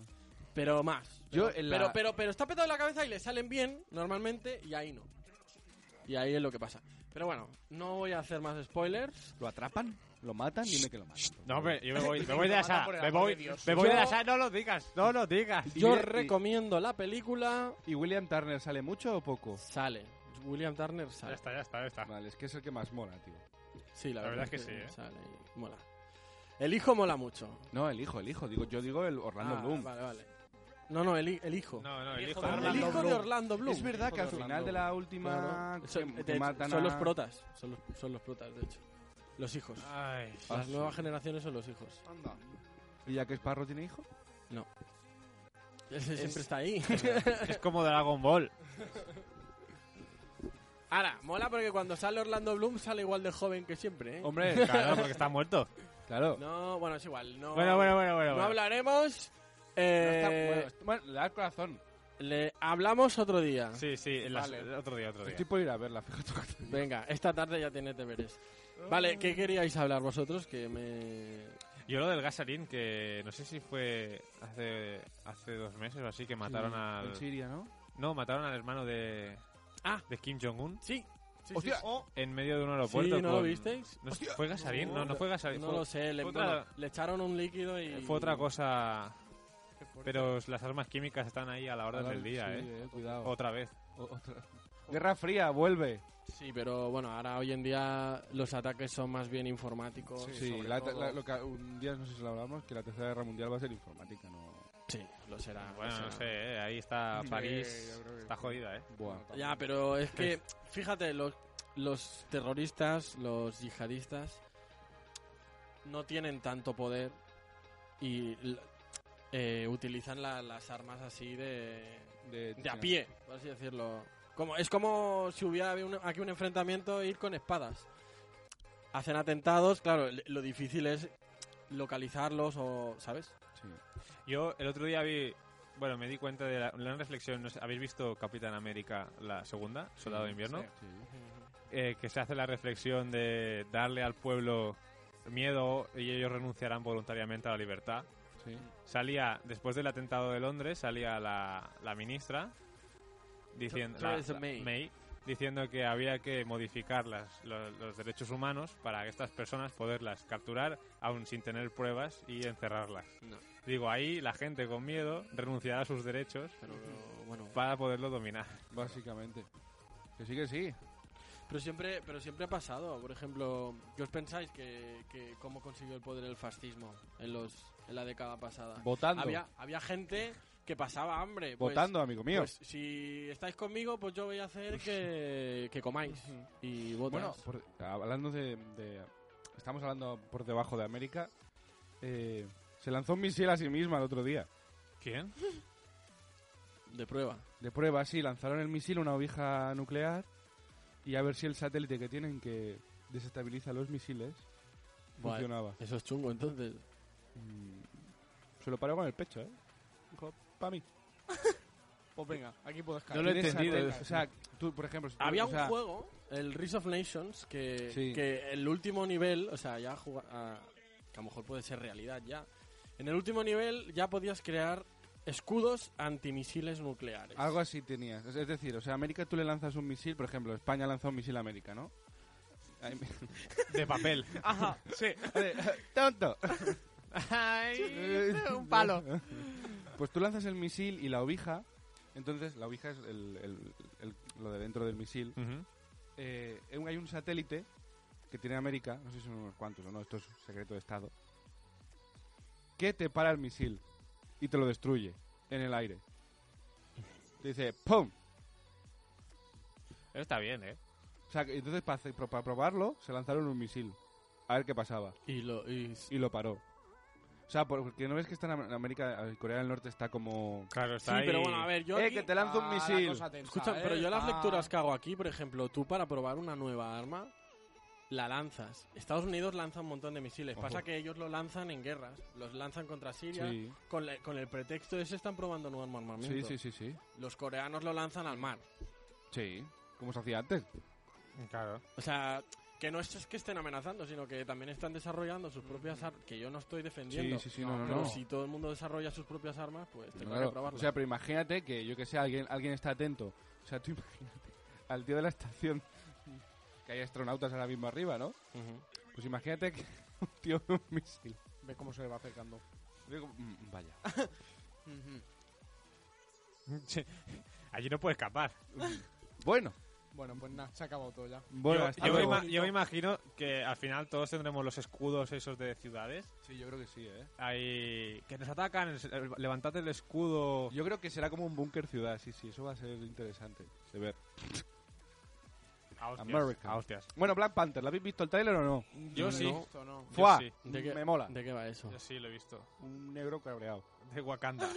pero más.
Yo
pero,
en la-
pero, pero, pero está petado de la cabeza y le salen bien normalmente y ahí no. Y ahí es lo que pasa. Pero bueno, no voy a hacer más spoilers.
¿Lo atrapan? ¿Lo matan? Dime que lo matan. por
No,
favor.
hombre, yo me voy, me voy de la sala,
Por el
me
amor
voy,
de Dios.
me voy de la
Yo-
sala, no lo digas, no lo digas.
Y
Yo
mira, y-
recomiendo la película.
¿Y William Turner sale mucho o poco?
Sale. William Turner
Ya
sale.
está, ya está, ya está.
Vale, es que es el que más mola, tío.
Sí, la,
La verdad es que sí, ¿eh?
Sale y mola. El hijo mola mucho.
No, el hijo, el hijo. Digo, yo digo el Orlando
Ah,
Bloom.
Vale, vale. No, no, el, hi- el hijo.
No, no, el
hijo
de
Ah,
Orlando
hijo de
Bloom.
Orlando Bloom.
Es verdad que al final de la última
Claro.
que-
Son,
que
de hecho,
matan
son
a-
los protas. Son los, son los protas, de hecho. Los hijos. Las
Ah, sí.
nuevas generaciones son los hijos.
Anda.
¿Y ya que Sparrow tiene hijo?
No. Ese siempre
Es-
está ahí.
Es como Dragon Ball.
Ahora, mola porque cuando sale Orlando Bloom sale igual de joven que siempre, ¿eh?
Hombre, claro, porque está muerto.
Claro.
No, bueno, es igual. No,
Bueno, bueno, bueno, bueno,
No
bueno.
hablaremos.
bueno,
Eh,
est- bueno, le da el corazón.
le hablamos otro día.
Sí, sí, en las-
Vale.
otro día, otro día.
Estoy por ir a verla, fíjate.
Venga, esta tarde ya tenéis deberes. Vale, ¿qué queríais hablar vosotros? Que me...
Yo lo del gasarín, que no sé si fue hace, hace dos meses o así, que mataron
Sí,
al...
en Siria, ¿no?
No, mataron al hermano de...
Ah.
De Kim Jong-un.
Sí. sí,
Hostia.
sí.
En medio de un aeropuerto.
Sí, ¿no lo
con-
visteis?
No sé, ¿Fue gasarín? No, no fue gasarín.
No
fue-
lo sé, le,
fue otra,
bueno, le echaron un líquido y...
fue otra cosa... Pero las armas químicas están ahí a la orden
Ahora,
del día,
sí,
¿eh?
eh, cuidado.
Otra vez.
Guerra Fría, vuelve.
Sí, pero bueno, ahora hoy en día los ataques son más bien informáticos.
Sí,
sobre
la-
todo.
la- lo que un día no sé si lo hablamos, que la tercera guerra mundial va a ser informática, no.
Sí, lo será.
Bueno,
lo
no sé,
será.
¿eh? ahí está
Sí,
París.
yo creo que
está
sí.
jodida, ¿eh?
Ya, pero es que, fíjate, los, los terroristas, los yihadistas, no tienen tanto poder y l- eh, utilizan la- las armas así de,
de,
a pie, por así decirlo. Como, es como si hubiera habido un- aquí un enfrentamiento e ir con espadas. Hacen atentados, claro, l- lo difícil es localizarlos o, ¿sabes?
Yo el otro día vi, bueno, me di cuenta de la, una reflexión. no sé, ¿Habéis visto Capitán América, la segunda, Soldado de Invierno? Eh, que se hace la reflexión de darle al pueblo miedo y ellos renunciarán voluntariamente a la libertad.
Sí.
Salía, después del atentado de Londres, salía la, la ministra diciendo, la-
Theresa
la-
May.
diciendo que había que modificar las- lo- los, derechos humanos para que estas personas poderlas capturar aún sin tener pruebas y encerrarlas.
No.
Digo, ahí la gente con miedo renunciará a sus derechos
bueno.
para poderlo dominar.
Básicamente. Que sí, que sí.
Pero siempre, pero siempre ha pasado. Por ejemplo, ¿qué os pensáis que, que cómo consiguió el poder el fascismo en los en la década pasada?
Votando.
Había, había gente que pasaba hambre. pues-
Votando, amigo mío.
pues si estáis conmigo, pues yo voy a hacer que, que comáis. Y votas.
Bueno, por- hablando de, de- Estamos hablando por debajo de América. eh, se lanzó un misil a sí misma el otro día.
¿Quién?
De prueba.
De prueba, sí. Lanzaron el misil a una oveja nuclear. Y a ver si el satélite que tienen que desestabiliza los misiles
Buah,
funcionaba.
Eso es chungo, entonces.
Mm. Se lo paró con el pecho, ¿eh? Para mí.
Pues venga, aquí puedes caer.
No lo he entendido.
O sea, tú, por ejemplo... si tú-
Había
o sea,
un juego, el Rise of Nations, que,
Sí.
que el último nivel, o sea, ya juga- ah, que a lo mejor puede ser realidad ya. En el último nivel ya podías crear escudos antimisiles nucleares.
Algo así tenías. Es es decir, o sea, a América tú le lanzas un misil, por ejemplo, España lanzó un misil a América, ¿no? Ay, me-
De papel.
Ajá, sí.
¡Tonto!
Ay, un palo.
Pues tú lanzas el misil y la ovija. Entonces, la ovija es el- el- el- lo de dentro del misil. Eh, hay un satélite que tiene América, no sé si son unos cuantos o no, esto es secreto de Estado, que te para el misil y te lo destruye en el aire. Te dice, ¡pum!
Eso está bien, ¿eh?
O sea, que entonces para, hacer- para probarlo se lanzaron un misil. A ver qué pasaba.
Y lo, y...
lo paró. O sea, porque no ves que está en Am- en América, en Corea del Norte está como...
Claro,
Sí, pero bueno, a ver, yo
Eh,
aquí-
que te lanzo un
Ah, la
misil.
cosa tensa, Escucha, pero yo las
Ah.
lecturas que hago aquí, por ejemplo, tú para probar una nueva arma, la lanzas. Estados Unidos lanza un montón de misiles.
Ojo.
Pasa que ellos lo lanzan en guerras. Los lanzan contra Siria
Sí.
con, la- con el pretexto de se están probando nuevo armamento.
Sí, sí, sí, sí.
Los coreanos lo lanzan al mar.
Sí, como se hacía antes.
Claro.
O sea, que no es es que estén amenazando, sino que también están desarrollando sus propias armas, que yo no estoy defendiendo.
Sí, sí, sí, no, no,
pero
no.
si todo el mundo desarrolla sus propias armas, pues tengo
Claro.
que probarlas.
O sea, pero imagínate que, yo que sé, alguien, alguien está atento. O sea, tú imagínate al tío de la estación que hay astronautas ahora mismo arriba, ¿no? Pues imagínate que un tío con un misil.
Ve cómo se le va acercando.
Digo, mm, vaya.
Allí no puede escapar.
Bueno.
Bueno, pues nada, se ha acabado todo ya.
Bueno,
hasta
yo, me
luego.
ima- yo me imagino que al final todos tendremos los escudos esos de ciudades.
Sí, yo creo que sí, ¿eh?
Ahí, que nos atacan, es- eh, levantad el escudo.
Yo creo que será como un búnker ciudad, sí, sí, eso va a ser interesante de ver.
A hostias,
America.
a Ah, hostias.
Bueno, Black Panther, ¿la habéis visto el trailer o no?
Yo
No.
sí.
Esto
no. Yo
Fuá,
sí.
¿De qué- me mola.
¿De qué va eso?
Yo sí lo he visto.
Un negro cabreado.
De Wakanda.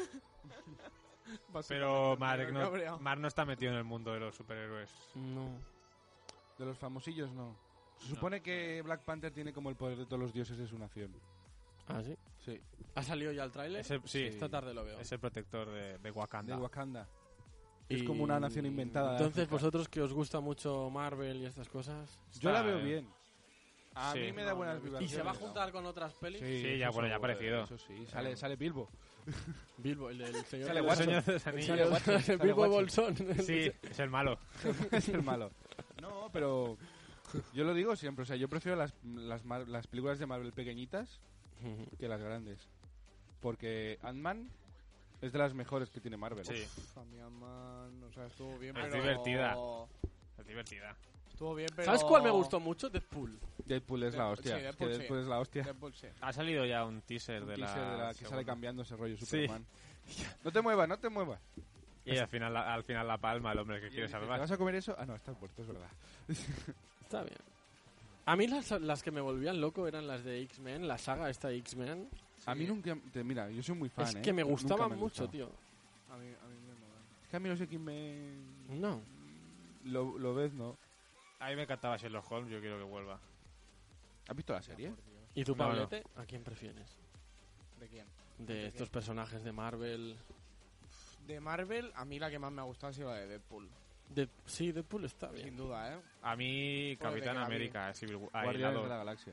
Pero Mark
negro
no,
cabreado.
Mark no está metido en el mundo de los superhéroes.
No.
De los famosillos no. Se
No.
supone que Black Panther tiene como el poder de todos los dioses de su nación.
¿Ah, sí?
Sí.
¿Ha salido ya el tráiler?
Es el- sí,
Esta tarde lo veo.
Es el protector de, de Wakanda.
De Wakanda.
Y-
Es como una nación inventada. de
Entonces, pues,
África.
vosotros que os gusta mucho Marvel y estas cosas...
Yo la veo bien. A
Sí.
mí me da
No,
buenas
no, no.
vibraciones.
¿Y se va a juntar con otras pelis?
Sí, ya,
eso
bueno, ya ha
seguro,
aparecido.
Eso sí, sale, sale Bilbo.
Bilbo, el del señor...
Sale
el
Watson.
señor de los
Sale
anillos.
Watson, sale
Bilbo
Watson.
Bolsón.
Sí, es el malo.
es el malo. No, pero yo lo digo siempre, o sea, yo prefiero las, las, mar- las películas de Marvel pequeñitas que las grandes. Porque Ant-Man es de las mejores que tiene Marvel.
Uf, a mi ama, no, o sea, estuvo bien,
Es
pero...
divertida. Es divertida.
Estuvo bien, pero...
¿Sabes cuál me gustó mucho? Deadpool.
Deadpool es la
Deadpool,
hostia.
sí,
es
Deadpool
que
sí.
Deadpool es la hostia.
Deadpool sí.
Ha salido ya un teaser,
Un
de, la
teaser de la que sale
segunda.
cambiando ese rollo
Sí.
Superman. No te muevas, no te muevas.
Y al final, la, al final la palma, el hombre que
Y él
quiere
dice,
salvar.
¿Te vas a comer eso? Ah, no, estás muerto, es verdad.
Está bien. A mí las, las que me volvían loco eran las de X-Men, la saga esta de X-Men.
A mí nunca... te- mira, yo soy muy fan,
Es
¿eh?
que me
Nunca
gustaban
han
mucho,
gustado.
tío.
A mí, a mí me mola.
Es que a mí no sé quién me...
No.
Lo, lo ves, ¿no?
A mí me encantaba Sherlock Holmes, yo quiero que vuelva.
¿Has visto la serie?
¿Y tu
No, no.
Pablete? ¿A quién prefieres?
¿De quién?
De estos personajes de Marvel.
De Marvel, a mí la que más me ha gustado ha sido la de Deadpool.
De... Sí, Deadpool está bien.
Sin duda, ¿eh?
A mí,
Joder,
Capitán
que la vi.
América, eh, Civil War. ahí,
Guardianes
la
de la
dos.
Galaxia.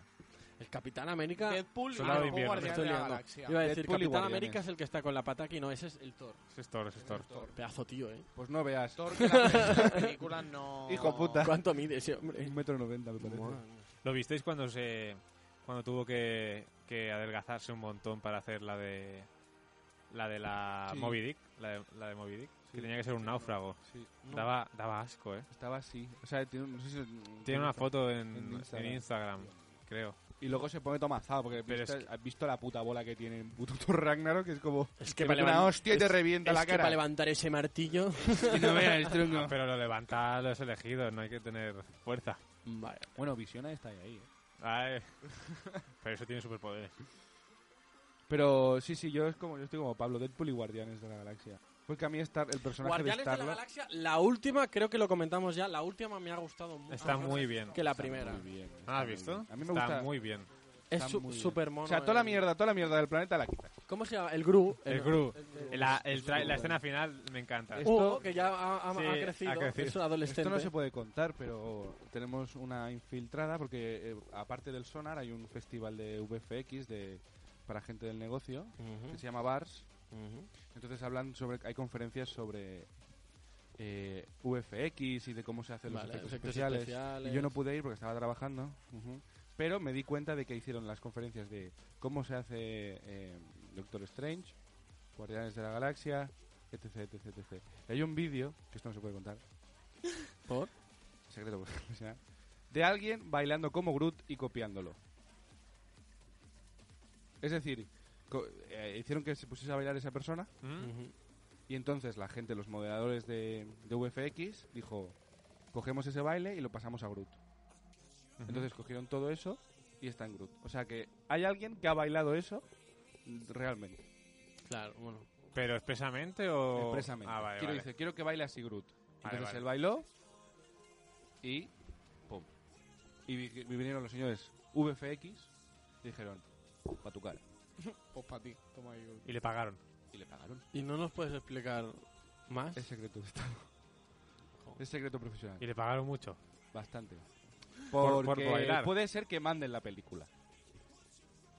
El Capitán América.
Deadpool y
Soldado de
luego
invierno.
Guardianes
Estoy
de la
liando.
Galaxia.
Iba a decir
Deadpool y
Capitán
Guardianes.
América es el que está con la pataki, no, ese es el Thor.
Ese es Thor, ese es Thor.
Pedazo tío, eh.
Pues no veas.
Thor, que la película no...
Hijo puta.
¿Cuánto mide ese hombre?
Un metro noventa, me parece.
Madre mía.
¿Lo visteis cuando se cuando tuvo que, que adelgazarse un montón para hacer la de la de la
Sí.
Moby Dick, la de, la de Moby Dick,
Sí.
que tenía que ser un náufrago.
Sí.
Daba daba asco, ¿eh?
Estaba así. O sea, tiene, no sé si-
Tiene una foto en,
En
en
Instagram.
Instagram. creo.
Y luego se pone tomazado porque
Pero
viste-
es
has visto la puta bola que tiene en puto Thor Ragnarok, que es como...
Es
te
que para
mete una
levan-
hostia y te
es-
revienta
es
la
que
cara.
para levantar ese martillo.
Y no veas, tronco.
Ah, pero lo levanta a los elegidos, no hay que tener fuerza.
Vale.
Bueno, Visiona está ahí, ¿eh?
Ay, pero eso tiene superpoderes.
Pero sí, sí, yo, es como, yo estoy como Pablo, Deadpool y Guardianes de la Galaxia. Porque a mí Star, el personaje
Guardianes
de
de
Star
la Galaxia, la última, creo que lo comentamos ya, la última me ha gustado mucho.
Está
más
muy bien.
Que la primera.
¿No lo has visto?
A mí me
Está
gusta.
muy bien.
Es
está
su-
muy bien.
súper mono.
O sea, toda la
el-
mierda, toda la mierda del planeta la quita.
¿Cómo se llama? El Gru.
El Gru, la, el tra- la escena final me encanta.
Es-
Hugo,
Esto-
que ya ha, ha-
Sí,
ha crecido,
ha crecido.
es un adolescente.
Esto no se puede contar, pero tenemos una infiltrada porque eh, aparte del Sonar hay un festival de VFX de, para gente del negocio que se llama Bars.
Ujú.
Entonces hablan sobre, hay conferencias sobre eh, VFX y de cómo se hacen
Vale,
los efectos
efectos
especiales.
especiales.
Y yo no pude ir porque estaba trabajando, ujú. pero me di cuenta de que hicieron las conferencias de cómo se hace eh, Doctor Strange, Guardianes de la Galaxia, etc, etc, etc. Y hay un vídeo, que esto no se puede contar,
¿Por?
secreto pues, al final, de alguien bailando como Groot y copiándolo. Es decir, co- eh, hicieron que se pusiese a bailar esa persona
¿Mm?
Ujú.
y entonces la gente, los moderadores de, de VFX, dijo, cogemos ese baile y lo pasamos a Groot. Entonces cogieron todo eso y está en Groot. O sea que hay alguien que ha bailado eso realmente,
Claro, bueno.
¿Pero expresamente o...?
expresamente.
Ah, vale,
quiero,
vale.
dice, quiero que baile así Groot. Entonces
vale.
él bailó y... ¡Pum! Y vi- vi- vinieron los señores VFX y dijeron, pa' tu cara.
Pues para ti, toma ahí.
Y le pagaron.
Y le pagaron.
¿Y no nos puedes explicar más?
Es secreto de Estado. Es secreto profesional.
Y le pagaron mucho.
Bastante.
Por- por
Porque
bailar.
puede ser que manden la película.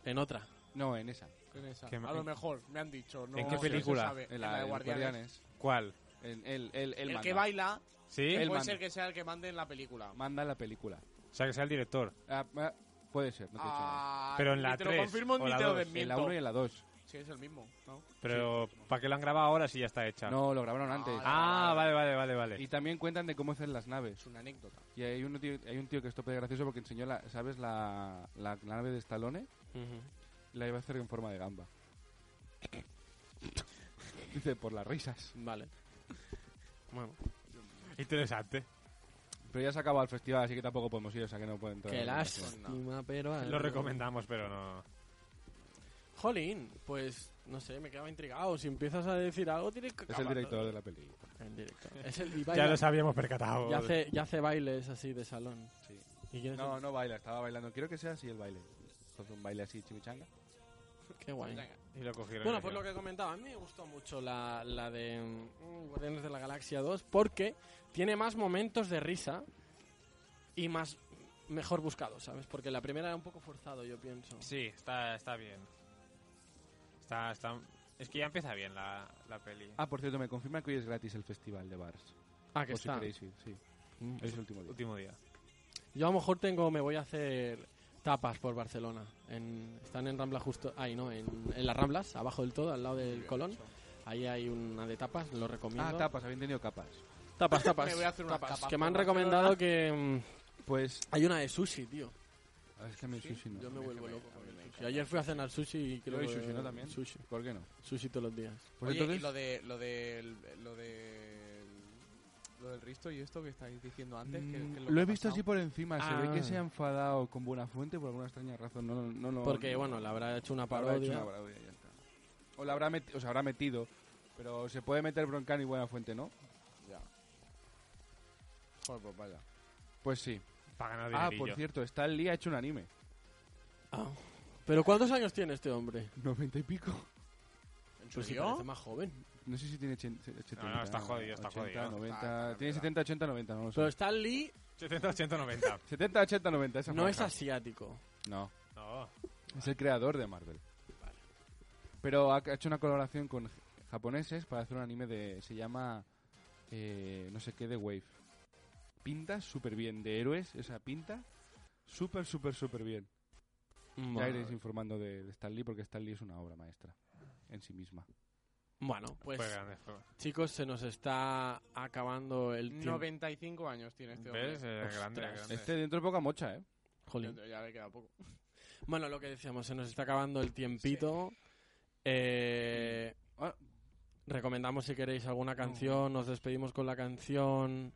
En otra.
No, en esa.
En esa.
Qué
A
ma-
lo mejor, me han dicho. No
¿En qué
se
película?
sabe. En la de
en
Guardianes.
¿Cuál?
En el, el, el,
El
manda.
que baila
¿Sí?
Él
puede
manda.
ser que sea el que mande en la película.
Manda la película.
O sea, que sea el director.
Ah, ah, puede ser, no te he dicho nada.
Ah,
Pero en la
ni te lo
3
confirmo
o
ni
la
te lo
dos.
En la
desmiento.
1 y en la 2.
Sí, es el mismo, ¿no?
Pero, ¿para qué lo han grabado ahora si ya está hecha?
No, lo grabaron antes.
Ah, vale, vale, vale, vale.
Y también cuentan de cómo hacen las naves. Es
una anécdota.
Y hay, uno tío- hay un tío que es tope de gracioso porque enseñó, la, ¿sabes? La, la nave de Stallone. La iba a hacer en forma de gamba. Dice, por las risas.
Vale. Bueno.
Interesante.
Pero ya se acaba el festival, así que tampoco podemos ir, o sea que no pueden entrar.
Qué
en la
lástima,
conversación.
pero...
Lo recomendamos, pero no.
Jolín, pues no sé, me quedaba intrigado. Si empiezas a decir algo, tienes que
Es el director de la película.
El director. Es el y
Ya
baila-
nos habíamos percatado.
Ya hace, ya hace bailes así de salón.
Sí.
¿Y quién es
No,
el-
no baila, estaba bailando. Quiero que sea así el baile. Haz Un baile así, chimichanga.
Qué guay.
Y lo cogieron.
Bueno, pues lo que comentaba, a mí me gustó mucho la, la de mm, Guardianes de la Galaxia 2 porque tiene más momentos de risa y más mejor buscados, ¿sabes? Porque la primera era un poco forzado, yo pienso.
Sí, está, está bien. Está, está... Es que ya empieza bien la, la peli.
Ah, por cierto, me confirma que hoy es gratis el festival de bars.
Ah, que
Por si
está.
queréis ir, sí.
Mm.
Hoy es el último día.
Último día.
Yo a lo mejor tengo, me voy a hacer tapas por Barcelona. En, están en Rambla justo, ahí no, en, en las Ramblas, abajo del todo, al lado del Colón. Ahí hay una de tapas, lo recomiendo.
Ah, tapas, habían tenido capas.
Tapas, tapas.
Me voy a hacer unas
tapas,
tapas
Que me
por
han
Barcelona.
recomendado que... mm,
Pues...
Hay una de sushi, tío.
Ah, Es que a mí el sushi no.
Yo me
A mí es que
vuelvo loco.
a mí me
Sí, ayer fui a cenar sushi y creo
¿Y
que-
sushi no también?
Sushi.
¿Por qué no?
Sushi todos los días.
Pues
Oye,
entonces-
y lo de, lo de, lo de, lo del Risto y esto que estáis diciendo antes. que- que es
Lo
que
he
ha
visto
pasado.
así por encima. Se ve
Ah.
que se ha enfadado con buena fuente por alguna extraña razón. No, no, no,
Porque, bueno, le habrá hecho una parodia.
hecho una parodia, ya está. O la habrá meti- o se habrá metido. Pero se puede meter Broncano y buena fuente, ¿no?
Ya. Joder, pues vaya.
Pues sí.
Para ganar
Ah,
dinerillo.
por cierto, está el día hecho un anime.
Ah. ¿Pero cuántos años tiene este hombre?
Noventa y pico.
¿En
serio?
¿Pues parece más joven.
No sé si tiene 80, 70.
No, no, está jodido, está
80,
jodido.
90,
Está- está
tiene 70, 80, 90, no lo sé.
Pero está Lee...
70, 80, 90.
70, 80, 90, esa
No es
franja.
asiático.
No.
No.
Es el creador de Marvel. Pero ha ha hecho una colaboración con j- japoneses para hacer un anime de... Se llama... eh, no sé qué, de Wave. Pinta súper bien. De héroes, esa pinta súper, súper, súper bien. Ya
Madre.
iréis informando de, de Stan Lee porque Stan Lee es una obra maestra en sí misma.
Bueno, pues...
Fue grande, fue.
Chicos, se nos está acabando el tiempo.
95 años tiene este hombre.
¿Ves? Eh, grande,
Ostras.
grande.
Este dentro de poca mocha, ¿eh?
Jolín.
Ya le queda poco.
Bueno, lo que decíamos, se nos está acabando el tiempito. Eh, recomendamos si queréis alguna canción, nos despedimos con la canción.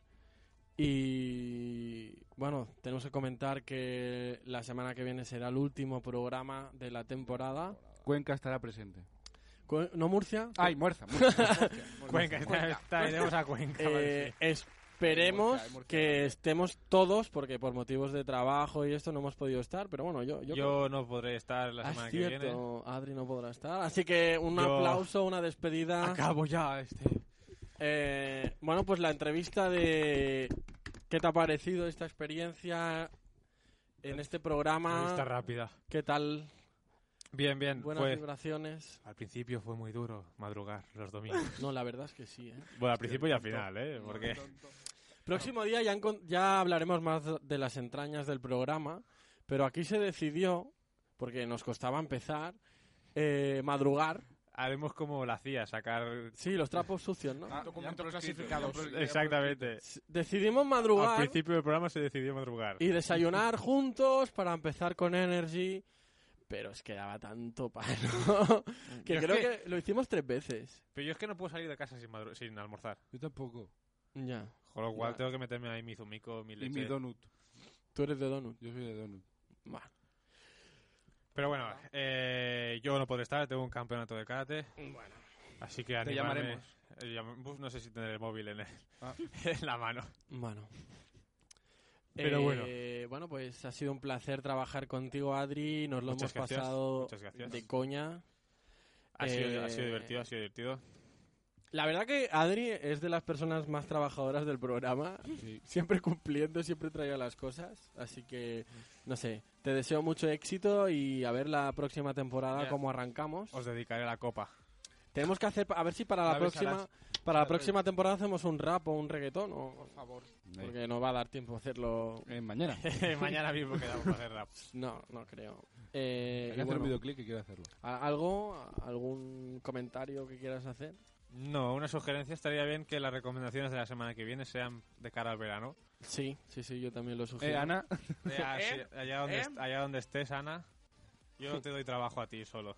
Y bueno, tenemos que comentar que la semana que viene será el último programa de la temporada.
Cuenca estará presente.
Cu- ¿No Murcia?
¡Ay, Muerza! Muerza.
Cuenca, está, está- iremos a Cuenca. vale,
Eh,
sí.
esperemos
En Murcia, en Murcia
que estemos todos, porque por motivos de trabajo y esto no hemos podido estar, pero bueno, yo...
Yo,
yo
no podré estar la
Ah,
semana
es
que viene.
cierto, Adri no podrá estar. Así que un
Yo-
aplauso, una despedida.
Acabo ya este.
Eh, bueno, pues la entrevista de... ¿Qué te ha parecido esta experiencia en este programa?
Está rápida.
¿Qué tal?
Bien, bien.
Buenas
pues,
vibraciones.
al principio fue muy duro madrugar los domingos.
No, la verdad es que sí. ¿eh?
bueno, al principio y al final, ¿eh? Porque
Próximo día ya, encon- ya hablaremos más de las entrañas del programa, pero aquí se decidió, porque nos costaba empezar, eh, madrugar.
haremos como la hacía, sacar...
Sí, los trapos sucios, ¿no?
Documentos clasificados.
Exactamente.
Decidimos
Al
madrugar.
principio del programa se decidió madrugar.
y desayunar juntos para empezar con Energy. Pero es que daba tanto palo que
Yo es
creo
que-
que... lo hicimos tres veces.
Pero yo es que no puedo salir de casa sin, madru- sin almorzar.
Yo tampoco.
Ya.
Con lo cual
Ya.
tengo que meterme ahí mi zumico, mi
Y
leche.
mi donut.
Tú eres de Donut.
Yo soy de donut.
Bueno,
Pero bueno, eh, yo no podré estar, tengo un campeonato de karate.
Bueno.
Así que
Te
animarme.
llamaremos.
Eh, llam- Uf, no sé si tendré el móvil en, el-
Ah.
en la mano.
bueno.
Pero
Eh, bueno, pues ha sido un placer trabajar contigo, Adri. Nos lo hemos
Muchas gracias,
pasado
muchas gracias.
de coña.
Ha, sido, ha
Eh,
sido divertido, ha sido divertido.
La verdad que Adri es de las personas más trabajadoras del programa.
Sí.
Siempre cumpliendo, siempre traía las cosas. Así que, no sé, te deseo mucho éxito y a ver la próxima temporada
Ya.
cómo arrancamos.
Os dedicaré la copa.
Tenemos que hacer, a ver si para la,
La
próxima,
besarás.
para
Claro.
la
eh.
próxima temporada hacemos un rap o un reggaetón, o, por
favor.
Porque no va a dar tiempo a hacerlo.
Eh,
Eh,
mañana.
Mañana mismo quedamos para hacer rap.
No, no creo. Eh,
Hay
y
que hacer
bueno,
un videoclip y quiero hacerlo.
¿a- ¿Algo, a- algún comentario que quieras hacer?
No, una sugerencia estaría bien que las recomendaciones de la semana que viene sean de cara al verano.
Sí, sí, sí, yo también lo sugiero.
Eh, Ana. Eh, ah, sí,
¿Eh?
allá, donde
¿Eh?
est- allá donde estés, Ana, yo te doy trabajo a ti solo.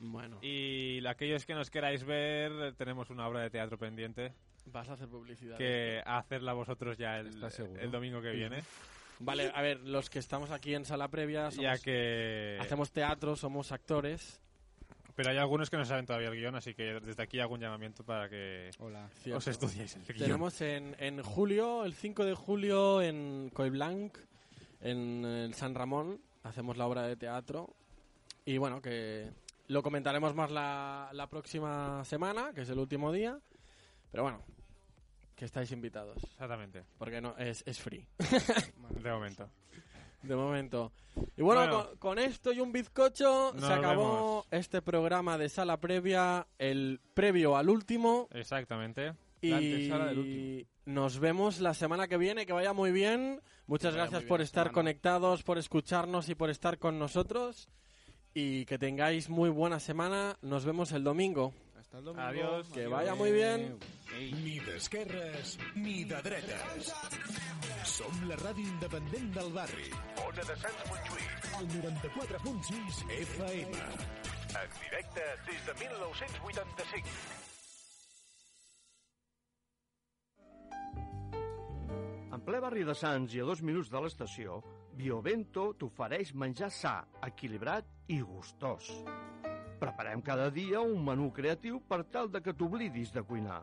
Bueno.
Y aquellos que nos queráis ver, eh, tenemos una obra de teatro pendiente
Vas a hacer publicidad.
que hacerla vosotros ya el,
¿Estás seguro?
el domingo que viene.
Vale, a ver, los que estamos aquí en sala previa somos-
Ya que-
hacemos teatro, somos actores.
Pero hay algunos que no saben todavía el guión, así que desde aquí hago un llamamiento para que os
Cierto.
estudiéis el guión.
Tenemos en, en julio, el 5 de julio, en Coiblanc, en el San Ramón, hacemos la obra de teatro. Y bueno, que lo comentaremos más la, la próxima semana, que es el último día. Pero bueno, que estáis invitados.
Exactamente.
Porque no, es, es free.
de momento.
De momento. Y bueno,
Bueno.
Con, con esto y un bizcocho
Nos
se acabó este programa de sala previa, el previo al último.
Exactamente.
Y
La antesala del último.
nos vemos la semana que viene, que vaya muy bien. Muchas
Que vaya
gracias
muy bien
por
la
estar
semana.
conectados, por escucharnos y por estar con nosotros. Y que tengáis muy buena semana. Nos vemos el domingo.
Hasta
Adiós. Que vaya muy bien.
Ni d'esquerres ni de dretes. Som la ràdio independent del barri. Ona de Sants Montjuïc. El 94.6 FM. En directe des de 1985.
En ple barri de Sants i a dos minuts de l'estació, Biovento t'ofereix menjar sa, equilibrat i gustós. Preparem cada dia un menú creatiu per tal de que t'oblidis de cuinar.